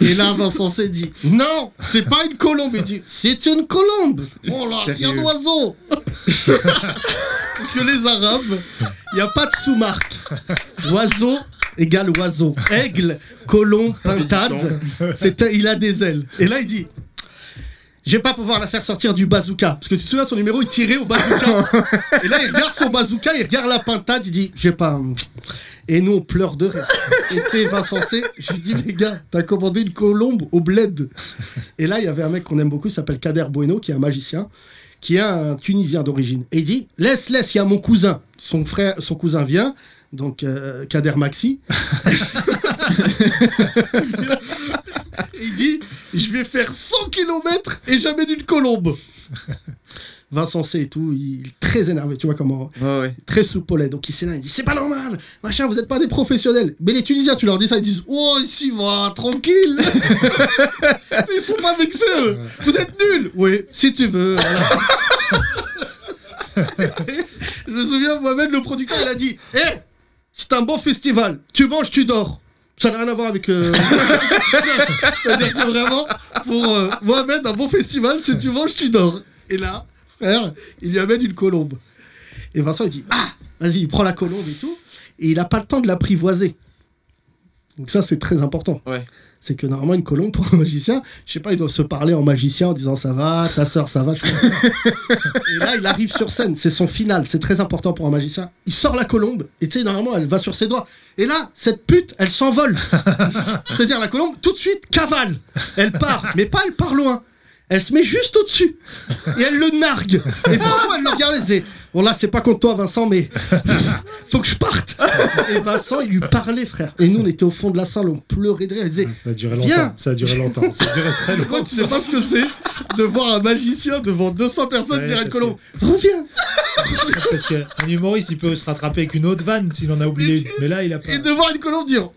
[SPEAKER 3] Et là, Vincent s'est dit Non, c'est pas une colombe. Il dit C'est une colombe. Oh là, c'est un
[SPEAKER 5] Sérieux.
[SPEAKER 3] oiseau. Parce que les Arabes, il n'y a pas de sous-marque. Oiseau égale oiseau. Aigle, colombe, pintade. C'est un- il a des ailes. Et là, il dit je vais pas pouvoir la faire sortir du bazooka. Parce que tu te souviens, son numéro, il tirait au bazooka. et là, il regarde son bazooka, il regarde la pintade, il dit, j'ai pas. un- Et nous, on pleure de rire. Et tu sais, Vincent C, je lui dis, les gars, t'as commandé une colombe au bled. Et là, il y avait un mec qu'on aime beaucoup, il s'appelle Kader Bueno, qui est un magicien, qui est un Tunisien d'origine. Et il dit, laisse, laisse, il y a mon cousin. Son frère, son cousin vient, donc euh, Kader Maxi. Et il dit Je vais faire 100 km et jamais d'une colombe. Vincent C et tout, il est très énervé, tu vois comment
[SPEAKER 5] Ouais, ouais.
[SPEAKER 3] Très soupolé. Donc il s'énerve, il dit C'est pas normal, machin, vous n'êtes pas des professionnels. Mais les Tunisiens, tu leur dis ça, ils disent Oh, ici, va, tranquille Ils sont pas vexés, eux. Vous êtes nuls Oui, si tu veux. voilà. Je me souviens, Mohamed, le producteur, il a dit Hé, c'est un bon festival, tu manges, tu dors. Ça n'a rien à voir avec. euh, C'est-à-dire que vraiment, pour euh, Mohamed, un bon festival, c'est tu manges, tu dors. Et là, frère, il lui amène une colombe. Et Vincent, il dit Ah, vas-y, il prend la colombe et tout. Et il n'a pas le temps de l'apprivoiser. Donc, ça, c'est très important.
[SPEAKER 5] Ouais.
[SPEAKER 3] C'est que normalement, une colombe pour un magicien, je sais pas, ils doivent se parler en magicien en disant Ça va, ta soeur, ça va. je sais pas. et là, il arrive sur scène. C'est son final. C'est très important pour un magicien. Il sort la colombe. Et tu sais, normalement, elle va sur ses doigts. Et là, cette pute, elle s'envole. C'est-à-dire la colombe, tout de suite, cavale. Elle part, mais pas elle part loin. Elle se met juste au-dessus. Et elle le nargue. Et franchement, elle le regarde et disait Bon, là, c'est pas contre toi, Vincent, mais faut que je parte. Et Vincent, il lui parlait, frère. Et nous, on était au fond de la salle, on pleurait de rire. Elle disait
[SPEAKER 4] Ça a duré
[SPEAKER 3] Viens.
[SPEAKER 4] longtemps. Ça a duré longtemps. Ça a duré très longtemps.
[SPEAKER 7] Moi, tu sais pas ce que c'est de voir un magicien devant 200 personnes
[SPEAKER 4] Ouais,
[SPEAKER 7] dire une
[SPEAKER 4] parce
[SPEAKER 7] colombe.
[SPEAKER 3] Reviens
[SPEAKER 4] Parce qu'un humoriste, il peut se rattraper avec une autre vanne s'il en a oublié une. Mais là, il a pas.
[SPEAKER 7] Et de voir une colombe dire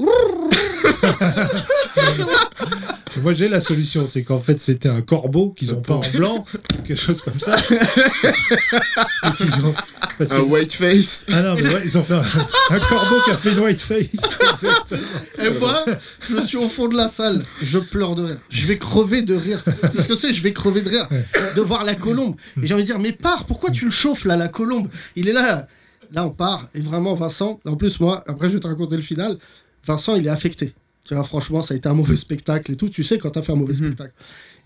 [SPEAKER 4] Moi, j'ai la solution. C'est qu'en fait, c'était un corbeau qu'ils ont peint en blanc, quelque chose comme ça. Et qu'ils ont- Parce que...
[SPEAKER 6] Un white face.
[SPEAKER 4] Ah non, mais ouais, ils ont fait un, un corbeau qui a fait une white face. Exactement.
[SPEAKER 3] Et moi, je suis au fond de la salle, je pleure de rire. Je vais crever de rire. Tu sais ce que c'est Je vais crever de rire de voir la colombe. Et j'ai envie de dire, mais pars, pourquoi tu le chauffes là, la colombe Il est là, là. Là, on part. Et vraiment, Vincent, en plus, moi, après, je vais te raconter le final. Vincent, il est affecté. Tu vois, franchement, ça a été un mauvais spectacle et tout. Tu sais quand t'as fait un mauvais spectacle.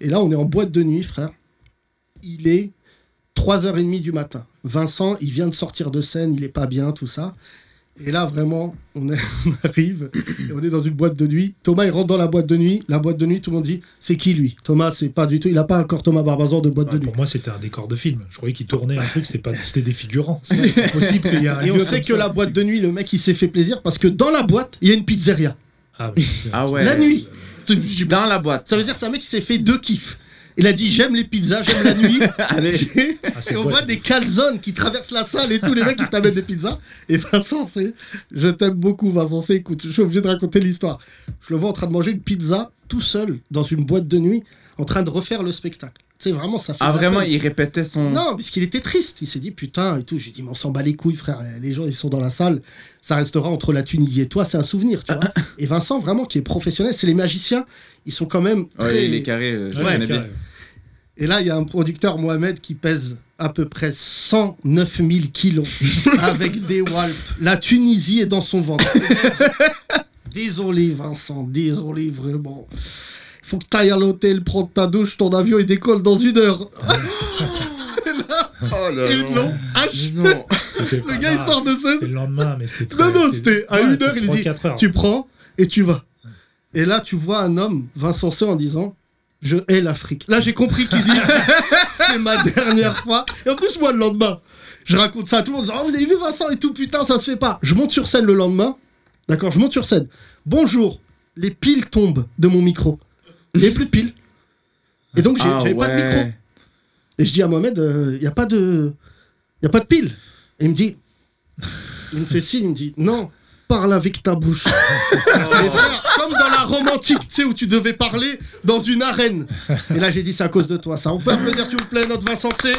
[SPEAKER 3] Et là, on est en boîte de nuit, frère. Il est 3h30 du matin. Vincent, il vient de sortir de scène, il est pas bien, tout ça. Et là, vraiment, on, est- on arrive, et on est dans une boîte de nuit. Thomas, il rentre dans la boîte de nuit. La boîte de nuit, tout le monde dit C'est qui lui Thomas, c'est pas du tout. Il a pas encore Thomas Barbazan de boîte
[SPEAKER 4] Ouais,
[SPEAKER 3] de nuit.
[SPEAKER 4] pour moi, c'était un décor de film. Je croyais qu'ils tournaient un truc, c'était pas, c'était des figurants. C'est pas possible qu'il y ait un
[SPEAKER 3] Et on
[SPEAKER 4] lieu
[SPEAKER 3] sait
[SPEAKER 4] comme
[SPEAKER 3] que
[SPEAKER 4] ça.
[SPEAKER 3] la boîte de nuit, le mec, il s'est fait plaisir parce que dans la boîte, il y a une pizzeria.
[SPEAKER 4] Ah oui.
[SPEAKER 5] Ah ouais.
[SPEAKER 3] La nuit
[SPEAKER 5] Dans la boîte.
[SPEAKER 3] Ça veut dire que c'est un mec qui s'est fait deux kiffs. Il a dit J'aime les pizzas, j'aime la nuit.
[SPEAKER 5] Allez.
[SPEAKER 4] Ah, cette
[SPEAKER 3] Et on
[SPEAKER 4] boîte,
[SPEAKER 3] voit des calzones qui traversent la salle et tous les mecs qui t'amènent des pizzas. Et Vincent C, je t'aime beaucoup Vincent C, écoute, je suis obligé de raconter l'histoire. Je le vois en train de manger une pizza tout seul dans une boîte de nuit, en train de refaire le spectacle. Tu sais, vraiment, ça fait... de
[SPEAKER 5] Ah
[SPEAKER 3] la
[SPEAKER 5] vraiment,
[SPEAKER 3] peine.
[SPEAKER 5] il répétait son.
[SPEAKER 3] Non, puisqu'il était triste. Il s'est dit putain et tout. J'ai dit, mais on s'en bat les couilles, frère. Les gens, ils sont dans la salle. Ça restera entre la Tunisie et toi. C'est un souvenir, tu vois. Et Vincent, vraiment, qui est professionnel, c'est les magiciens. Ils sont quand même.
[SPEAKER 5] Ouais,
[SPEAKER 3] très-
[SPEAKER 5] il est carré. euh, je
[SPEAKER 4] Ouais,
[SPEAKER 5] le connais bien.
[SPEAKER 4] carré.
[SPEAKER 3] Et là, il y a un producteur, Mohamed, qui pèse à peu près 109 000 kilos avec des walps. La Tunisie est dans son ventre. Désolé, Vincent, désolé, vraiment. Faut que t'ailles à l'hôtel, prendre ta douche, ton avion, il décolle dans une heure.
[SPEAKER 6] Oh là
[SPEAKER 3] Et
[SPEAKER 6] là.
[SPEAKER 3] non, H.
[SPEAKER 6] Non.
[SPEAKER 4] C'était pas
[SPEAKER 3] Le gars, il
[SPEAKER 4] grave,
[SPEAKER 3] sort de
[SPEAKER 4] Ah C'était
[SPEAKER 3] scène.
[SPEAKER 4] le lendemain, mais c'était.
[SPEAKER 3] Non,
[SPEAKER 4] très-
[SPEAKER 3] non, c'était à
[SPEAKER 4] Ouais,
[SPEAKER 3] une heure, il
[SPEAKER 4] trois,
[SPEAKER 3] dit,
[SPEAKER 4] quatre heures.
[SPEAKER 3] Tu prends et tu vas. Et là, tu vois un homme, Vincent Seux, en disant Je hais l'Afrique. Là, j'ai compris qu'il dit C'est ma dernière fois. Et en plus, moi, le lendemain, je raconte ça à tout le monde en disant, Oh, vous avez vu Vincent et tout, putain, ça se fait pas. Je monte sur scène le lendemain. D'accord, je monte sur scène. Bonjour, les piles tombent de mon micro. Il n'y avait plus de piles. Et donc, j'ai-
[SPEAKER 5] Ah
[SPEAKER 3] j'avais pas de
[SPEAKER 5] ouais.
[SPEAKER 3] micro. Et je dis à Mohamed, il n'y a pas de. Il a pas de pile. Et il me dit. Il me fait signe, il me dit Non, parle avec ta bouche. Mais frère, comme dans la romantique, tu sais, où tu devais parler dans une arène. Et là, j'ai dit C'est à cause de toi, ça. On peut applaudir, s'il vous plaît, notre Vincent C.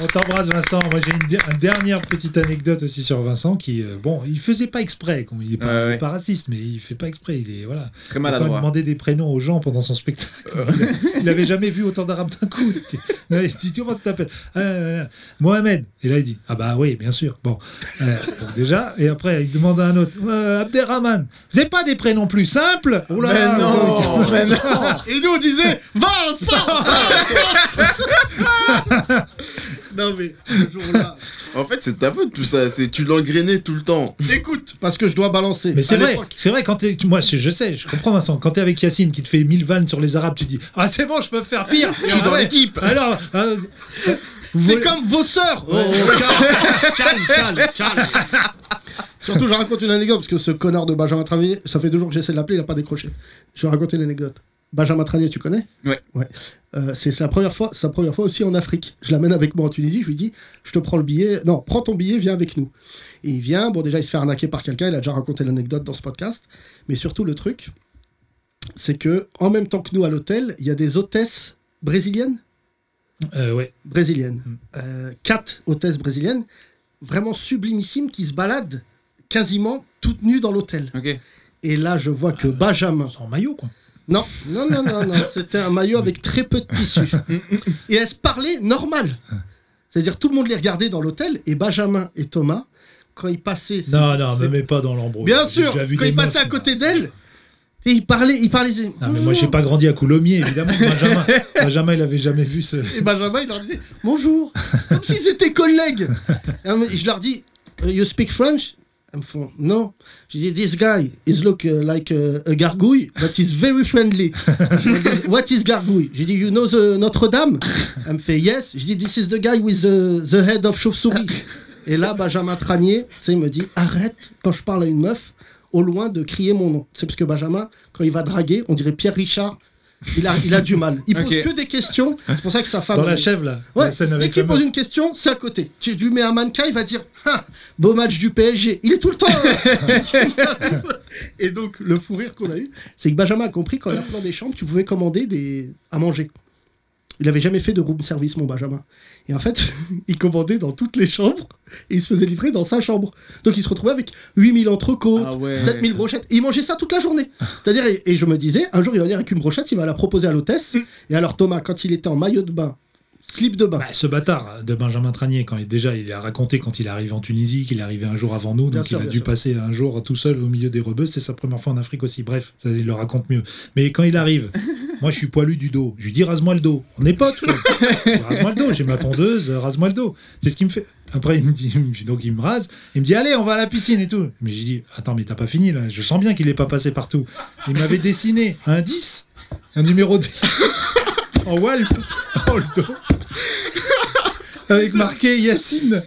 [SPEAKER 4] On t'embrasse Vincent. Moi j'ai une, de- une dernière petite anecdote aussi sur Vincent qui euh, bon il faisait pas exprès. comme Il est pas,
[SPEAKER 5] Ouais,
[SPEAKER 4] il est
[SPEAKER 5] ouais.
[SPEAKER 4] pas raciste mais il fait pas exprès. Il est voilà. Il a
[SPEAKER 5] Très
[SPEAKER 4] pas
[SPEAKER 5] maladroit.
[SPEAKER 4] demandé des prénoms aux gens pendant son spectacle.
[SPEAKER 3] Euh.
[SPEAKER 4] Il a- Il avait jamais vu autant d'arabes d'un coup. Donc, il dit comment tu t'appelles Euh, Mohamed. Et là il dit ah bah oui bien sûr. Bon Euh, donc déjà et après il demande à un autre Euh, Abderrahman. Vous avez pas des prénoms plus simples Oh là
[SPEAKER 5] Mais
[SPEAKER 4] là,
[SPEAKER 5] non, mais non.
[SPEAKER 3] Et nous, on disait Vincent Vincent Non, mais ce jour-là.
[SPEAKER 6] En fait, c'est ta faute tout ça. C'est tu l'engrainais tout le temps.
[SPEAKER 3] Écoute, parce que je dois balancer.
[SPEAKER 4] Mais c'est
[SPEAKER 3] À
[SPEAKER 4] vrai,
[SPEAKER 3] l'époque.
[SPEAKER 4] c'est vrai, quand t'es. Moi, je, je sais, je comprends Vincent. Quand t'es avec Yacine qui te fait 1000 vannes sur les Arabes, tu dis Ah, c'est bon, je peux faire pire, je suis
[SPEAKER 3] Ah
[SPEAKER 4] dans
[SPEAKER 3] ouais.
[SPEAKER 4] l'équipe. Alors. euh, euh, vous
[SPEAKER 3] C'est
[SPEAKER 4] voulez-
[SPEAKER 3] comme vos sœurs Oh, oh, calme, calme, calme, calme. Surtout, je raconte une anecdote, parce que ce connard de Benjamin Tranier, ça fait deux jours que j'essaie de l'appeler, il a pas décroché. Je vais raconter une anecdote. Benjamin Tranier, tu connais
[SPEAKER 5] Ouais.
[SPEAKER 3] ouais. Euh, c'est sa première fois, sa première fois aussi en Afrique. Je l'amène avec moi en Tunisie, je lui dis, je te prends le billet, non, prends ton billet, viens avec nous. Et il vient, bon déjà il se fait arnaquer par quelqu'un, il a déjà raconté l'anecdote dans ce podcast, mais surtout le truc, c'est que en même temps que nous à l'hôtel, il y a des hôtesses brésiliennes
[SPEAKER 4] Euh, ouais.
[SPEAKER 3] brésilienne.
[SPEAKER 4] Mm.
[SPEAKER 3] Euh, quatre hôtesses brésiliennes, vraiment sublimissimes, qui se baladent quasiment toutes nues dans l'hôtel.
[SPEAKER 5] Ok.
[SPEAKER 3] Et là, je vois
[SPEAKER 4] Euh,
[SPEAKER 3] que Benjamin.
[SPEAKER 4] En maillot, quoi.
[SPEAKER 3] Non, non, non, non, non. C'était un maillot avec très peu de
[SPEAKER 4] Mm,
[SPEAKER 3] tissu. Et elles se parlaient normal.
[SPEAKER 4] Ah.
[SPEAKER 3] C'est-à-dire, tout le monde les regardait dans l'hôtel, et Benjamin et Thomas, quand ils passaient.
[SPEAKER 4] Non,
[SPEAKER 3] c'est-
[SPEAKER 4] non,
[SPEAKER 3] c'est-
[SPEAKER 4] me mets pas dans l'embrouille.
[SPEAKER 3] Bien
[SPEAKER 4] J'ai
[SPEAKER 3] sûr,
[SPEAKER 4] déjà vu
[SPEAKER 3] quand
[SPEAKER 4] des
[SPEAKER 3] ils passaient
[SPEAKER 4] meufs,
[SPEAKER 3] à côté
[SPEAKER 4] non.
[SPEAKER 3] d'elle, et ils parlaient, ils parlaient. ils disaient,
[SPEAKER 4] Non, mais moi, j'ai
[SPEAKER 3] Bonjour.
[SPEAKER 4] pas grandi à Coulommiers, évidemment. Benjamin, Benjamin, il avait jamais vu ce.
[SPEAKER 3] Et Benjamin, il leur disait bonjour, comme s'ils étaient collègues. Et je leur dis, euh, you speak French Ils me font non. Je dis, this guy is look uh, like uh, a gargouille, but he's very friendly. Ils me disent, What is gargouille Je dis, you know the Notre-Dame Elle me fait yes. Je dis, this is the guy with the, the head of chauve-souris. Et là, Benjamin Tranier, tu sais, il me dit, arrête quand je parle à une meuf, au loin de crier mon nom. C'est parce que Benjamin, quand il va draguer, on dirait Pierre Richard. Il a, il a du mal. Il pose
[SPEAKER 5] Ok.
[SPEAKER 3] que des questions. C'est pour ça que sa femme.
[SPEAKER 4] Dans la chèvre, là.
[SPEAKER 3] Ouais,
[SPEAKER 4] La scène
[SPEAKER 3] dès
[SPEAKER 4] avec
[SPEAKER 3] qu'il
[SPEAKER 4] la
[SPEAKER 3] pose
[SPEAKER 4] meuf.
[SPEAKER 3] une question, c'est à côté. Tu lui mets un mannequin, il va dire Ah, Beau match du PSG. Il est tout le temps. euh. Et donc, le fou rire qu'on a eu, c'est que Benjamin a compris qu'en appelant des chambres, tu pouvais commander des... à manger. Il avait jamais fait de room service, mon Benjamin. Et en fait, il commandait dans toutes les chambres et il se faisait livrer dans sa chambre. Donc, il se retrouvait avec 8000 entrecôtes,
[SPEAKER 5] Ah ouais.
[SPEAKER 3] 7000 brochettes. Et il mangeait ça toute la journée. C'est-à-dire, et, et je me disais, un jour, il va venir avec une brochette, il va la proposer à l'hôtesse. Et alors, Thomas, quand il était en maillot de bain, slip de bain,
[SPEAKER 4] Bah, ce bâtard de Benjamin Tranier, quand il, déjà il a raconté quand il arrive en Tunisie, qu'il est arrivé un jour avant nous,
[SPEAKER 3] Bien
[SPEAKER 4] donc
[SPEAKER 3] sûr,
[SPEAKER 4] il a
[SPEAKER 3] bien
[SPEAKER 4] dû
[SPEAKER 3] sûr.
[SPEAKER 4] passer un jour tout seul au milieu des rebeux. C'est sa première fois en Afrique aussi. Bref, ça, il le raconte mieux. Mais quand il arrive, moi je suis poilu du dos. Je lui dis rase-moi le dos. On est potes. quoi. rase-moi le dos. J'ai ma tondeuse. euh, Rase-moi le dos. C'est ce qu'il me fait. Après il me dit donc il me rase. Il me dit allez on va à la piscine et tout. Mais j'ai dit attends mais t'as pas fini là. Je sens bien qu'il est pas passé partout. Il m'avait dessiné un 10, un numéro 10 en walp, en le dos avec marqué Yacine.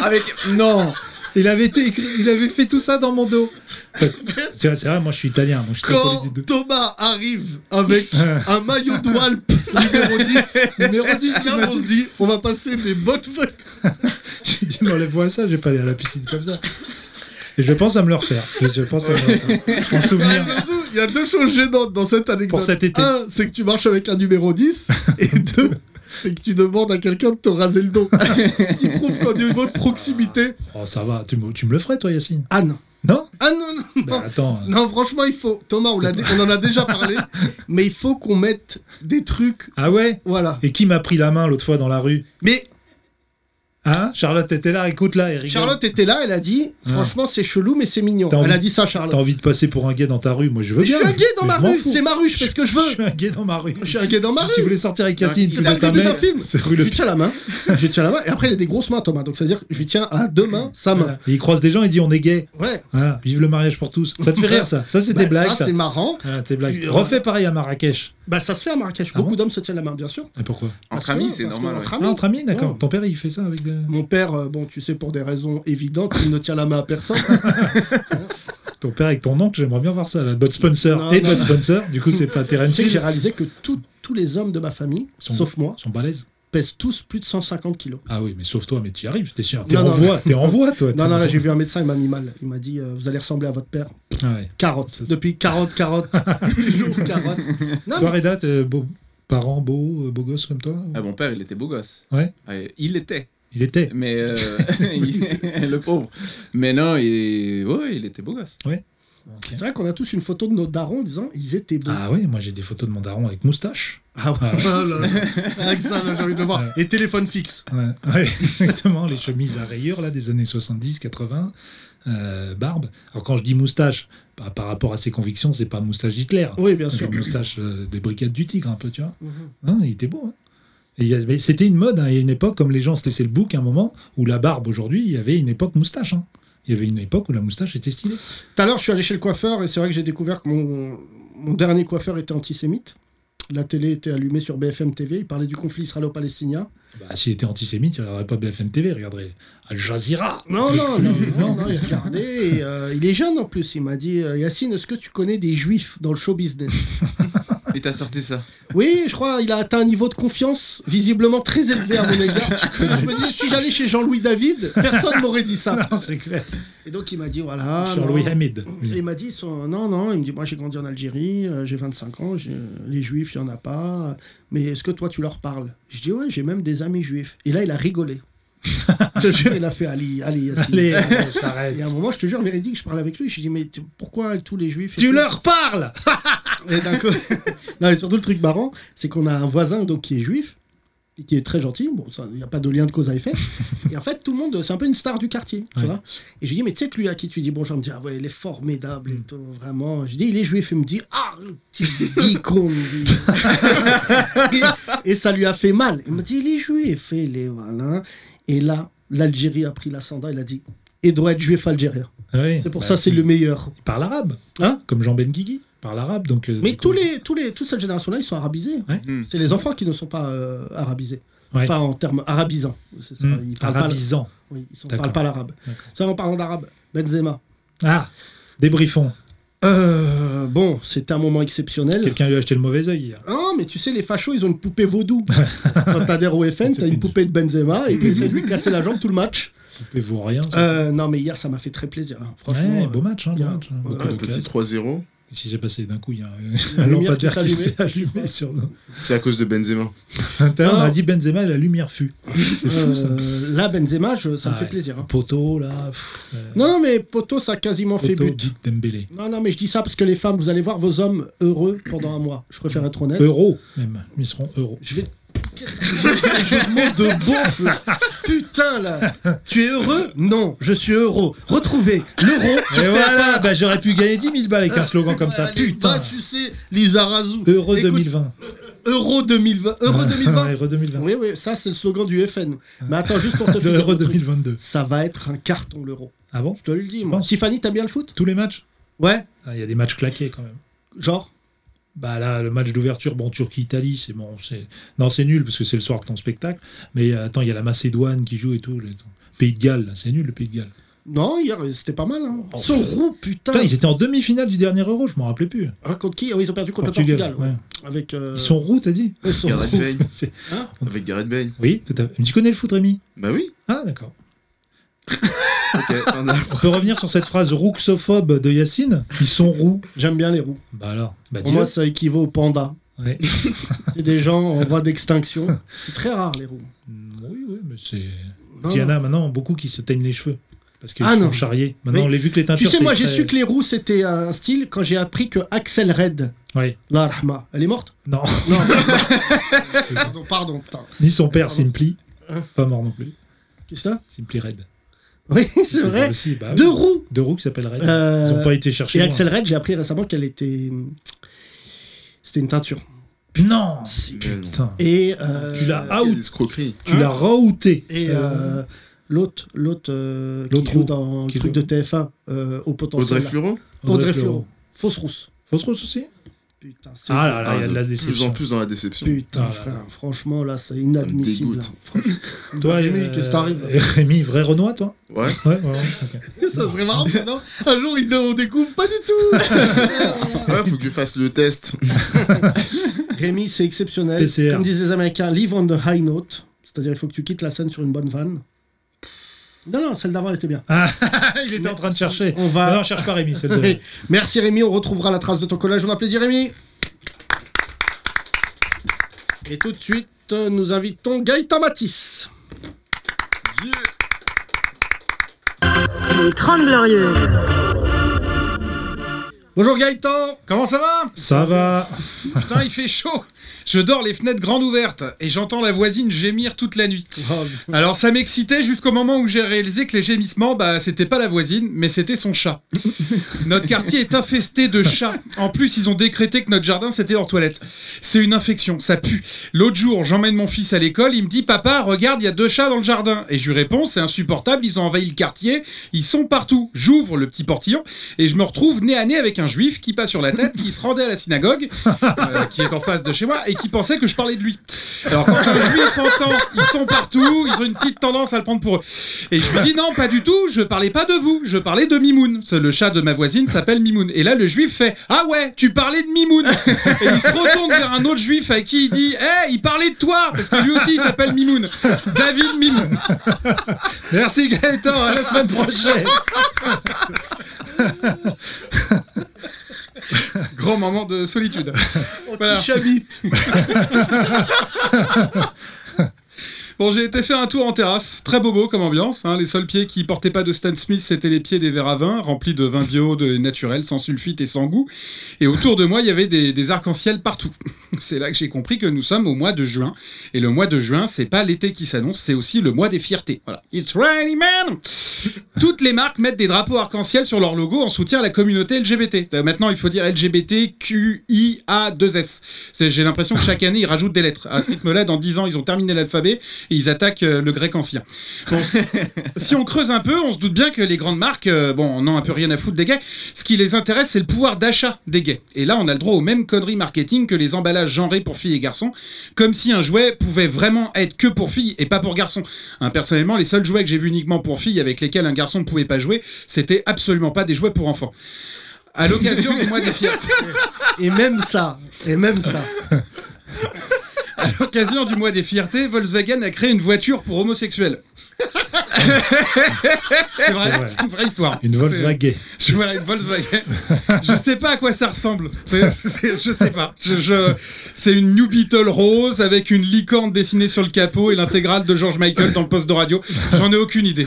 [SPEAKER 5] Avec. Non
[SPEAKER 4] Il avait, été écrit, il avait fait tout ça dans mon dos. C'est vrai, c'est vrai, moi je suis italien, donc je suis très
[SPEAKER 3] quand
[SPEAKER 4] poli du dos.
[SPEAKER 3] Thomas arrive avec un maillot de Walp numéro 10,
[SPEAKER 4] Numéro 10, il
[SPEAKER 3] là,
[SPEAKER 4] m'a
[SPEAKER 3] on
[SPEAKER 4] dit.
[SPEAKER 3] se dit, on va passer des bonnes vacances.
[SPEAKER 4] J'ai dit, m'enlève-moi ça, j'ai pas aller à la piscine comme ça. Et je pense à me le refaire. Je, je pense à me le refaire. En souvenir.
[SPEAKER 3] Et Ah, surtout, Il y a deux choses gênantes dans cette anecdote.
[SPEAKER 4] Pour cet été.
[SPEAKER 3] Un, c'est que tu marches avec un numéro 10, et deux, c'est que tu demandes à quelqu'un de te raser le dos. Ce qui prouve qu'au niveau de proximité.
[SPEAKER 4] Oh, ça va, tu me, tu me le ferais, toi, Yacine
[SPEAKER 3] Ah non,
[SPEAKER 4] Non
[SPEAKER 3] Ah non, non, non.
[SPEAKER 4] Bah, attends. euh,
[SPEAKER 3] Non, franchement, il faut. Thomas, on, l'a dé- on en a déjà parlé, mais il faut qu'on mette des trucs.
[SPEAKER 4] Ah ouais
[SPEAKER 3] Voilà.
[SPEAKER 4] Et qui m'a pris la main l'autre fois dans la rue
[SPEAKER 3] Mais
[SPEAKER 4] Hein Charlotte était là, écoute là, Eric.
[SPEAKER 3] Charlotte était là, elle a dit Franchement, c'est chelou, mais c'est mignon.
[SPEAKER 4] Ah. T'as
[SPEAKER 3] Elle a
[SPEAKER 4] envie-
[SPEAKER 3] dit ça,
[SPEAKER 4] T'as
[SPEAKER 3] Charlotte.
[SPEAKER 4] envie de passer pour un gay dans ta rue Moi, je veux
[SPEAKER 3] Mais je
[SPEAKER 4] bien.
[SPEAKER 3] suis un gay dans
[SPEAKER 4] mais
[SPEAKER 3] ma
[SPEAKER 4] je m'en
[SPEAKER 3] rue,
[SPEAKER 4] fous.
[SPEAKER 3] c'est ma rue, je fais ce que je
[SPEAKER 4] Je
[SPEAKER 3] veux.
[SPEAKER 4] suis un gay dans ma rue.
[SPEAKER 3] Je suis un gay dans ma
[SPEAKER 4] Si vous
[SPEAKER 3] rue.
[SPEAKER 4] voulez sortir avec Cassine,
[SPEAKER 3] C'est
[SPEAKER 4] vous
[SPEAKER 3] le
[SPEAKER 4] êtes un
[SPEAKER 3] début d'un
[SPEAKER 4] mec.
[SPEAKER 3] film.
[SPEAKER 4] C'est
[SPEAKER 3] Je
[SPEAKER 4] rue le
[SPEAKER 3] lui tiens la main. Je lui tiens la main. Et après, il a des grosses mains, Thomas. Donc, c'est-à-dire que je lui tiens à deux mains sa main.
[SPEAKER 4] Voilà. Et il croise des gens et dit on est gay.
[SPEAKER 3] Ouais.
[SPEAKER 4] Voilà, vive le mariage pour tous. Ça te fait rire ça Ça c'est
[SPEAKER 3] Bah,
[SPEAKER 4] des blagues
[SPEAKER 3] Ça,
[SPEAKER 4] ça.
[SPEAKER 3] c'est marrant.
[SPEAKER 4] Voilà, tes blagues.
[SPEAKER 3] Tu- euh,
[SPEAKER 4] Refais pareil à Marrakech.
[SPEAKER 3] Bah, ça se fait à Marrakech.
[SPEAKER 4] Ah
[SPEAKER 3] Beaucoup
[SPEAKER 4] bon
[SPEAKER 3] d'hommes se tiennent la main, bien sûr.
[SPEAKER 4] Et pourquoi
[SPEAKER 5] Entre
[SPEAKER 3] Parce que-
[SPEAKER 5] amis, c'est
[SPEAKER 3] parce que
[SPEAKER 5] normal.
[SPEAKER 3] entre
[SPEAKER 5] ouais.
[SPEAKER 4] Ah,
[SPEAKER 3] amis.
[SPEAKER 4] entre amis, d'accord.
[SPEAKER 3] Ouais.
[SPEAKER 4] Ton père il fait ça avec des.
[SPEAKER 3] Mon père, euh, bon, tu sais, pour des raisons évidentes, il ne tient la main à personne.
[SPEAKER 4] Ton père avec ton oncle, j'aimerais bien voir ça. La Bud Spencer
[SPEAKER 3] Non,
[SPEAKER 4] et
[SPEAKER 3] non,
[SPEAKER 4] Bud
[SPEAKER 3] non.
[SPEAKER 4] Spencer. Du coup, c'est pas
[SPEAKER 3] Tu
[SPEAKER 4] Terence
[SPEAKER 3] sais que j'ai
[SPEAKER 4] Hill.
[SPEAKER 3] réalisé que tout- tous les hommes de ma famille,
[SPEAKER 4] Sont-
[SPEAKER 3] sauf moi,
[SPEAKER 4] Ils sont balèzes.
[SPEAKER 3] pèsent tous plus de 150 kilos.
[SPEAKER 4] Ah oui, mais sauf toi, mais tu y arrives, t'es sûr. T'es
[SPEAKER 3] Non,
[SPEAKER 4] en
[SPEAKER 3] non.
[SPEAKER 4] voie, t'es en voie, toi. t'es
[SPEAKER 3] Non,
[SPEAKER 4] en
[SPEAKER 3] non, là,
[SPEAKER 4] voie.
[SPEAKER 3] j'ai vu un médecin, il m'a mis mal. Il m'a dit, euh, vous allez ressembler à votre père.
[SPEAKER 4] Ah ouais.
[SPEAKER 3] Carotte.
[SPEAKER 4] C'est-
[SPEAKER 3] Depuis carotte, carotte. tous les jours, carotte. Non, Ah,
[SPEAKER 4] Toi,
[SPEAKER 3] mais
[SPEAKER 4] Reda, t'es beau, parent, beau, euh, beau gosse comme toi ou-
[SPEAKER 5] Ah, mon père, il était beau gosse.
[SPEAKER 4] Ouais.
[SPEAKER 5] il était.
[SPEAKER 4] Il était.
[SPEAKER 5] Mais euh, il- le pauvre. Mais non, il, ouais, il était beau gosse.
[SPEAKER 4] Ok.
[SPEAKER 3] c'est vrai qu'on a tous une photo de nos darons en disant, ils étaient beaux.
[SPEAKER 4] Ah oui, moi j'ai des photos de mon daron avec moustache.
[SPEAKER 3] Ah ouais. Oh là là. Avec ça, là, j'ai envie de le voir. Et téléphone fixe.
[SPEAKER 4] Ouais, ouais, exactement, les chemises à rayures là, des années 70, 80, euh, barbe. Alors quand je dis moustache, par, par rapport à ses convictions, c'est pas moustache d'Hitler.
[SPEAKER 3] Oui, Oh, bien
[SPEAKER 4] C'est
[SPEAKER 3] sûr.
[SPEAKER 4] une moustache euh, des brigades du tigre un peu, tu vois.
[SPEAKER 3] Mhm.
[SPEAKER 4] Hein, il était beau. hein. Et il y a- mais C'était une mode, hein, il y a une époque, comme les gens se laissaient le bouc, un moment où la barbe aujourd'hui, il y avait une époque moustache. hein. Il y avait une époque où la moustache était stylée.
[SPEAKER 3] Tout à l'heure, je suis allé chez le coiffeur et c'est vrai que j'ai découvert que mon, mon dernier coiffeur était antisémite. La télé était allumée sur BFM TV. Il parlait du conflit israélo-palestinien.
[SPEAKER 4] Bah, S'il était antisémite, il regarderait pas BFM TV, il regarderait Al Jazeera.
[SPEAKER 3] Non, non, non, non, non, il regardait. et, euh, il est jeune en plus. Il m'a dit euh, Yacine, est-ce que tu connais des juifs dans le show business
[SPEAKER 5] Et t'as sorti ça.
[SPEAKER 3] Oui, je crois, il a attein un niveau de confiance visiblement très élevé à mon égard. je me disais, si j'allais chez Jean-Louis David, personne m'aurait dit ça.
[SPEAKER 4] Non, c'est clair.
[SPEAKER 3] Et donc il m'a dit voilà.
[SPEAKER 4] Sur
[SPEAKER 3] Ah non.
[SPEAKER 4] Louis Hamid.
[SPEAKER 3] Et Il m'a dit ils sont- non, non, il me dit moi j'ai grandi en Algérie, euh, j'ai 25 ans, j'ai- les juifs, il n'y en a pas, mais est-ce que toi tu leur parles Je dis ouais, j'ai même des amis juifs. Et là il a rigolé. je te jure, il a fait Ali, Ali, Yassine.
[SPEAKER 4] Allez,
[SPEAKER 3] Et à
[SPEAKER 4] j'arrête.
[SPEAKER 3] un moment, je te jure, véridique, je parle avec lui, je dis mais tu- pourquoi tous les juifs et
[SPEAKER 4] Tu
[SPEAKER 3] tout
[SPEAKER 4] leur parles
[SPEAKER 3] Et d'un coup- non, et surtout le truc marrant, c'est qu'on a un voisin donc qui est juif et qui est très gentil. Bon, ça, il n'y a pas de lien de cause à effet. Et en fait, tout le monde, c'est un peu une star du quartier, tu
[SPEAKER 4] Ouais.
[SPEAKER 3] vois. Et je lui dis, mais tu sais que lui à qui tu dis bonjour, il me dit, ah ouais, il est formidable
[SPEAKER 4] Mm.
[SPEAKER 3] et tout, vraiment. Je lui dis, il est juif, il me dit, ah, petit bicon, il me dit. et, et ça lui a fait mal. Il me dit, il est juif, et il est voilà. Et là, l'Algérie a pris l'ascendant, il a dit, il doit être juif algérien.
[SPEAKER 4] Oui,
[SPEAKER 3] C'est pour
[SPEAKER 4] bah,
[SPEAKER 3] ça, c'est
[SPEAKER 4] il-
[SPEAKER 3] le meilleur.
[SPEAKER 4] Il parle arabe.
[SPEAKER 3] Hein
[SPEAKER 4] Comme Jean Benguigui. Parle arabe. Donc, euh,
[SPEAKER 3] Mais
[SPEAKER 4] donc,
[SPEAKER 3] tous
[SPEAKER 4] on-
[SPEAKER 3] les, tous les, toute cette génération-là, ils sont arabisés.
[SPEAKER 5] Hmm.
[SPEAKER 3] C'est les enfants qui ne sont pas euh, arabisés.
[SPEAKER 4] Ouais.
[SPEAKER 3] Enfin, en termes arabisants. C'est ça,
[SPEAKER 4] Hmm,
[SPEAKER 3] Ils parlent pas,
[SPEAKER 4] Arabisant.
[SPEAKER 3] oui, ils sont-
[SPEAKER 4] D'accord.
[SPEAKER 3] parlent pas l'arabe.
[SPEAKER 4] D'accord.
[SPEAKER 3] Ça, en parlant d'arabe, Benzema.
[SPEAKER 4] Ah Débriefons.
[SPEAKER 3] Euh, bon, c'était un moment exceptionnel.
[SPEAKER 4] Quelqu'un lui a acheté le mauvais œil hier.
[SPEAKER 3] Non, mais tu sais, les fachos, ils ont une poupée vaudou. Quand t'adhères au FN, t'as une poupée de Benzema et puis c'est lui qui cassait la jambe tout le match.
[SPEAKER 4] Vous vaut rien. ça.
[SPEAKER 3] Euh, non, mais hier, ça m'a fait très plaisir. hein. Franchement,
[SPEAKER 4] Ouais,
[SPEAKER 3] euh,
[SPEAKER 4] beau match, hein, beau
[SPEAKER 3] bien.
[SPEAKER 4] match. hein.
[SPEAKER 3] Ouais,
[SPEAKER 4] Beaucoup
[SPEAKER 6] Ah,
[SPEAKER 4] de
[SPEAKER 6] un petit
[SPEAKER 4] classe.
[SPEAKER 6] 3-0,
[SPEAKER 4] Qu'est-ce qui s'est passé D'un coup, il y a euh,
[SPEAKER 3] La
[SPEAKER 4] un
[SPEAKER 3] lumière
[SPEAKER 4] lampadaire
[SPEAKER 3] qui
[SPEAKER 4] qui
[SPEAKER 3] s'est
[SPEAKER 4] s'est allumé sur nous.
[SPEAKER 6] c'est à cause de Benzema.
[SPEAKER 4] Tout à l'heure, On a
[SPEAKER 3] Alors-
[SPEAKER 4] dit Benzema, la lumière fut. C'est fou ça.
[SPEAKER 3] euh, là, Benzema, je- ça me
[SPEAKER 4] Ah
[SPEAKER 3] fait
[SPEAKER 4] ouais.
[SPEAKER 3] plaisir. hein.
[SPEAKER 4] Poteau là. pff, euh,
[SPEAKER 3] Non, non, mais Poto, ça a quasiment fait
[SPEAKER 4] poteau,
[SPEAKER 3] but.
[SPEAKER 4] dit Dembélé.
[SPEAKER 3] Non, non, mais je dis ça parce que les femmes, vous allez voir vos hommes heureux pendant un mois. Je préfère être honnête.
[SPEAKER 4] Euro même. Ils seront euros.
[SPEAKER 3] Je vais. Jeu de mots de beauf, là. Putain, là. Tu es heureux Non, je suis heureux. Retrouvez l'euro sur
[SPEAKER 4] Et
[SPEAKER 3] TF1.
[SPEAKER 4] voilà, bah, j'aurais pu gagner 10 000 balles avec un slogan comme ça.
[SPEAKER 3] Allez,
[SPEAKER 4] Putain.
[SPEAKER 3] Va sucer Lisa Razou.
[SPEAKER 4] Euro
[SPEAKER 3] Écoute,
[SPEAKER 4] 2020.
[SPEAKER 3] Euh, Euro 2020. Euro 2020.
[SPEAKER 4] Euro 2020.
[SPEAKER 3] oui, oui, ça, c'est le slogan du FN. Mais attends, juste pour te
[SPEAKER 4] De
[SPEAKER 3] finir
[SPEAKER 4] Euro
[SPEAKER 3] le truc.
[SPEAKER 4] 2022.
[SPEAKER 3] Ça va être un carton, l'euro.
[SPEAKER 4] Ah bon
[SPEAKER 3] Je te le dis, moi.
[SPEAKER 4] penses
[SPEAKER 3] Tiffany, t'aimes bien le foot
[SPEAKER 4] Tous les matchs
[SPEAKER 3] Ouais.
[SPEAKER 4] Ah, Il y a des matchs claqués quand même.
[SPEAKER 3] Genre
[SPEAKER 4] Bah là, le match d'ouverture, bon, Turquie-Italie, c'est bon. c'est- Non, c'est nul parce que c'est le soir de ton spectacle. Mais euh, attends, il y a la Macédoine qui joue et tout. les- Pays de Galles, là, c'est nul le Pays de Galles.
[SPEAKER 3] Non, hier, c'était pas mal. Hein. Son roux, putain.
[SPEAKER 4] Putain, ils étaient en demi-finale du dernier Euro, je m'en rappelais plus.
[SPEAKER 3] Hein, contre qui Oh, Ils ont perdu contre le Portugal. ouais.
[SPEAKER 4] ouais.
[SPEAKER 3] Avec. euh,
[SPEAKER 4] Ils sont roux, t'as dit
[SPEAKER 3] eux sont
[SPEAKER 6] Gareth
[SPEAKER 3] roux.
[SPEAKER 6] Bale,
[SPEAKER 4] C'est-
[SPEAKER 6] avec Gareth Bale.
[SPEAKER 4] Oui, tout à fait. Mais tu connais le foot, Rémi
[SPEAKER 6] Bah oui,
[SPEAKER 4] Ah, d'accord.
[SPEAKER 6] ok, on a-
[SPEAKER 4] On peut revenir sur cette phrase rouxophobe de Yacine Ils sont roux.
[SPEAKER 3] J'aime bien les roux.
[SPEAKER 4] Bah alors, bah
[SPEAKER 3] Pour
[SPEAKER 4] dis-le.
[SPEAKER 3] moi, ça équivaut aux pandas.
[SPEAKER 4] Ouais.
[SPEAKER 3] C'est des gens en voie d'extinction. C'est très rare, les roux.
[SPEAKER 4] Mm, Oui, oui, mais c'est.
[SPEAKER 3] Non,
[SPEAKER 4] Il y en a maintenant beaucoup qui se teignent les cheveux. parce qu'ils
[SPEAKER 3] Ah
[SPEAKER 4] se font
[SPEAKER 3] non.
[SPEAKER 4] charrier. Maintenant,
[SPEAKER 3] Mais
[SPEAKER 4] on les vu que les
[SPEAKER 3] Tu
[SPEAKER 4] teintures.
[SPEAKER 3] sais,
[SPEAKER 4] c'est
[SPEAKER 3] moi j'ai
[SPEAKER 4] très-
[SPEAKER 3] su que les roux c'était un style quand j'ai appris que Axel Red,
[SPEAKER 4] Ouais.
[SPEAKER 3] la Rahma, elle est morte
[SPEAKER 4] Non,
[SPEAKER 3] Non. pardon, pardon, putain.
[SPEAKER 4] ni son père,
[SPEAKER 3] Ah
[SPEAKER 4] Simply. Pas mort non plus.
[SPEAKER 3] Qu'est-ce que ça
[SPEAKER 4] Simply Red.
[SPEAKER 3] Oui, c'est vrai.
[SPEAKER 4] Aussi, bah oui.
[SPEAKER 3] Deux roux
[SPEAKER 4] Deux roues qui s'appellent Red.
[SPEAKER 3] Euh,
[SPEAKER 4] Ils ont pas été cherchés.
[SPEAKER 3] Et
[SPEAKER 4] loin.
[SPEAKER 3] Axel Red, j'ai appris récemment qu'elle était. C'était une teinture.
[SPEAKER 4] Non
[SPEAKER 6] Mais non.
[SPEAKER 4] Putain.
[SPEAKER 3] Et. euh,
[SPEAKER 4] Ah, Tu l'as
[SPEAKER 6] Quelle
[SPEAKER 4] out.
[SPEAKER 6] escroquerie.
[SPEAKER 4] Tu l'as raouté.
[SPEAKER 3] Et euh, l'autre, l'autre euh, qui
[SPEAKER 4] L'autre
[SPEAKER 3] joue
[SPEAKER 4] roux.
[SPEAKER 3] dans le
[SPEAKER 4] Qui
[SPEAKER 3] truc de
[SPEAKER 4] joue.
[SPEAKER 3] TF1 euh, au potentiel.
[SPEAKER 6] Audrey
[SPEAKER 3] là.
[SPEAKER 6] Fleurot
[SPEAKER 3] Audrey Fleurot. Fausse rousse.
[SPEAKER 4] Fausse rousse aussi
[SPEAKER 3] Putain, c'est-
[SPEAKER 4] Ah là là, il y a
[SPEAKER 6] Ah,
[SPEAKER 4] de la
[SPEAKER 6] de plus
[SPEAKER 4] déception.
[SPEAKER 6] en plus dans la déception.
[SPEAKER 3] Putain,
[SPEAKER 4] Ah là
[SPEAKER 3] frère,
[SPEAKER 4] là.
[SPEAKER 3] franchement, là, c'est inadmissible.
[SPEAKER 6] dégoûte.
[SPEAKER 3] là.
[SPEAKER 4] Toi,
[SPEAKER 3] Rémi,
[SPEAKER 4] euh,
[SPEAKER 3] qu'est-ce qui t'arrive là
[SPEAKER 4] Rémi, vrai Renoir, toi
[SPEAKER 6] Ouais.
[SPEAKER 4] Ouais, ouais, ouais, ok.
[SPEAKER 7] Ça serait marrant, non Un jour, il- on découvre pas du tout
[SPEAKER 6] Ouais, faut que je fasse le test.
[SPEAKER 3] Rémi, c'est exceptionnel.
[SPEAKER 4] PCR.
[SPEAKER 3] Comme disent les Américains, live on the high note. C'est-à-dire, il faut que tu quittes la scène sur une bonne vanne. Non, non, celle d'avant, elle était bien.
[SPEAKER 4] Il était en train de chercher.
[SPEAKER 3] On va.
[SPEAKER 4] Non, non, cherche pas Rémi, c'est le
[SPEAKER 3] Oui. Merci Rémi, on retrouvera la trace de ton collège. On applaudit Rémi. Et tout de suite, euh, nous invitons Gaëtan Matisse.
[SPEAKER 2] Les 30 Glorieuses.
[SPEAKER 3] Bonjour Gaëtan.
[SPEAKER 8] Comment ça va
[SPEAKER 4] Ça va.
[SPEAKER 8] Putain, il fait chaud Je dors les fenêtres grandes ouvertes et j'entends la voisine gémir toute la nuit. Alors ça m'excitait jusqu'au moment où j'ai réalisé que les gémissements, bah c'était pas la voisine, mais c'était son chat. notre quartier est infesté de chats. En plus, ils ont décrété que notre jardin c'était leur toilette. C'est une infection, ça pue. L'autre jour, j'emmène mon fils à l'école, il me dit Papa, regarde, il y a deux chats dans le jardin. Et je lui réponds C'est insupportable, ils ont envahi le quartier, ils sont partout. J'ouvre le petit portillon et je me retrouve nez à nez avec un juif qui passe sur la tête, qui se rendait à la synagogue, euh, qui est en face de chez moi et qui pensait que je parlais de lui. Alors quand un juif entend, ils sont partout, ils ont une petite tendance à le prendre pour eux. Et je lui dis non, pas du tout, je parlais pas de vous, je parlais de Mimoun. C'est Le chat de ma voisine s'appelle Mimoun. Et là le juif fait ah ouais, tu parlais de Mimoun. Et il se retourne vers un autre juif à qui il dit eh, il parlait de toi parce que lui aussi il s'appelle Mimoun, David Mimoun.
[SPEAKER 4] Merci Gaëtan, à la semaine prochaine.
[SPEAKER 8] Grand moment de solitude. Voilà. Bon, j'ai été faire un tour en terrasse, très bobo comme ambiance. hein. Les seuls pieds qui portaient pas de Stan Smith, c'était les pieds des verres à vin, remplis de vin bio, de naturel, sans sulfite et sans goût. Et autour de moi, il y avait des, des arcs-en-ciel partout. C'est là que j'ai compris que nous sommes au mois de juin. Et le mois de juin, c'est pas l'été qui s'annonce, c'est aussi le mois des fiertés. Voilà. It's raining man! Toutes les marques mettent des drapeaux arc-en-ciel sur leur logo en soutien à la communauté LGBT. Euh, Maintenant, il faut dire LGBTQIA2S. C'est- J'ai l'impression que chaque année, ils rajoutent des lettres. À ce rythme-là, dans 10 ans, ils ont terminé l'alphabet et ils attaquent euh, le grec ancien. Bon, si- si on creuse un peu, on se doute bien que les grandes marques, euh, bon, on n'en a un peu rien à foutre des gays. Ce qui les intéresse, c'est le pouvoir d'achat des gays. Et là, on a le droit aux mêmes conneries marketing que les emballages genrés pour filles et garçons, comme si un jouet pouvait vraiment être que pour filles et pas pour garçons. Hein, personnellement, les seuls jouets que j'ai vus uniquement pour filles avec lesquels un garçon ne pouvait pas jouer, c'était absolument pas des jouets pour enfants. À l'occasion du mois des fiertés.
[SPEAKER 3] Et même ça. Et même ça.
[SPEAKER 8] À l'occasion du mois des fiertés, Volkswagen a créé une voiture pour homosexuels. c'est vrai,
[SPEAKER 4] C'est vrai.
[SPEAKER 8] c'est une vraie histoire.
[SPEAKER 4] Une Volkswagen.
[SPEAKER 8] C'est- Je, voilà, une Volkswagen. je sais pas à quoi ça ressemble. C'est- c'est- je sais pas. Je, je- c'est une New Beetle rose avec une licorne dessinée sur le capot et l'intégrale de George Michael dans le poste de radio. J'en ai aucune idée.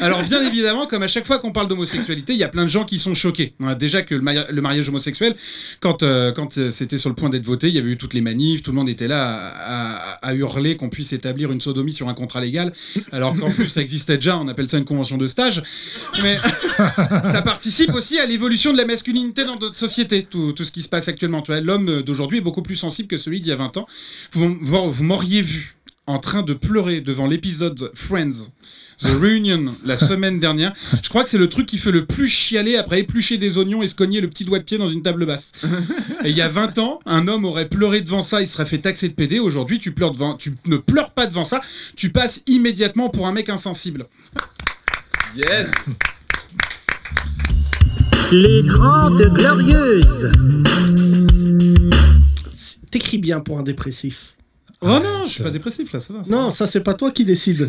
[SPEAKER 8] Alors bien évidemment, comme à chaque fois qu'on parle d'homosexualité, il y a plein de gens qui sont choqués. On a déjà que le, mari- le mariage homosexuel, quand, euh, quand euh, c'était sur le point d'être voté, il y avait eu toutes les manifs, tout le monde était là à, à- à hurler qu'on puisse établir une sodomie sur un contrat légal, alors qu'en plus ça existait déjà, on appelle ça une convention de stage. Mais ça participe aussi à l'évolution de la masculinité dans notre société, tout, tout ce qui se passe actuellement. Tu vois, L'homme d'aujourd'hui est beaucoup plus sensible que celui d'il y a 20 ans. Vous, vous- vous m'auriez vu en train de pleurer devant l'épisode Friends. The Reunion, la semaine dernière. Je crois que c'est le truc qui fait le plus chialer après éplucher des oignons et se cogner le petit doigt de pied dans une table basse. Et il y a 20 ans, un homme aurait pleuré devant ça, il serait fait taxer de PD. Aujourd'hui, tu, pleures devant, tu ne pleures pas devant ça, tu passes immédiatement pour un mec insensible.
[SPEAKER 5] Yes
[SPEAKER 1] Les Trente Glorieuses.
[SPEAKER 3] T'écris bien pour un dépressif.
[SPEAKER 8] Oh non, je suis
[SPEAKER 4] ça-
[SPEAKER 8] pas dépressif là, ça va. ça va.
[SPEAKER 3] Non, ça, c'est pas toi qui décide.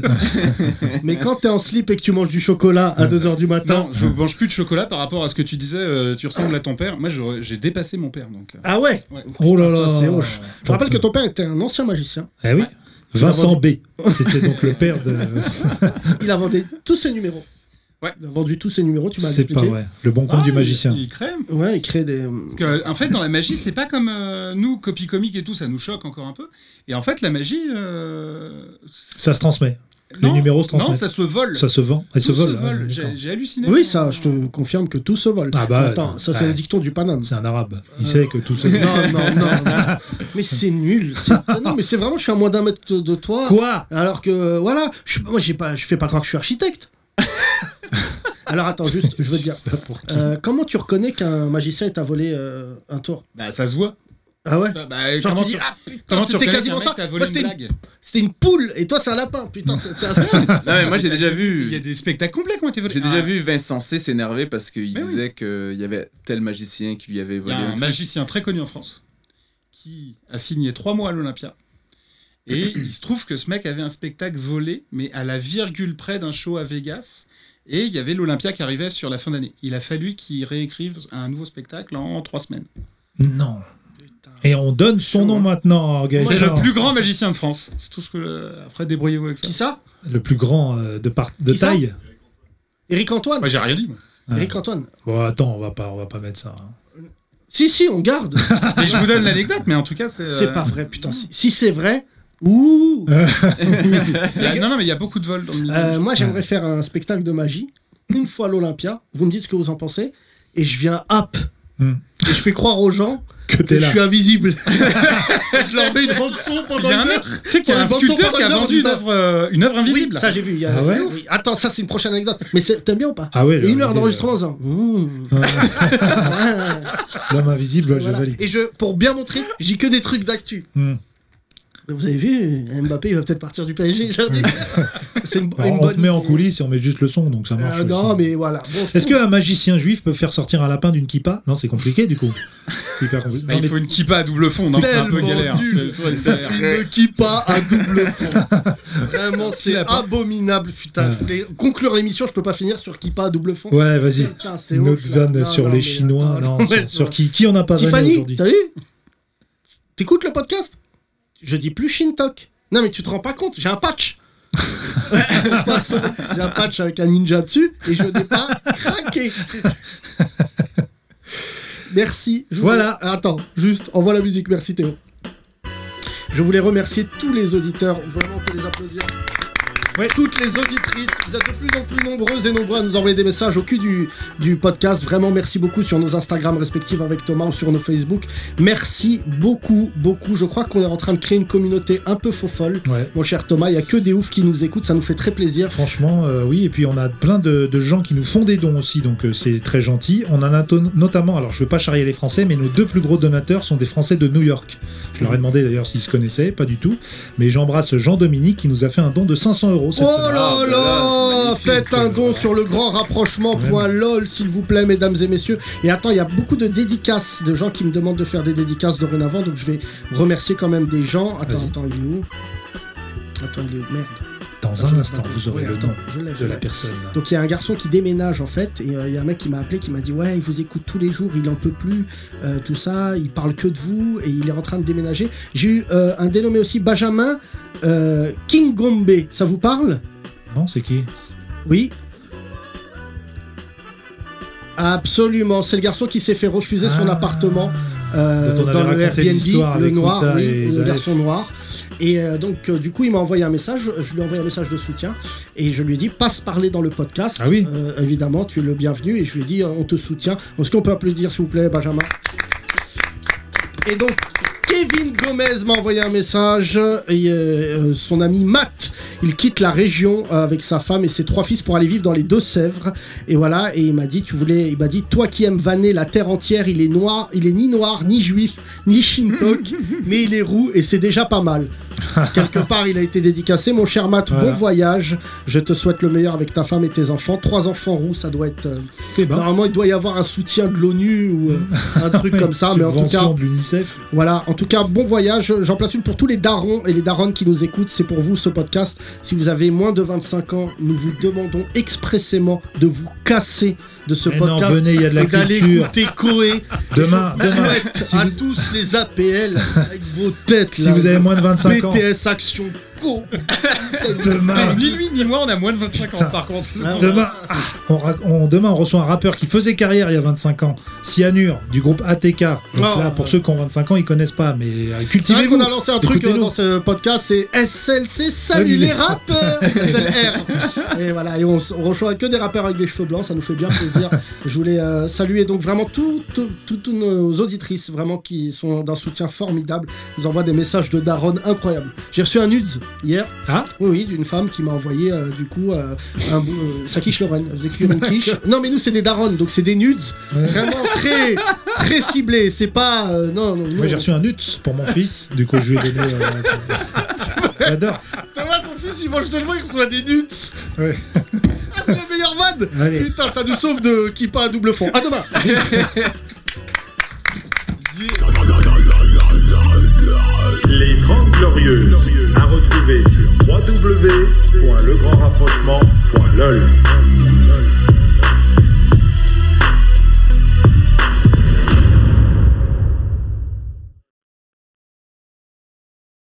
[SPEAKER 3] Mais quand t'es en slip et que tu manges du chocolat à 2h du matin.
[SPEAKER 8] Non, je mange plus de chocolat par rapport à ce que tu disais, euh, tu ressembles à ton père. Moi, je- j'ai dépassé mon père, donc. euh,
[SPEAKER 3] Ah ouais
[SPEAKER 4] Oh là
[SPEAKER 3] Putain,
[SPEAKER 4] là.
[SPEAKER 3] ça, c'est hoche. Je rappelle que ton père était un ancien magicien.
[SPEAKER 4] Eh oui. Vincent B. C'était donc le père de.
[SPEAKER 3] Il a vendu tous ses numéros.
[SPEAKER 8] Ouais.
[SPEAKER 3] Il a vendu tous ses numéros, tu m'as
[SPEAKER 4] C'est
[SPEAKER 3] expliqué.
[SPEAKER 4] pas vrai. Le bon compte
[SPEAKER 8] Ah,
[SPEAKER 4] du
[SPEAKER 8] il-
[SPEAKER 4] magicien.
[SPEAKER 8] Il crème.
[SPEAKER 3] Ouais, il crée des. euh,
[SPEAKER 8] Parce que, en fait, dans la magie, c'est pas comme euh, nous, copie comique et tout, ça nous choque encore un peu. Et en fait, la magie. euh,
[SPEAKER 4] Ça se transmet.
[SPEAKER 8] non,
[SPEAKER 4] numéros se
[SPEAKER 8] Non,
[SPEAKER 4] transmettent.
[SPEAKER 8] ça se vole.
[SPEAKER 4] Ça se vend. Elle
[SPEAKER 8] Tout
[SPEAKER 4] se vole. hein, ouais, d'accord.
[SPEAKER 8] J'ai j'ai halluciné.
[SPEAKER 3] Oui, ça, je te confirme que tout se vole.
[SPEAKER 4] Ah bah,
[SPEAKER 3] Attends, ça, c'est
[SPEAKER 4] ouais.
[SPEAKER 3] le dicton du Paname.
[SPEAKER 4] C'est un arabe. Il sait que tout se
[SPEAKER 3] Non, non, non, non. Mais c'est nul. c'est- Non, mais c'est vraiment, je suis à moins d'un mètre de- de toi.
[SPEAKER 4] Quoi
[SPEAKER 3] Alors que, euh, voilà, je, moi, j'ai pas, je fais pas croire que je suis architecte. Alors attends, juste, je veux te dire,
[SPEAKER 4] Ça pour qui
[SPEAKER 3] euh, comment tu reconnais qu'un magicien t'a volé euh, un tour
[SPEAKER 8] Bah, ça se voit.
[SPEAKER 3] Ah ouais
[SPEAKER 8] Bah, bah,
[SPEAKER 3] Genre,
[SPEAKER 8] comment
[SPEAKER 3] tu dis,
[SPEAKER 8] tu-
[SPEAKER 3] ah
[SPEAKER 8] comment
[SPEAKER 3] putain,
[SPEAKER 8] tu
[SPEAKER 3] c'était
[SPEAKER 8] reconnais
[SPEAKER 3] quasiment
[SPEAKER 8] qu'un mec
[SPEAKER 3] ça.
[SPEAKER 8] t'a volé
[SPEAKER 3] Moi,
[SPEAKER 8] une
[SPEAKER 3] c'était une,
[SPEAKER 8] blague
[SPEAKER 3] c'était une poule et toi, c'est un lapin. Putain, c'était un-
[SPEAKER 5] Non, mais moi j'ai déjà
[SPEAKER 8] Il y
[SPEAKER 5] vu.
[SPEAKER 8] a des spectacles complets qui ont été volés.
[SPEAKER 5] J'ai déjà
[SPEAKER 8] Ah,
[SPEAKER 5] vu Vincent C s'énerver parce qu'il
[SPEAKER 8] Mais oui.
[SPEAKER 5] disait qu'il y avait tel magicien qui lui avait
[SPEAKER 8] Il y
[SPEAKER 5] volé
[SPEAKER 8] a
[SPEAKER 5] un
[SPEAKER 8] un
[SPEAKER 5] truc.
[SPEAKER 8] magicien très connu en France qui a signé trois mois à l'Olympia. Et il se trouve que ce mec avait un spectacle volé, mais à la virgule près d'un show à Vegas. Et il y avait l'Olympia qui arrivait sur la fin d'année. Il a fallu qu'il réécrive un nouveau spectacle en trois semaines.
[SPEAKER 4] Non. Et on donne son nom maintenant, Gaëtan.
[SPEAKER 8] C'est le plus grand magicien de France. C'est tout ce que. Après, débrouillez-vous avec ça.
[SPEAKER 3] Qui ça
[SPEAKER 4] Le plus grand euh, de, par- de
[SPEAKER 3] Qui ça
[SPEAKER 4] taille.
[SPEAKER 3] Eric Antoine.
[SPEAKER 8] Moi, j'ai rien dit. moi.
[SPEAKER 4] Ouais.
[SPEAKER 3] Eric Antoine.
[SPEAKER 4] Bon, attends, on va pas, on va pas mettre ça. hein.
[SPEAKER 3] Si, si, on garde.
[SPEAKER 8] Mais je vous donne l'anecdote, mais en tout cas, c'est. euh,
[SPEAKER 3] C'est pas vrai, putain. Si, si c'est vrai, ouh
[SPEAKER 8] c'est- ah, Non, non, mais il y a beaucoup de vols dans le milieu.
[SPEAKER 3] Euh, Moi, j'aimerais faire un spectacle de magie, une fois à l'Olympia. Vous me dites ce que vous en pensez, et je viens hop
[SPEAKER 4] Hmm.
[SPEAKER 3] Et je fais croire aux gens
[SPEAKER 4] Que
[SPEAKER 3] que
[SPEAKER 4] t'es
[SPEAKER 3] je
[SPEAKER 4] là.
[SPEAKER 3] suis invisible. je leur mets une bande son
[SPEAKER 8] Il y
[SPEAKER 3] pendant
[SPEAKER 8] a un
[SPEAKER 3] une
[SPEAKER 8] mec,
[SPEAKER 3] heure.
[SPEAKER 8] tu sais qu'il y a
[SPEAKER 3] Ouais,
[SPEAKER 8] un
[SPEAKER 3] bon,
[SPEAKER 8] sculpteur
[SPEAKER 3] son
[SPEAKER 8] qui a
[SPEAKER 3] partenaire
[SPEAKER 8] vendu
[SPEAKER 3] dit
[SPEAKER 8] une
[SPEAKER 3] ça.
[SPEAKER 8] œuvre, euh, une œuvre
[SPEAKER 3] Oui,
[SPEAKER 8] invisible.
[SPEAKER 3] ça j'ai vu. il y a-
[SPEAKER 4] Ah ouais
[SPEAKER 3] c'est ouf. Attends, ça c'est une prochaine anecdote. Mais c'est- t'aimes bien ou pas
[SPEAKER 4] Ah
[SPEAKER 3] Et
[SPEAKER 4] ouais,
[SPEAKER 3] une heure
[SPEAKER 4] l'idée,
[SPEAKER 3] d'enregistrement, ça. Mmh. Ouais.
[SPEAKER 4] euh, L'homme invisible, ouais,
[SPEAKER 3] Voilà.
[SPEAKER 4] je valide.
[SPEAKER 3] Et je, pour bien montrer, je dis que des trucs d'actu.
[SPEAKER 4] Hmm.
[SPEAKER 3] Mais Vous avez vu, Mbappé, il va peut-être partir du PSG. je leur dis. c'est une,
[SPEAKER 4] Alors,
[SPEAKER 3] une
[SPEAKER 4] on
[SPEAKER 3] bonne
[SPEAKER 4] te met en
[SPEAKER 3] idée.
[SPEAKER 4] coulisses et on met juste le son, donc ça
[SPEAKER 3] Euh,
[SPEAKER 4] marche.
[SPEAKER 3] non,
[SPEAKER 4] aussi.
[SPEAKER 3] mais voilà. Bon, je
[SPEAKER 4] Est-ce qu'un magicien juif peut faire sortir un lapin d'une kippa Non, c'est compliqué du coup. C'est hyper compliqué.
[SPEAKER 8] Bah,
[SPEAKER 4] Non,
[SPEAKER 8] il
[SPEAKER 4] mais-
[SPEAKER 8] faut une kippa à double fond, hein, c'est un peu
[SPEAKER 3] Tellement
[SPEAKER 8] galère.
[SPEAKER 3] nul.
[SPEAKER 8] C'est- c'est-
[SPEAKER 7] Ça,
[SPEAKER 8] c'est-
[SPEAKER 7] c'est une kippa à double fond.
[SPEAKER 3] Vraiment, c'est
[SPEAKER 8] lapin.
[SPEAKER 3] abominable, putain.
[SPEAKER 4] Ouais.
[SPEAKER 3] Je voulais conclure l'émission, je peux pas finir sur Kippa à double fond.
[SPEAKER 4] Ouais, vas-y.
[SPEAKER 3] Putain, c'est
[SPEAKER 4] Une
[SPEAKER 3] honte,
[SPEAKER 4] autre
[SPEAKER 3] là.
[SPEAKER 4] vanne
[SPEAKER 3] Non,
[SPEAKER 4] sur
[SPEAKER 3] non,
[SPEAKER 4] les
[SPEAKER 3] mais
[SPEAKER 4] Chinois.
[SPEAKER 3] attends,
[SPEAKER 4] non,
[SPEAKER 3] attends, ouais,
[SPEAKER 4] sur, sur qui, qui on n'a pas vanné
[SPEAKER 3] Tiffany,
[SPEAKER 4] aujourd'hui
[SPEAKER 3] t'as vu T'écoutes le podcast Je dis plus Shintok. Non, mais tu te rends pas compte, j'ai un patch. j'ai un patch avec un ninja dessus et je n'ai pas craqué. Merci. Je voulais-
[SPEAKER 4] Voilà.
[SPEAKER 3] Attends, juste, envoie la musique. Merci Théo. Je voulais remercier tous les auditeurs. Vraiment, on peut les applaudir. Toutes les auditrices, vous êtes de plus en plus nombreuses et nombreux à nous envoyer des messages au cul du, du podcast. Vraiment, merci beaucoup sur nos Instagram respectifs avec Thomas ou sur nos Facebook. Merci beaucoup, beaucoup. Je crois qu'on est en train de créer une communauté un peu faux-folle.
[SPEAKER 4] Ouais.
[SPEAKER 3] Mon cher Thomas, il n'y a que des oufs qui nous écoutent, ça nous fait très plaisir.
[SPEAKER 4] Franchement, euh, oui, et puis on a plein de, de gens qui nous font des dons aussi, donc euh, c'est très gentil. On en a to- notamment, alors je veux pas charrier les Français, mais nos deux plus gros donateurs sont des Français de New York. Je
[SPEAKER 3] Mhm.
[SPEAKER 4] leur ai demandé d'ailleurs s'ils se connaissaient, pas du tout. Mais j'embrasse Jean-Dominique qui nous a fait un don de 500 euros
[SPEAKER 3] Oh
[SPEAKER 4] cette semaine.
[SPEAKER 3] là là Faites un don sur le grand rapprochement.lol s'il vous plaît mesdames et messieurs. Et attends, il y a beaucoup de dédicaces, de gens qui me demandent de faire des dédicaces dorénavant, donc je vais remercier quand même des gens. Attends,
[SPEAKER 4] Vas-y.
[SPEAKER 3] attends, il est où Attends, il est où Merde.
[SPEAKER 4] Dans un instant, vous aurez
[SPEAKER 3] Oui,
[SPEAKER 4] le
[SPEAKER 3] attends,
[SPEAKER 4] nom
[SPEAKER 3] je l'ai, je
[SPEAKER 4] de la
[SPEAKER 3] l'ai.
[SPEAKER 4] personne.
[SPEAKER 3] Donc il y a un garçon qui déménage en fait, et euh, il y a un mec qui m'a appelé qui m'a dit ouais il vous écoute tous les jours, il en peut plus, euh, tout ça, il parle que de vous et il est en train de déménager. J'ai eu euh, un dénommé aussi Benjamin euh, Kingombe, ça vous parle
[SPEAKER 4] Non, c'est qui
[SPEAKER 3] Oui. Absolument, c'est le garçon qui s'est fait refuser son
[SPEAKER 4] Ah.
[SPEAKER 3] appartement euh,
[SPEAKER 4] Dont on avait
[SPEAKER 3] dans le
[SPEAKER 4] raconté l'histoire
[SPEAKER 3] Airbnb, le
[SPEAKER 4] avec
[SPEAKER 3] noir,
[SPEAKER 4] Rita
[SPEAKER 3] oui,
[SPEAKER 4] et
[SPEAKER 3] le
[SPEAKER 4] Zaef.
[SPEAKER 3] garçon noir. Et euh, donc, euh, du coup, il m'a envoyé un message. Je lui ai envoyé un message de soutien et je lui ai dit passe parler dans le podcast.
[SPEAKER 4] Ah oui.
[SPEAKER 3] Euh, évidemment, tu es le bienvenu et je lui ai dit euh, on te soutient. Est-ce qu'on peut applaudir, s'il vous plaît, Benjamin Et donc. Kevin Gomez m'a envoyé un message et euh, euh, son ami Matt, il quitte la région euh, avec sa femme et ses trois fils pour aller vivre dans les Deux-Sèvres. Et voilà, et il m'a dit, tu voulais, il m'a dit, toi qui aimes vanner la terre entière, il est noir, il est ni noir, ni juif, ni shintok, mais il est roux et c'est déjà pas mal. Quelque part, il a été dédicacé. Mon cher Matt,
[SPEAKER 4] Voilà.
[SPEAKER 3] bon voyage. Je te souhaite le meilleur avec ta femme et tes enfants. Trois enfants roux, ça doit être. euh,
[SPEAKER 4] Eh ben,
[SPEAKER 3] Normalement, il doit y avoir un soutien de l'ONU ou euh, un truc comme ça, mais en tout cas.
[SPEAKER 4] subvention de l'UNICEF.
[SPEAKER 3] Voilà, en tout cas, bon voyage. J'en place une pour tous les darons et les daronnes qui nous écoutent. C'est pour vous ce podcast. Si vous avez moins de 25 ans, nous vous demandons expressément de vous casser de ce
[SPEAKER 4] Mais non,
[SPEAKER 3] podcast.
[SPEAKER 4] venez, il y a de la
[SPEAKER 3] et d'aller
[SPEAKER 4] culture.
[SPEAKER 3] écouter Coé.
[SPEAKER 4] Demain, demain.
[SPEAKER 3] Faites
[SPEAKER 4] Si
[SPEAKER 3] à
[SPEAKER 4] vous-
[SPEAKER 3] tous les APL avec vos têtes.
[SPEAKER 4] Si
[SPEAKER 3] là.
[SPEAKER 4] vous avez moins de 25 ans,
[SPEAKER 3] BTS Action con.
[SPEAKER 4] Demain,
[SPEAKER 8] Ni lui ni moi, on a moins de 25
[SPEAKER 4] Putain.
[SPEAKER 8] ans par contre.
[SPEAKER 4] demain, ah, on, rac- on- demain, on reçoit un rappeur qui faisait carrière il y a 25 ans, Cyanure, du groupe ATK. Donc
[SPEAKER 3] Oh.
[SPEAKER 4] là, pour ceux qui ont 25 ans, ils connaissent pas, mais euh,
[SPEAKER 3] C'est vrai
[SPEAKER 4] cultivez-vous.
[SPEAKER 3] qu'on a lancé un truc euh,
[SPEAKER 4] Écoutez-nous.
[SPEAKER 3] dans ce podcast, c'est SLC, salut
[SPEAKER 4] Salut
[SPEAKER 3] les
[SPEAKER 4] les
[SPEAKER 3] rappeurs SLR Et voilà, et on, s- on reçoit que des rappeurs avec des cheveux blancs, ça nous fait bien plaisir. Je voulais euh, saluer donc vraiment tout- tout- toutes nos auditrices, vraiment qui sont d'un soutien formidable, nous envoient des messages de Daron incroyables. J'ai reçu un nudes hier,
[SPEAKER 4] Ah.
[SPEAKER 3] oui, oui, d'une femme qui m'a envoyé euh, du coup euh, un bout, euh, sa quiche Lorraine, elle faisait cuire une quiche. Non mais nous c'est des darons, donc c'est des nudes, vraiment très, très ciblés, c'est pas... euh, non, non,
[SPEAKER 4] Moi,
[SPEAKER 3] non.
[SPEAKER 4] j'ai reçu un nuts pour mon fils, du coup, je lui ai donné. euh, J'adore.
[SPEAKER 3] Thomas, son fils, il mange tellement, il reçoit des nuts.
[SPEAKER 4] Ouais.
[SPEAKER 3] Ah, c'est le meilleur van.
[SPEAKER 4] Allez.
[SPEAKER 3] Putain, ça nous sauve de qui pas à double fond. À demain.
[SPEAKER 7] Les 30 Glorieuses, à retrouver sur www.legrandrapprochement.com.